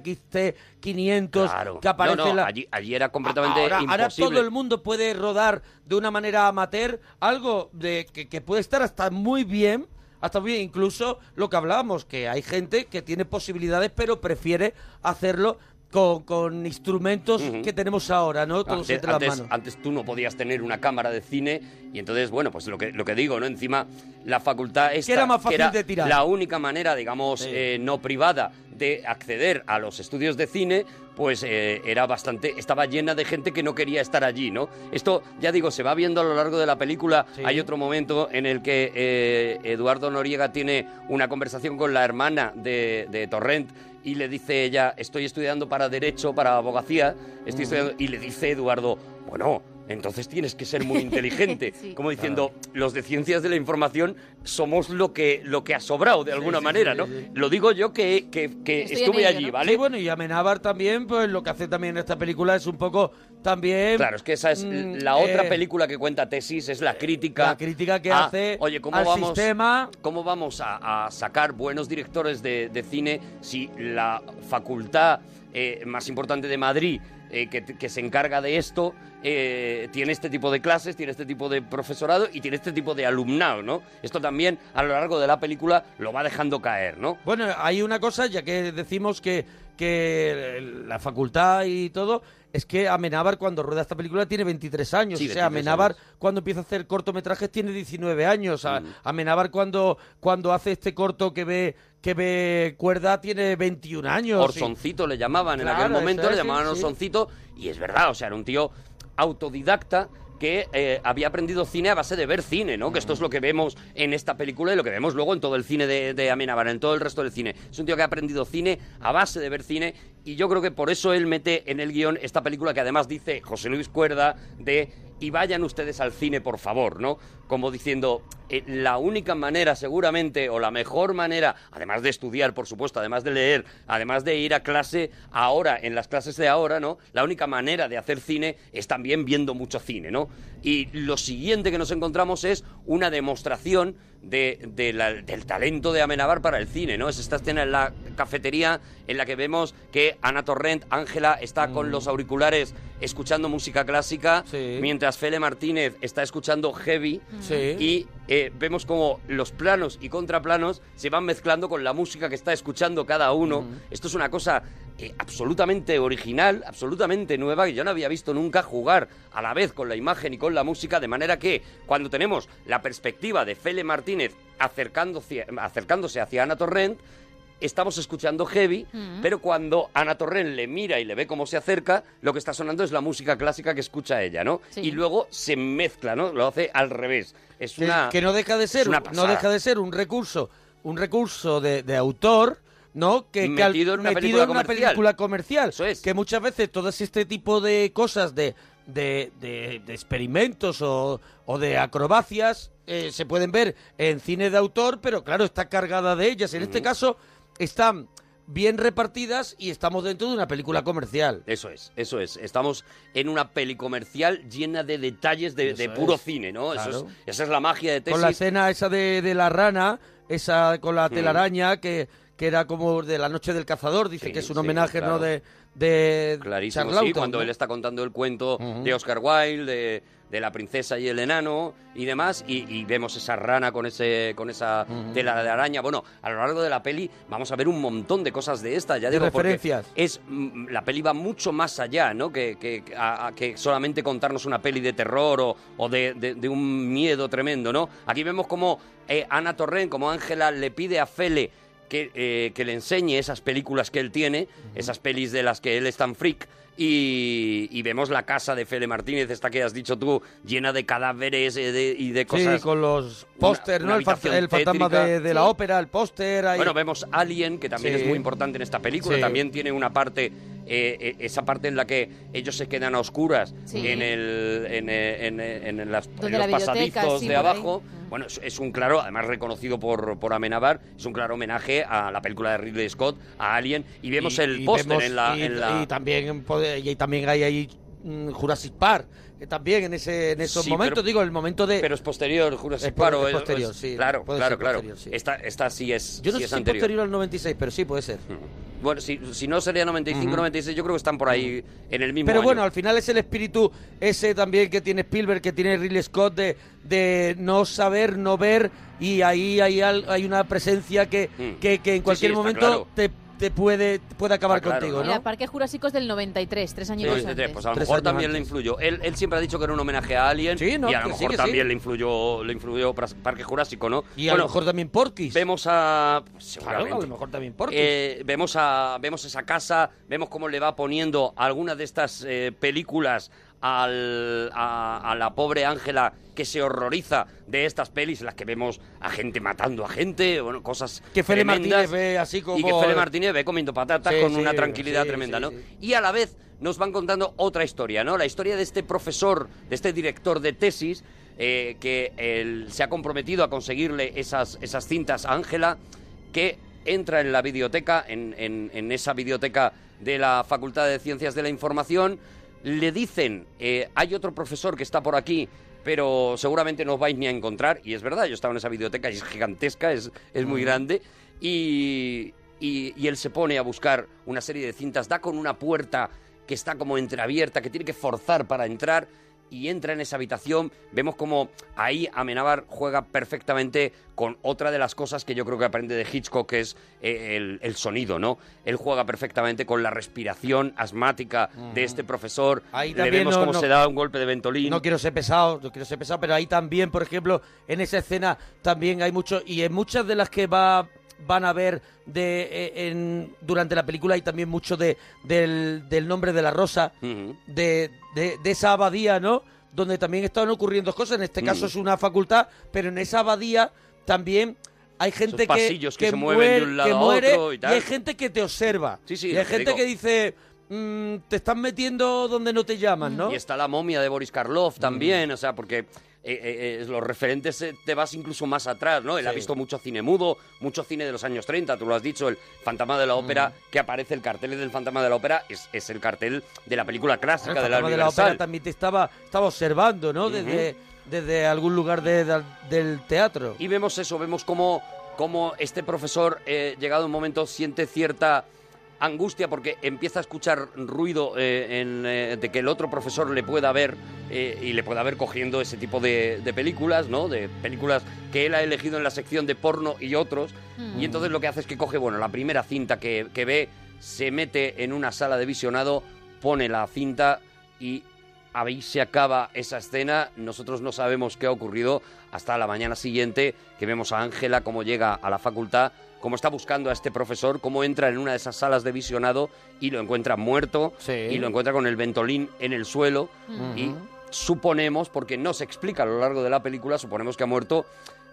XT500
Claro.
que aparece
No, no,
la-
allí, allí era completamente
ahora, ahora
imposible.
todo el mundo puede rodar de una manera amateur algo de que, que puede estar hasta muy bien, hasta muy bien, incluso lo que hablábamos, que hay gente que tiene posibilidades pero prefiere hacerlo con, con instrumentos
Ujú.
que tenemos ahora, ¿no? Todos
Antes,
entre las
antes-
manos.
antes tú no podías tener una cámara de cine y entonces, bueno, pues lo que, lo que digo, ¿no? Encima, la facultad esta,
era más fácil
era
de tirar.
La única manera, digamos,
Sí.
eh, no privada de acceder a los estudios de cine, pues eh, era bastante, estaba llena de gente que no quería estar allí, ¿no? Esto, ya digo, se va viendo a lo largo de la película.
Sí.
Hay otro momento en el que eh, Eduardo Noriega tiene una conversación con la hermana de, de Torrent y le dice ella, estoy estudiando para Derecho, para Abogacía,
Mm.
estoy estudiando, y le dice Eduardo, bueno, entonces tienes que ser muy inteligente,
Sí.
como diciendo, los de ciencias de la información somos lo que, lo que ha sobrado de alguna
sí,
manera,
sí,
¿no?
sí, sí.
Lo digo yo que, que- que estuve allí, ¿vale?
Sí, bueno, y Amenábar también, pues lo que hace también en esta película es un poco también...
Claro, es que esa es
mm,
la otra
eh,
película que cuenta Tesis, es la crítica.
la crítica que
a,
hace
Eh, ah, oye, ¿cómo
al
vamos,
sistema?
¿Cómo vamos a, a sacar buenos directores de, de cine si la facultad eh, más importante de Madrid, eh, que, que se encarga de esto, eh, tiene este tipo de clases, tiene este tipo de profesorado y tiene este tipo de alumnado, ¿no? Esto también a lo largo de la película lo va dejando caer, ¿no?
Bueno, hay una cosa, ya que decimos que, que la facultad y todo, es que Amenábar cuando rueda esta película tiene 23 años.
Sí,
o sea,
23
Amenábar cuando empieza a hacer cortometrajes tiene 19 años. A-
Mm.
Amenábar cuando, cuando hace este corto que ve, que ve cuerda tiene 21 años.
Orsoncito le llamaban en
Claro,
aquel
eso
momento,
es,
le
sí,
llamaban
sí.
Orsoncito, y es verdad, o sea, era un tío autodidacta que eh, había aprendido cine a base de ver cine, ¿no? Que esto es lo que vemos en esta película y lo que vemos luego en todo el cine de, de Amenábar, en todo el resto del cine. Es un tío que ha aprendido cine a base de ver cine y yo creo que por eso él mete en el guión esta película que además dice José Luis Cuerda de y vayan ustedes al cine, por favor, ¿no? Como diciendo, eh, la única manera seguramente, o la mejor manera, además de estudiar, por supuesto, además de leer, además de ir a clase ahora, en las clases de ahora, ¿no? La única manera de hacer cine es también viendo mucho cine, ¿no? Y lo siguiente que nos encontramos es una demostración de, de la- del talento de Amenábar para el cine, ¿no? Es esta escena en la cafetería en la que vemos que Ana Torrent, Ángela, está con los auriculares escuchando música clásica, mientras Fele Martínez está escuchando heavy
Sí.
y eh, vemos como los planos y contraplanos se van mezclando con la música que está escuchando cada uno. Esto es una cosa eh, absolutamente original, absolutamente nueva, que yo no había visto nunca jugar a la vez con la imagen y con la música, de manera que cuando tenemos la perspectiva de Fele Martínez acercándose, acercándose hacia Ana Torrent, estamos escuchando heavy,
Mm.
pero cuando Ana Torrent le mira y le ve cómo se acerca, lo que está sonando es la música clásica que escucha ella, ¿no?
Sí.
Y luego se mezcla, ¿no? Lo hace al revés. Es
que,
una
que no deja de ser
es una
un- no
pasada.
deja de ser un recurso un recurso de, de autor no que que al-
Metido en una
metido
película
en una
comercial.
película comercial que muchas veces todo este tipo de cosas de de, de- de experimentos o, o de acrobacias eh, se pueden ver en cine de autor pero claro está cargada de ellas en este caso están bien repartidas y estamos dentro de una película comercial
Eso es, eso es. Estamos en una peli comercial llena de detalles de, de
Eso
puro
es.
cine, ¿no? Eso
Claro.
es- esa es la magia de
Con la
Tesis.
escena esa de, de la rana, esa con la telaraña, que, que era como de la noche del cazador, dice
Sí,
que es un
sí,
homenaje,
claro.
¿no? De, de
Clarísimo,
Charlauton,
sí, cuando
¿no?
él está contando el cuento
Ujú.
de Oscar Wilde, de, de la princesa y el enano y demás, y, y vemos esa rana con ese con esa
Ujú.
tela de araña. Bueno, a lo largo de la peli vamos a ver un montón de cosas de esta, ya
De
digo, porque
referencias.
es mm, la peli va mucho más allá, ¿no? Que, que- a- a- que solamente contarnos una peli de terror o, o de, de- de un miedo tremendo, ¿no? Aquí vemos como Ana Torrent, como Ángela le pide a Fele que, eh, que le enseñe esas películas que él tiene, esas pelis de las que él es tan freak, y, y vemos la casa de Fede Martínez, esta que has dicho tú, llena de cadáveres eh, de- y de
Sí,
cosas.
con los póster,
una
¿no? El, fa-
habitación
el fantasma
tétrica.
de, de la
Sí.
ópera, el póster. ahí-
Bueno, vemos Alien, que también
Sí.
es muy importante en esta película.
Sí.
También tiene una parte, eh, eh, esa parte en la que ellos se quedan a oscuras
Sí.
en, el, en, eh, en, eh, en las-
Donde
en
la
los
biblioteca,
pasadizos
sí,
de
por ahí. Ah.
abajo. Bueno, es, es un claro, además reconocido por, por Amenabar, es un claro homenaje a la película de Ridley Scott, a Alien, y vemos
y-
el
y
póster
vemos-
en la...
Y,
en la-
y también, pode- y también hay ahí mm, Jurassic Park, eh, también en, ese, en esos
Sí,
momentos,
pero-
digo, el momento de...
Pero es posterior, Jurassic
Es por-
Park. o
es posterior,
es-
sí,
Claro,
puede
claro,
ser
claro.
posterior, sí.
Esta, esta sí es,
Yo no
sí
sé
es
si
anterior. Hmm.
posterior al 96, pero sí puede ser.
Bueno, si, si no sería 95,
Ujú.
96, yo creo que están por ahí en el mismo
Pero
año.
bueno, al final es el espíritu ese también que tiene Spielberg, que tiene Ridley Scott, de, de no saber, no ver, y ahí hay, al- hay una presencia que, que, que
Mm. Sí,
en cualquier
sí, está
momento
claro.
te, te puede, puede acabar
Está claro,
contigo,
Mira,
¿no?
Parque Jurásico es del 93, tres años
Sí,
antes.
pues a lo
Tres
mejor
años
también le
antes.
influyó. Él, él siempre ha dicho que era un homenaje a Alien
no,
y a lo
que sí,
mejor
que sí.
también le influyó le influyó Pras- Parque Jurásico, ¿no?
Y a lo mejor también Porky's.
Vemos a
Claro,
seguramente.
a lo mejor también Porky's.
Eh, vemos a vemos esa casa, vemos cómo le va poniendo alguna de estas eh, películas al, a, a la pobre Ángela que se horroriza de estas pelis en las que vemos a gente matando a gente, bueno, cosas
que Fede
tremendas.
Martínez ve así como...
Y que Fede Martínez ve comiendo patatas
Sí,
con
sí,
una tranquilidad
sí,
tremenda,
sí,
¿no?
sí.
Y a la vez nos van contando otra historia, ¿no? La historia de este profesor, de este director de tesis, eh, que él se ha comprometido a conseguirle esas, esas cintas a Ángela, que entra en la biblioteca, en, en- en esa biblioteca de la Facultad de Ciencias de la Información, le dicen, eh, hay otro profesor que está por aquí, pero seguramente no os vais ni a encontrar, y es verdad, yo estaba en esa biblioteca y es gigantesca, es, es muy
Ujú.
grande grande, y, y- y él se pone a buscar una serie de cintas, da con una puerta que está como entreabierta, que tiene que forzar para entrar y entra en esa habitación. Vemos como ahí Amenábar juega perfectamente con otra de las cosas que yo creo que aprende de Hitchcock, que es eh, el, el sonido, ¿no? Él juega perfectamente con la respiración asmática de este profesor.
Ahí
Le
también
vemos
no-
cómo
no-
se da un golpe de ventolín.
No quiero ser pesado, no quiero ser pesado, pero ahí también, por ejemplo, en esa escena también hay mucho y en muchas de las que va van a ver de eh, en durante la película hay también mucho de del, del nombre de la rosa, de, de, de esa abadía, ¿no? Donde también están ocurriendo cosas. En este caso
Ujú.
es una facultad, pero en esa abadía también hay gente que,
pasillos que se mueven
muere-
de un lado
que
a
muere
otro y tal.
hay gente que te observa.
Sí, sí,
y
lo
hay
que
gente
digo.
que dice, mm, te están metiendo donde no te llaman, ¿no? Mm.
Y está la momia de Boris Karloff también, o sea, porque eh, eh, eh, los referentes eh, te vas incluso más atrás, ¿no? Él ha
Sí.
visto mucho cine mudo, mucho cine de los años 30, tú lo has dicho, el fantasma de la
Mm.
ópera, que aparece el cartel del fantasma de la ópera, es, es el cartel de la película
El
clásica de la
fantasma de la ópera
Universal.
también te estaba, estaba observando, ¿no? Desde, desde algún lugar de- de- del teatro.
Y vemos eso, vemos cómo, cómo este profesor, eh, llegado un momento, siente cierta angustia porque empieza a escuchar ruido eh, en, eh, de que el otro profesor le pueda ver eh, y le pueda ver cogiendo ese tipo de, de películas, ¿no? De películas que él ha elegido en la sección de porno y otros.
Mm.
Y entonces lo que hace es que coge, bueno, la primera cinta que, que ve, se mete en una sala de visionado, pone la cinta y ahí se acaba esa escena. Nosotros no sabemos qué ha ocurrido hasta la mañana siguiente, que vemos a Ángela cómo llega a la facultad, cómo está buscando a este profesor, cómo entra en una de esas salas de visionado y lo encuentra muerto y lo encuentra con el ventolín en el suelo
Ujú.
y suponemos, porque no se explica a lo largo de la película, suponemos que ha muerto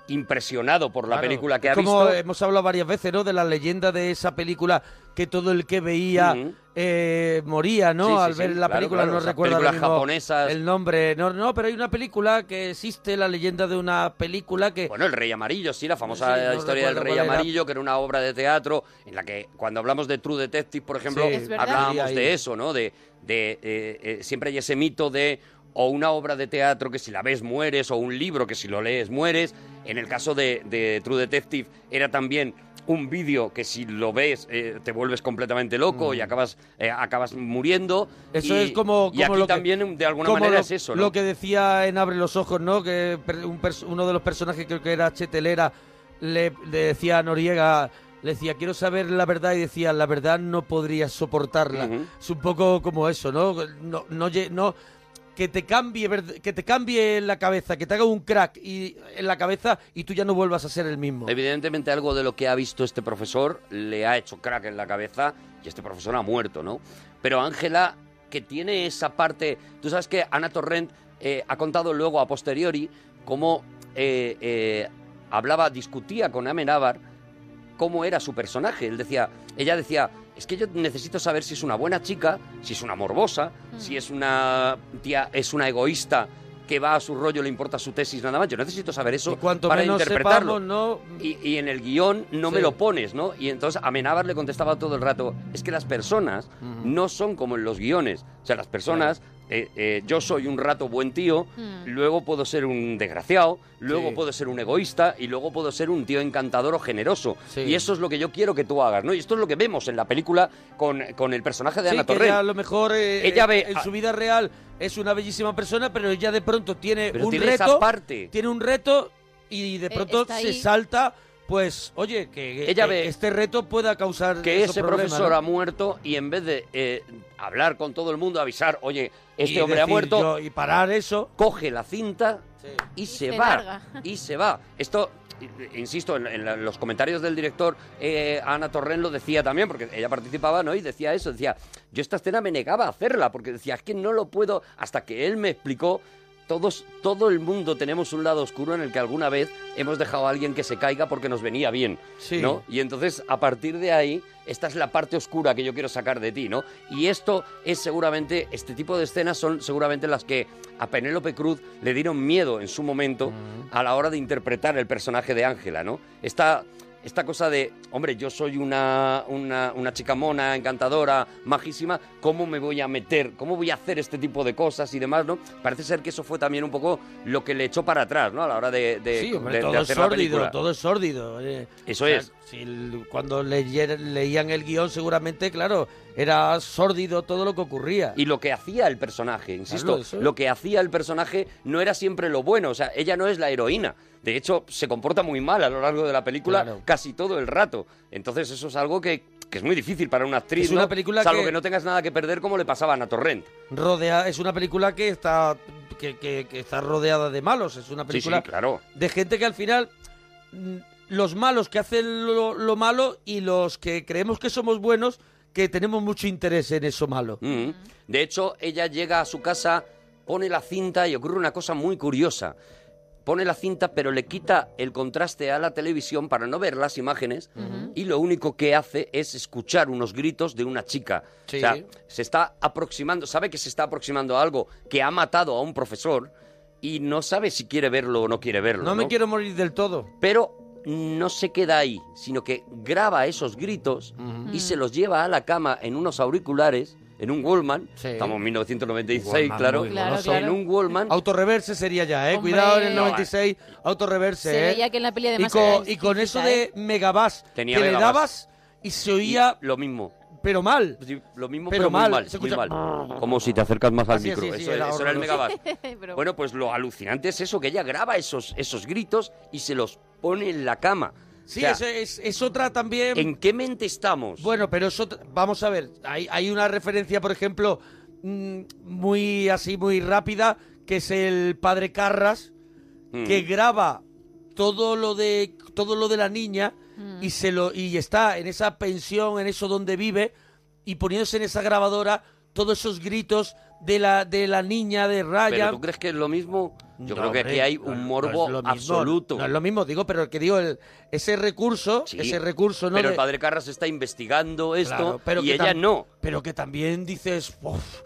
impresionado por la
Claro.
película que
Es
ha
como eh,
visto.
hemos hablado varias veces, ¿no? De la leyenda de esa película que todo el que veía
Ujú.
eh, moría, ¿no?
Sí, sí,
Al
sí,
ver la
claro,
película,
claro,
no
esas
recuerdo ahora
películas
mismo
japonesas.
el nombre. No, no, pero hay una película que existe, la leyenda de una película que...
Bueno, El Rey Amarillo, sí, la famosa
Sí, no
historia del
recuerdo
Rey
cuál era.
Amarillo, que era una obra de teatro en la que cuando hablamos de True Detective, por ejemplo,
Sí, Es verdad.
hablábamos
Sí, ahí.
de eso, ¿no? De, de eh, eh, siempre hay ese mito de o una obra de teatro que si la ves mueres, o un libro que si lo lees mueres. En el caso de, de True Detective era también un vídeo que si lo ves eh, te vuelves completamente loco y acabas, eh, acabas muriendo.
Mm. Eso
Y-
es como,
y
como
aquí
lo que-
también de alguna
como
manera
lo-
es eso, ¿no?
Lo que decía en Abre los Ojos, ¿no? Que per- un pers- uno de los personajes, creo que era Chetelera, le, le decía a Noriega, le decía, quiero saber la verdad, y decía, la verdad no podría soportarla. Es un poco como eso, ¿no? No, no, lle- no- que te cambie verd- que te cambie la cabeza, que te haga un crack y, en la cabeza y tú ya no vuelvas a ser el
Eh,
mismo.
Evidentemente algo de lo que ha visto este profesor le ha hecho crack en la cabeza y este profesor ha muerto, ¿no? Pero Ángela que tiene esa parte. Tú sabes que Ana Torrent eh, ha contado luego a posteriori cómo eh, eh, hablaba, discutía con Amenábar cómo era su personaje. Él decía, ella decía, es que yo necesito saber si es una buena chica, si es una morbosa,
Mm.
si es una tía, es una egoísta que va a su rollo, le importa su tesis, nada más. Yo necesito saber eso
cuanto
para
menos
interpretarlo.
sepamos, no...
Y, y en el guión no me
Sí.
lo pones, ¿no? Y entonces Amenábar le contestaba todo el rato, es que las personas no son como en los guiones. O sea, las personas, eh, eh, yo soy un rato buen tío,
Mm.
luego puedo ser un desgraciado, luego
Sí.
puedo ser un egoísta y luego puedo ser un tío encantador o generoso.
Sí.
Y eso es lo que yo quiero que tú hagas, ¿no? Y esto es lo que vemos en la película con, con el personaje de
Sí,
Ana
que
Torrent.
ella a lo mejor eh,
Ella
eh,
ve-
en su vida real es una bellísima persona, pero ella de pronto tiene
Pero
un
tiene
reto.
esa parte.
Tiene un reto y de
Eh,
pronto
está
se
ahí.
salta. Pues, oye, que,
Ella
que
ve-
este reto pueda causar.
que
esos
ese
problemas,
profesor
¿no?
ha muerto y en vez de eh, hablar con todo el mundo, avisar, oye, este
Y
hombre ha
decir yo-
muerto,
y parar eso,
coge la cinta y, se,
se
va.
larga.
Y se va. Esto, eh, insisto, en, en la- los comentarios del director, eh, Ana Torren lo decía también, porque ella participaba, ¿no? Y decía eso, decía, yo esta escena me negaba a hacerla, porque decía, es que no lo puedo, hasta que él me explicó. Todos, todo el mundo tenemos un lado oscuro en el que alguna vez hemos dejado a alguien que se caiga porque nos venía bien,
Sí.
¿no? Y entonces, a partir de ahí, esta es la parte oscura que yo quiero sacar de ti, ¿no? Y esto es seguramente, este tipo de escenas son seguramente las que a Penélope Cruz le dieron miedo en su momento a la hora de interpretar el personaje de Ángela, ¿no? Esta, esta cosa de, hombre, yo soy una, una, una chica mona, encantadora, majísima, ¿cómo me voy a meter? ¿Cómo voy a hacer este tipo de cosas y demás, no? Parece ser que eso fue también un poco lo que le echó para atrás, ¿no? A la hora de, de,
Sí, hombre,
de- de
todo es
hacer la
sórdido,
película.
todo es sórdido. eh.
Eso es.
si el- cuando leyer- leían el guión, seguramente, claro, era sórdido todo lo que ocurría.
Y lo que hacía el personaje, insisto,
Claro, eso es.
lo que hacía el personaje no era siempre lo bueno, o sea, ella no es la heroína. De hecho, se comporta muy mal a lo largo de la película
Claro.
casi todo el rato. Entonces, eso es algo que, que es muy difícil para una actriz,
Es una
¿no?
película
salvo
que-
que... no tengas nada que perder como le pasaba a Ana Torrent.
Rodea, es una película que está, que, que- que está rodeada de malos, es una
Sí, sí,
película
claro.
de gente que al final mm, los malos que hacen lo, lo malo y los que creemos que somos buenos que tenemos mucho interés en eso malo.
Mm. De hecho, ella llega a su casa, pone la cinta y ocurre una cosa muy curiosa. Pone la cinta, pero le quita el contraste a la televisión para no ver las imágenes y lo único que hace es escuchar unos gritos de una chica.
Sí.
O sea, se está aproximando, sabe que se está aproximando a algo que ha matado a un profesor y no sabe si quiere verlo o no quiere verlo.
No me
¿no?
quiero morir del todo.
pero no se queda ahí, sino que graba esos gritos y
Eh,
se los lleva a la cama en unos auriculares, en un Wallman. Estamos en 1996,
Wallman,
claro.
muy Claro, goloso.
En un Wallman.
Autorreverse sería ya, ¿eh?
Hombre.
Cuidado en el 96, autorreverse,
Se
¿eh?
veía que en la peli además
y con,
era
y con eso
explícita,
de
¿eh?
megabass,
Tenía
que le
megabass.
dabas y se
Y
oía,
lo mismo.
pero mal.
Lo mismo,
Pero
pero,
mal,
muy mal.
se
muy
escucha- Ah,
mal. Como si te acercas más al
Así es,
micro.
sí, sí,
eso
era
era, eso era el
horroroso.
megabass. Bueno, pues lo alucinante es eso, que ella graba esos, esos gritos y se los pone en la cama.
Sí,
O sea,
eso es, es otra también...
¿En qué mente estamos?
Bueno, pero eso, vamos a ver, hay, hay una referencia, por ejemplo, mm, muy así, muy rápida, que es el padre Carras,
Mm.
que graba todo lo de todo lo de la niña y se lo y está en esa pensión, en eso donde vive y poniéndose en esa grabadora todos esos gritos de la de la niña de
¿Pero
Ryan.
tú crees que es lo mismo? Yo
No,
creo
hombre,
que aquí hay
no, no
un morbo
es lo mismo,
absoluto.
No es lo mismo, digo, pero que digo el- ese recurso, ese recurso no
Pero
De-
el padre Carras está investigando esto
Claro, pero
y
que
ella
tam-
no.
Pero que también dices, "Uf,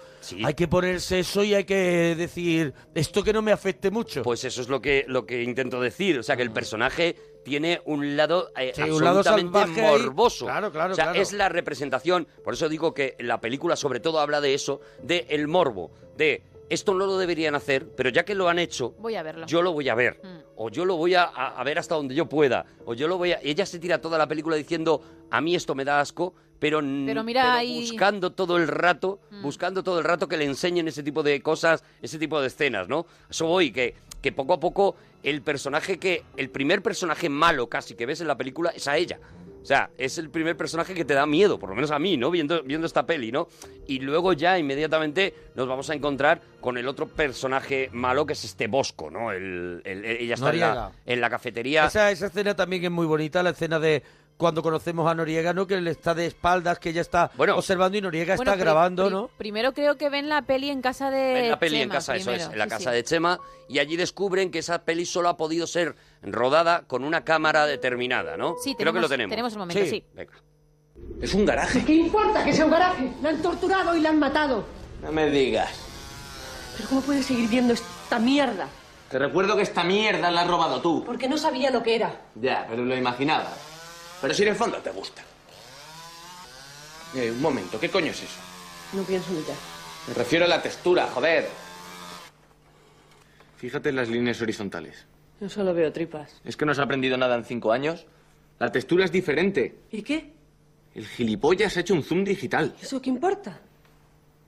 hay que ponerse eso y hay que decir esto que no me afecte mucho.
Pues eso es lo que, lo que intento decir. O sea, que el personaje tiene un lado eh,
Mm. Sí, un lado
absolutamente
salvaje ahí.
morboso.
Claro, claro,
o sea,
claro.
es la representación. Por eso digo que la película sobre todo habla de eso, de el morbo, de esto no lo deberían hacer, pero ya que lo han hecho,
Voy a verlo. Mm.
yo lo voy a ver. O yo lo voy a, a- a ver hasta donde yo pueda. O yo lo voy a... Ella se tira toda la película diciendo, a mí esto me da asco, pero... n-
Pero mira ahí- Mm.
Buscando todo el rato, buscando todo el rato que le enseñen ese tipo de cosas, ese tipo de escenas, ¿no? Eso voy, que, que poco a poco el personaje que... El primer personaje malo casi que ves en la película es a ella. O sea, es el primer personaje que te da miedo, por lo menos a mí, ¿no? Viendo, viendo esta peli, ¿no? Y luego ya inmediatamente nos vamos a encontrar con el otro personaje malo que es este Bosco, ¿no? El, el- ella está en la,
Noriega.
en la cafetería.
Esa, esa escena también es muy bonita, la escena de cuando conocemos a Noriega, ¿no? Que él está de espaldas, que ella está observando y Noriega
Bueno,
está
pri-
grabando,
pri-
¿no?
Primero creo que ven la peli en casa de.
En la peli en
Chema
casa, eso
primero,
es, en la
sí,
casa
sí.
de Chema, y allí descubren que esa peli solo ha podido ser rodada con una cámara determinada, ¿no?
Sí,
Creo que lo
tenemos-
tenemos.
tenemos el momento, sí.
Venga. Es un garaje.
¿Qué importa que sea un garaje? La han torturado y la han matado.
No me digas.
Pero ¿cómo puedes seguir viendo esta mierda?
Te recuerdo que esta mierda la has robado tú.
Porque no sabía lo que era.
Ya, pero lo imaginaba. Pero si en el fondo te gusta. Eh, un momento, ¿qué coño es eso?
No pienso ya.
Me refiero a la textura, joder. Fíjate en las líneas horizontales.
Yo solo veo tripas.
¿Es que no has aprendido nada en cinco años? La textura es diferente.
¿Y qué?
El gilipollas ha hecho un zoom digital.
¿Eso qué importa?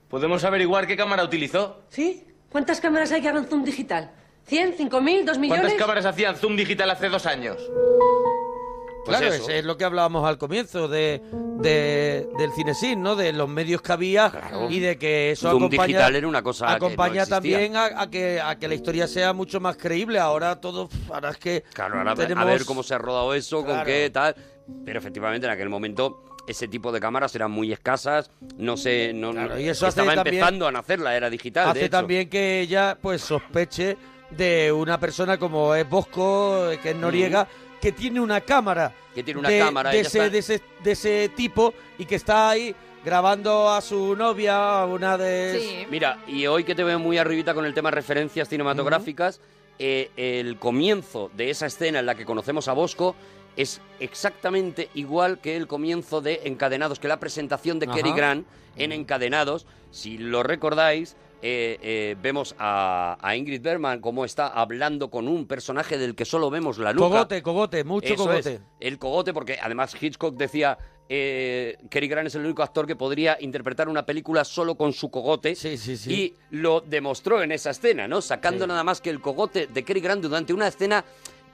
¿Podemos averiguar qué cámara utilizó?
¿Sí? ¿Cuántas cámaras hay que hagan zoom digital? ¿Cien? ¿Cinco mil? ¿Dos millones?
¿Cuántas cámaras hacían zoom digital hace dos años?
Pues
claro,
eso.
es, es lo que hablábamos al comienzo de, de- del cinesin, ¿no? De los medios que había y de que eso
Zoom
acompaña,
digital era una cosa que no
acompaña
existía.
también a, a que, a que la historia sea mucho más creíble. Ahora todo, ahora es que
Claro, ahora
Mm, tenemos-
a ver cómo se ha rodado eso,
Claro.
con qué, tal. Pero efectivamente en aquel momento ese tipo de cámaras eran muy escasas, no sé, no, no-
y eso hace
estaba
también-
empezando a nacer la era digital. de
hace
hecho.
también que ella pues sospeche de una persona como es Bosco, eh, que es Noriega, que tiene una cámara.
Que tiene una
de-
cámara,
de
ella
ese,
está-
de, ese, de ese tipo y que está ahí grabando a su novia, a una de...
Mira, y hoy que te veo muy arribita con el tema referencias cinematográficas, eh, el comienzo de esa escena en la que conocemos a Bosco es exactamente igual que el comienzo de Encadenados, que la presentación de
Ajá.
Cary Grant en Encadenados, si lo recordáis. eh, eh, vemos a, a Ingrid Bergman como está hablando con un personaje del que solo vemos la nuca.
Cogote, cogote, mucho
Eso
cogote.
es, el cogote, porque además Hitchcock decía, eh, Cary Grant es el único actor que podría interpretar una película solo con su cogote. Y lo demostró en esa escena, ¿no? Sacando
Sí.
nada más que el cogote de Cary Grant durante una escena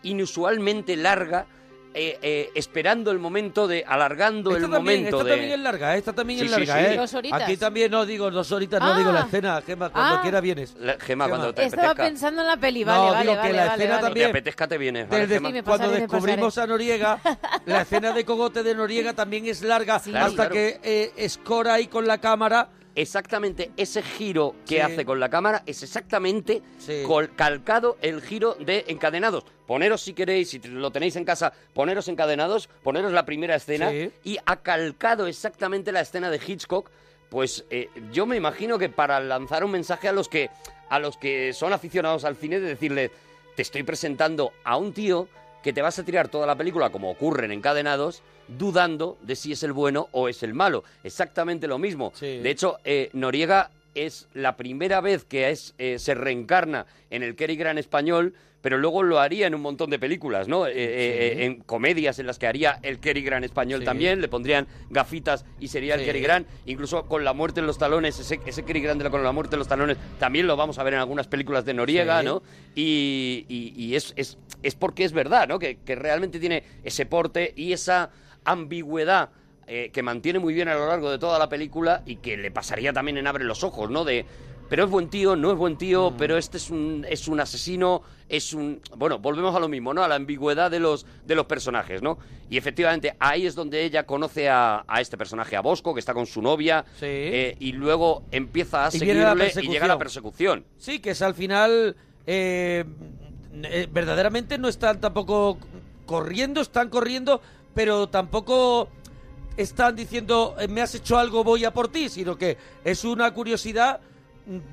inusualmente larga. eh, eh, esperando el momento de alargando
Esta
el
también,
momento
esta
de
también es larga, esta también
Sí,
es
sí,
larga,
sí.
¿eh?
Dos horitas.
Aquí también, no digo dos horitas,
Ah.
no digo la escena, Gemma, cuando
Ah.
quiera vienes.
La- Gema, cuando te
Estaba
apetezca.
pensando en la peli, vale,
No,
vale,
digo que
vale,
la
vale,
escena
vale.
Cuando te apetezca te vienes. ¿vale,
Desde
Gemma?
cuando
pasaré, me
descubrimos a Noriega, la escena de cogote de Noriega también es larga
Sí.
hasta
Claro, claro.
que eh, escora ahí con la cámara.
Exactamente ese giro que
Sí.
hace con la cámara es exactamente col- calcado el giro de encadenados. Poneros si queréis, si lo tenéis en casa, poneros encadenados, poneros la primera escena
Sí.
y ha calcado exactamente la escena de Hitchcock. Pues eh, yo me imagino que para lanzar un mensaje a los que a los que son aficionados al cine de decirles te estoy presentando a un tío que te vas a tirar toda la película como ocurre en Encadenados dudando de si es el bueno o es el malo. Exactamente lo mismo. De hecho, eh, Noriega es la primera vez que es, eh, se reencarna en el Kerry Gran español, pero luego lo haría en un montón de películas, ¿no? Eh, eh, eh, en comedias en las que haría el Kerry Gran español
Sí.
también, le pondrían gafitas y sería el
Sí.
Kerry Gran, incluso con la muerte en los talones, ese, ese Cary Grant de la- con la muerte en los talones, también lo vamos a ver en algunas películas de Noriega,
Sí.
¿no? Y, y- y es, es, es porque es verdad, ¿no? Que, que realmente tiene ese porte y esa ambigüedad eh, que mantiene muy bien a lo largo de toda la película y que le pasaría también en Abre los Ojos, ¿no? De, pero es buen tío, no es buen
Mm.
tío, pero este es un, es un asesino, es un... Bueno, volvemos a lo mismo, ¿no? A la ambigüedad de los, de los personajes, ¿no? Y efectivamente ahí es donde ella conoce a, a este personaje, a Bosco, que está con su novia,
Sí.
eh, y luego empieza a
Y viene la
seguirle y llega la persecución.
Sí, que es al final. eh, eh, verdaderamente no están tampoco corriendo, están corriendo, pero tampoco están diciendo eh, me has hecho algo, voy a por ti, sino que es una curiosidad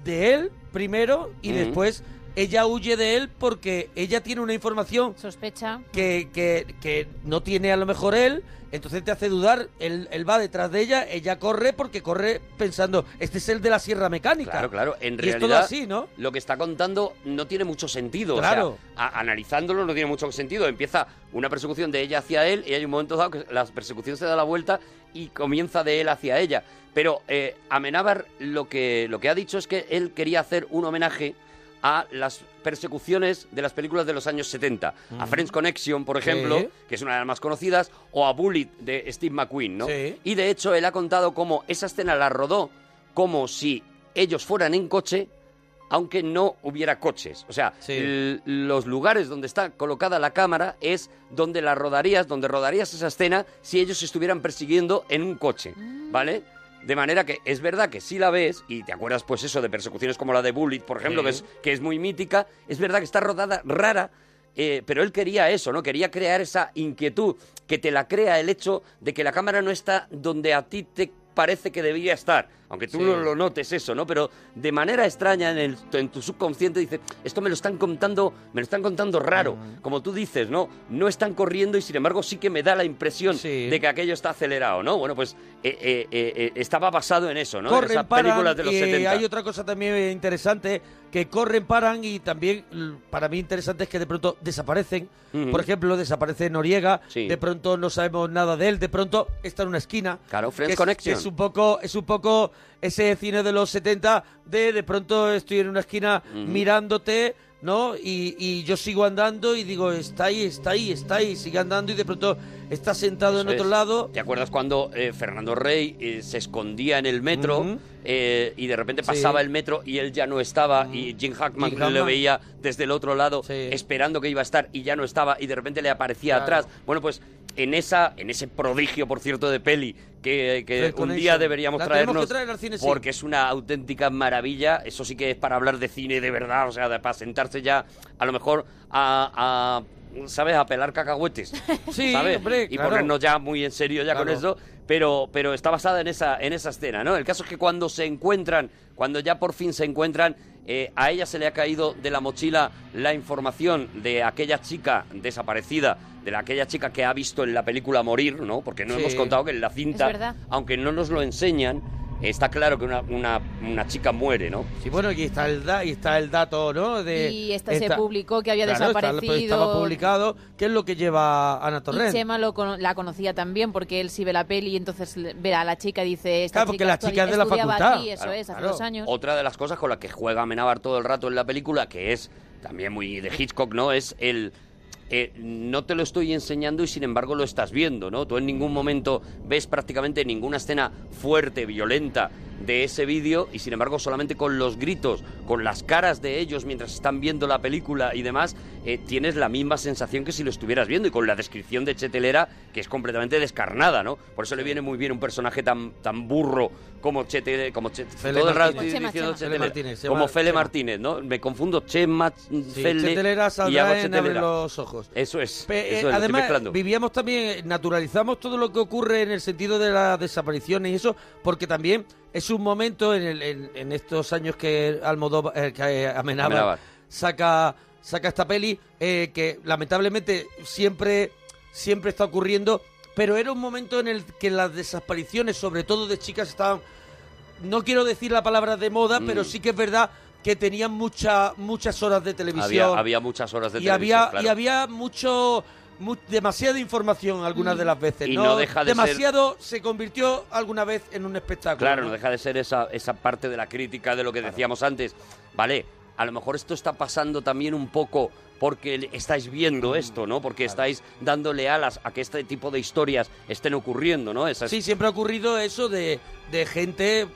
de él primero y
Ujú.
después ella huye de él porque ella tiene una información
Sospecha.
que, que- que no tiene a lo mejor él, entonces te hace dudar, él, él va detrás de ella, ella corre porque corre pensando, este es el de la sierra mecánica.
Claro, claro. En
Y
realidad,
es todo así, ¿no?
lo que está contando no tiene mucho sentido. o sea,
Claro.
a- analizándolo no tiene mucho sentido. Empieza una persecución de ella hacia él y hay un momento dado que la persecución se da la vuelta y comienza de él hacia ella. Pero eh, Amenábar lo que, lo que ha dicho es que él quería hacer un homenaje a las persecuciones de las películas de los años 70. A
Ujú.
Friends Connection, por
Sí.
ejemplo, que es una de las más conocidas, o a Bullet de Steve McQueen, ¿no? Y de hecho él ha contado cómo esa escena la rodó como si ellos fueran en coche aunque no hubiera coches. O sea, l- los lugares donde está colocada la cámara es donde la rodarías, donde rodarías esa escena si ellos se estuvieran persiguiendo en un coche, ¿vale? De manera que es verdad que si la ves y te acuerdas pues eso de persecuciones como la de Bullet, por ejemplo,
Sí.
que, es, que es muy mítica, es verdad que está rodada rara, eh, pero él quería eso, ¿no? Quería crear esa inquietud, que te la crea el hecho de que la cámara no está donde a ti te parece que debería estar, aunque tú
Sí.
no lo notes eso, ¿no? Pero de manera extraña en, el- en tu subconsciente dices, esto me lo están contando, me lo están contando raro,
Ah.
como tú dices, ¿no? No están corriendo y sin embargo sí que me da la impresión de que aquello está acelerado, ¿no? Bueno, pues eh, eh, eh, eh, estaba basado en eso, ¿no?
Corren,
en esas
paran,
películas de los
eh,
70.
Hay otra cosa también eh, interesante, que corren, paran y también l- para mí interesante es que de pronto desaparecen.
Ujú.
Por ejemplo, desaparece Noriega,
Sí.
de pronto no sabemos nada de él, de pronto está en una esquina.
Claro, Friends
que es,
Connection.
que es un poco, es un poco ese cine de los 70 de de pronto estoy en una esquina
Ujú.
mirándote. ¿No? Y, y yo sigo andando y digo, está ahí, está ahí, está ahí, sigue andando y de pronto está sentado en
Eso
otro
es.
lado.
¿Te acuerdas cuando eh, Fernando Rey eh, se escondía en el metro eh, y de repente
Sí.
pasaba el metro y él ya no estaba y Jim Hackman,
Jim Hackman.
lo veía desde el otro lado esperando que iba a estar y ya no estaba y de repente le aparecía
Claro.
atrás? Bueno, pues en esa en ese prodigio, por cierto, de peli que, que
Friends
un día
Connection.
deberíamos
Pues La tenemos
traernos
que traer al cine, sí.
porque es una auténtica maravilla. Eso sí que es para hablar de cine de verdad, o sea, de- para sentarse ya a lo mejor a... a, ¿Sabes? A pelar cacahuetes.
Sí,
¿sabes?
hombre,
Y
claro.
ponernos ya muy en serio ya con
Claro.
eso, pero, pero está basada en esa, en esa escena, ¿no? El caso es que cuando se encuentran, cuando ya por fin se encuentran, eh, a ella se le ha caído de la mochila la información de aquella chica desaparecida, de la- aquella chica que ha visto en la película morir, ¿no? Porque no
Sí.
hemos contado que en la
Es
cinta,
verdad.
aunque no nos lo enseñan, está claro que una, una, una chica muere, ¿no?
Sí, bueno, aquí está el, da- y está el dato, ¿no? De,
Y esta se
Eh, esta-
publicó que había
Claro, está-
desaparecido.
estaba publicado. ¿Qué es lo que lleva Ana
Y
Torrent?
Chema lo cono- la conocía también porque él sí ve la peli y entonces le- ve a la chica y dice... Esta
Claro, porque la
actual-
chica es de la
estudiaba
facultad.
Aquí, eso
Claro,
es, hace
claro.
dos años.
Otra de las cosas con las que juega Amenábar todo el rato en la película, que es también muy de Hitchcock, ¿no? Es el. eh, no te lo estoy enseñando y sin embargo lo estás viendo, ¿no? Tú en ningún momento ves prácticamente ninguna escena fuerte, violenta de ese vídeo y sin embargo solamente con los gritos, con las caras de ellos mientras están viendo la película y demás, eh, tienes la misma sensación que si lo estuvieras viendo y con la descripción de Chetelera que es completamente descarnada, ¿no? Por eso le viene muy bien un personaje tan, tan burro como Chete, como Chet-
Fele
todo el rato
Martínez.
estoy
Chema,
diciendo
Chema.
Chetelera.
Fele Martínez, Chema,
como Fele
Chema.
Martínez, ¿no? Me confundo Chema,
Sí,
Fele
Chetelera
y hago
saldrá en Abre
Chetelera.
los ojos.
Eso es.
Pe- eh,
eso es, lo estoy
además,
mezclando.
vivíamos también, eh, naturalizamos todo lo que ocurre en el sentido de las desapariciones y eso, porque también es un momento en, el- en- en estos años que Almodóvar, eh, que Amenábar
Amenábar.
saca, saca esta peli, eh, que lamentablemente siempre, siempre está ocurriendo, pero era un momento en el que las desapariciones, sobre todo de chicas, estaban no quiero decir la palabra de moda, pero sí que es verdad que tenían mucha, muchas horas de televisión.
Mm. Había, había muchas horas de
y,
televisión,
había,
claro.
y había mucho, mu- demasiada información algunas de las veces.
Y
¿no?
no deja de ser-
Demasiado se convirtió alguna vez en un espectáculo.
Claro,
¿no?
no deja de ser esa, esa parte de la crítica de lo que decíamos antes. Vale, a lo mejor esto está pasando también un poco porque le- estáis viendo
Mm,
esto, ¿no? Porque estáis dándole alas a que este tipo de historias estén ocurriendo, ¿no? Esas-
Sí, siempre ha ocurrido eso de, de gente,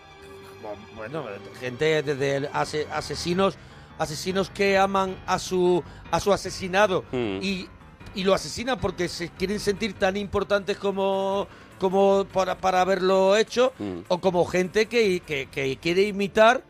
bueno, de gente desde el ase- asesinos, asesinos que aman a su a su asesinado
Mm.
y, y lo asesinan porque se quieren sentir tan importantes como como para, para haberlo hecho o como gente que, que- que quiere imitar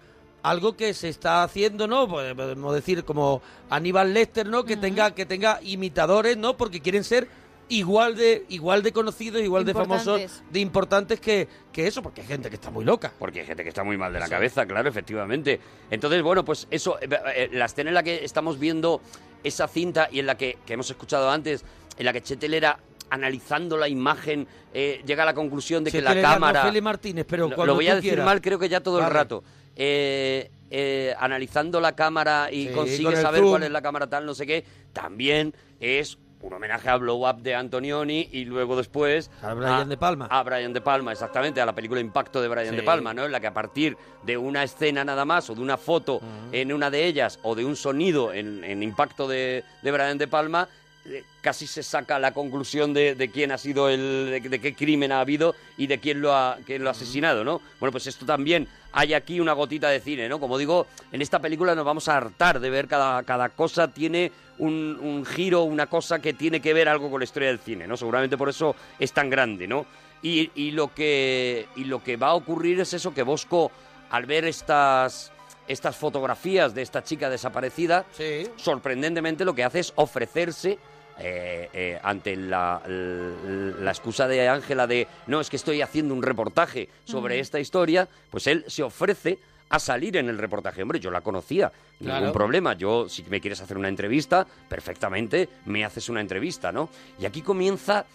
algo que se está haciendo, ¿no? Pod- Podemos decir como Aníbal Lester, ¿no? Que tenga que tenga imitadores, ¿no? Porque quieren ser igual de igual de conocidos, igual de famosos
Importantes.
de importantes que, que eso, porque hay gente que está muy loca.
Porque hay gente que está muy mal de la
Eso.
cabeza, claro, efectivamente. Entonces, bueno, pues eso, eh, eh, la escena en la que estamos viendo esa cinta y en la que, que hemos escuchado antes, en la que Chetelera analizando la imagen eh, llega a la conclusión de
Se
que la
quiere llamar
cámara
Feli Martínez, pero
lo-
cuando
lo voy a
tú
decir
quieras.
mal creo que ya todo el
Vale.
rato Eh, eh, analizando la cámara y
Sí, con
consigue
el
saber
zoom.
cuál es la cámara tal no sé qué también es un homenaje a Blow Up de Antonioni y luego después
A Brian De Palma.
a Brian De Palma exactamente a la película Impacto de Brian
Sí.
De Palma no en la que a partir de una escena nada más o de una foto en una de ellas o de un sonido en, en Impacto de, de Brian De Palma eh, casi se saca la conclusión de, de quién ha sido el, de, de qué crimen ha habido y de quién lo ha, quién lo ha asesinado, ¿no? Bueno, pues esto también hay aquí una gotita de cine, ¿no? Como digo, en esta película nos vamos a hartar de ver cada, cada cosa tiene un, un giro, una cosa que tiene que ver algo con la historia del cine, ¿no? Seguramente por eso es tan grande, ¿no? Y, y lo, que, y lo que va a ocurrir es eso, que Bosco, al ver estas, estas fotografías de esta chica desaparecida, sorprendentemente lo que hace es ofrecerse eh, eh, ante la, l- la excusa de Ángela de no, es que estoy haciendo un reportaje sobre
Ujú.
esta historia, pues él se ofrece a salir en el reportaje. Hombre, yo la conocía, ningún
Claro.
problema. Yo, si me quieres hacer una entrevista, perfectamente me haces una entrevista, ¿no? Y aquí comienza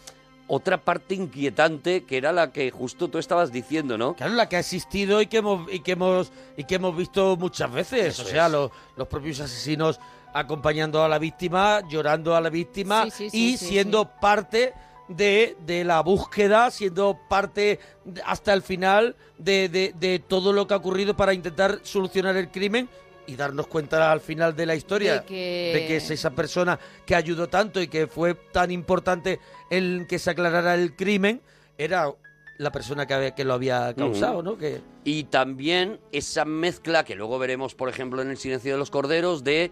otra parte inquietante que era la que justo tú estabas diciendo, ¿no?
Claro, la que ha existido y que hemos y que hemos y que hemos visto muchas veces.
Eso
o sea,
es.
los, los propios asesinos acompañando a la víctima, llorando a la víctima
Sí, sí, sí,
y
sí,
siendo parte de, de la búsqueda, siendo parte de- hasta el final de, de- de todo lo que ha ocurrido para intentar solucionar el crimen y darnos cuenta al final de la historia
De que-
de que es
Eh.
esa persona que ayudó tanto y que fue tan importante en que se aclarara el crimen era la persona que, había- que lo había causado,
Ujú.
¿no? Que
Y también esa mezcla que luego veremos, por ejemplo, en El silencio de los corderos, de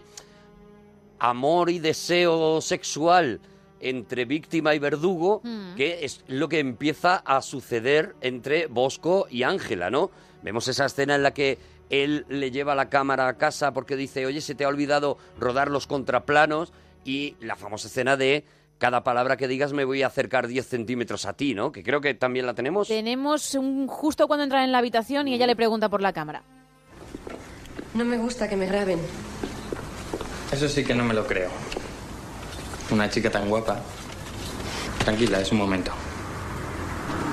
amor y deseo sexual entre víctima y verdugo,
Mm.
que es lo que empieza a suceder entre Bosco y Ángela, ¿no? Vemos esa escena en la que él le lleva la cámara a casa porque dice, oye, se te ha olvidado rodar los contraplanos y la famosa escena de cada palabra que digas me voy a acercar 10 centímetros a ti, ¿no? Que creo que también la tenemos.
Tenemos un justo cuando entran en la habitación y ella le pregunta por la cámara.
No me gusta que me graben.
Eso sí que no me lo creo. Una chica tan guapa. Tranquila, es un momento.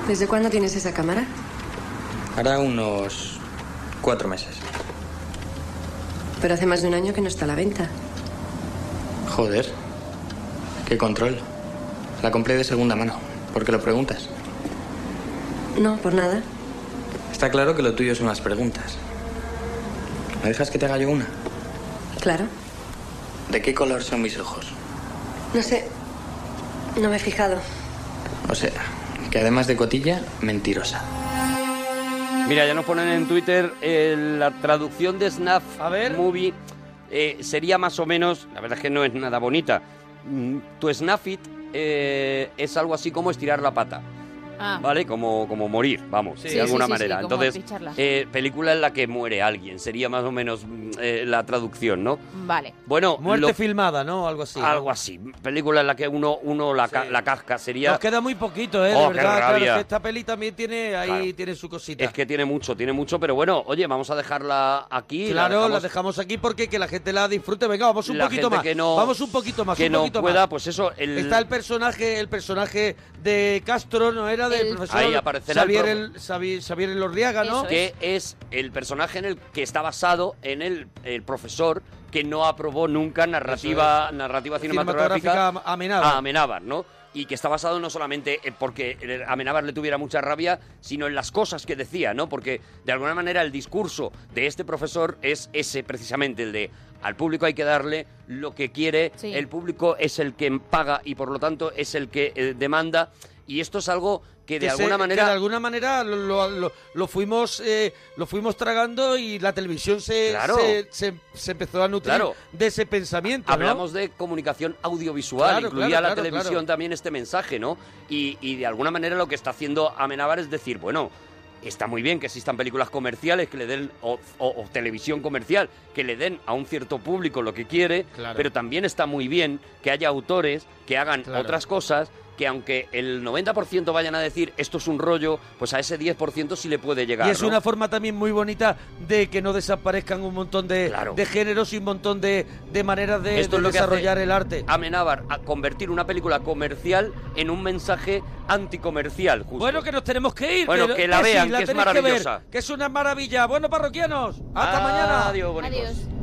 ¿Desde cuándo tienes esa cámara?
Hará unos cuatro meses.
Pero hace más de un año que no está a la venta.
Joder. Qué control. La compré de segunda mano. ¿Por qué lo preguntas?
No, por nada.
Está claro que lo tuyo son las preguntas. ¿Me dejas que te haga yo una?
Claro.
¿De qué color son mis ojos?
No sé. No me he fijado.
O sea, que además de cotilla, mentirosa.
Mm-hmm.
Mira, ya nos ponen en Twitter eh, la traducción de Snap Movie. eh, sería más o menos, la verdad es que no es nada bonita. Mm, Tu Snap It eh, es algo así como estirar la pata,
Ah.
¿vale? Como, como morir, vamos,
Sí. Sí,
de alguna
sí, sí, sí,
manera.
como
Entonces,
picharla.
eh, película en la que muere alguien, sería más o menos mm, eh, la traducción, ¿no?
Vale.
Bueno,
Muerte
lo-
filmada, ¿no? Algo así. ¿no?
algo así. Película en la que uno, uno la, ca- la casca sería.
Nos queda muy poquito, ¿eh? de
Oh, qué
verdad, claro,
rabia.
que esta peli también tiene ahí
Claro.
tiene su cosita.
Es que tiene mucho, tiene mucho, pero bueno, oye, vamos a dejarla aquí. la
claro, la
dejamos-
dejamos aquí porque que la gente la disfrute. Venga, vamos un
La
poquito
gente
más.
que no-
vamos un poquito más,
que
un
no
poquito
pueda,
más.
pues eso, el-
Está el personaje, el personaje de Castro, ¿no era? Del profesor
Ahí aparecerá el
Xavier,
profe.
el, Xavi- Xavier Elorriaga, ¿no?
Que es el personaje en el que está basado en el, el profesor que no aprobó nunca narrativa, narrativa
Cinematográfica
cinematográfica
Am- Amenábar.
a Amenábar, ¿no? Y que está basado no solamente en porque el- Amenábar le tuviera mucha rabia, sino en las cosas que decía, ¿no? Porque de alguna manera el discurso de este profesor es ese precisamente, el de al público hay que darle lo que quiere,
Sí.
el público es el que paga y por lo tanto es el que eh, demanda. Y esto es algo que de
Que se-
alguna
que
manera...
de alguna manera lo, lo- lo- lo fuimos eh, lo fuimos tragando y la televisión se,
Claro.
se, se- se empezó a nutrir
Claro.
de ese pensamiento. ¿no?
Hablamos de comunicación audiovisual,
Claro,
incluía
claro,
la
claro,
televisión
claro.
también este mensaje, ¿no? Y, y de alguna manera lo que está haciendo Amenábar es decir, bueno, está muy bien que existan películas comerciales que le den, o, o- o televisión comercial, que le den a un cierto público lo que quiere,
Claro.
pero también está muy bien que haya autores que hagan
Claro.
otras cosas que aunque el 90% vayan a decir esto es un rollo, pues a ese 10% sí le puede llegar.
Y es
¿no?
una forma también muy bonita de que no desaparezcan un montón de, de géneros y un montón de, de maneras de, de
Esto es lo que
desarrollar
hace
el arte.
Amenábar a convertir una película comercial en un mensaje anticomercial. Justo.
Bueno, que nos tenemos que ir.
Bueno, que la
sí,
vean, que es
tenéis ver,
maravillosa.
que es una maravilla. Bueno, parroquianos, hasta mañana.
Adiós, bonitos.
Adiós.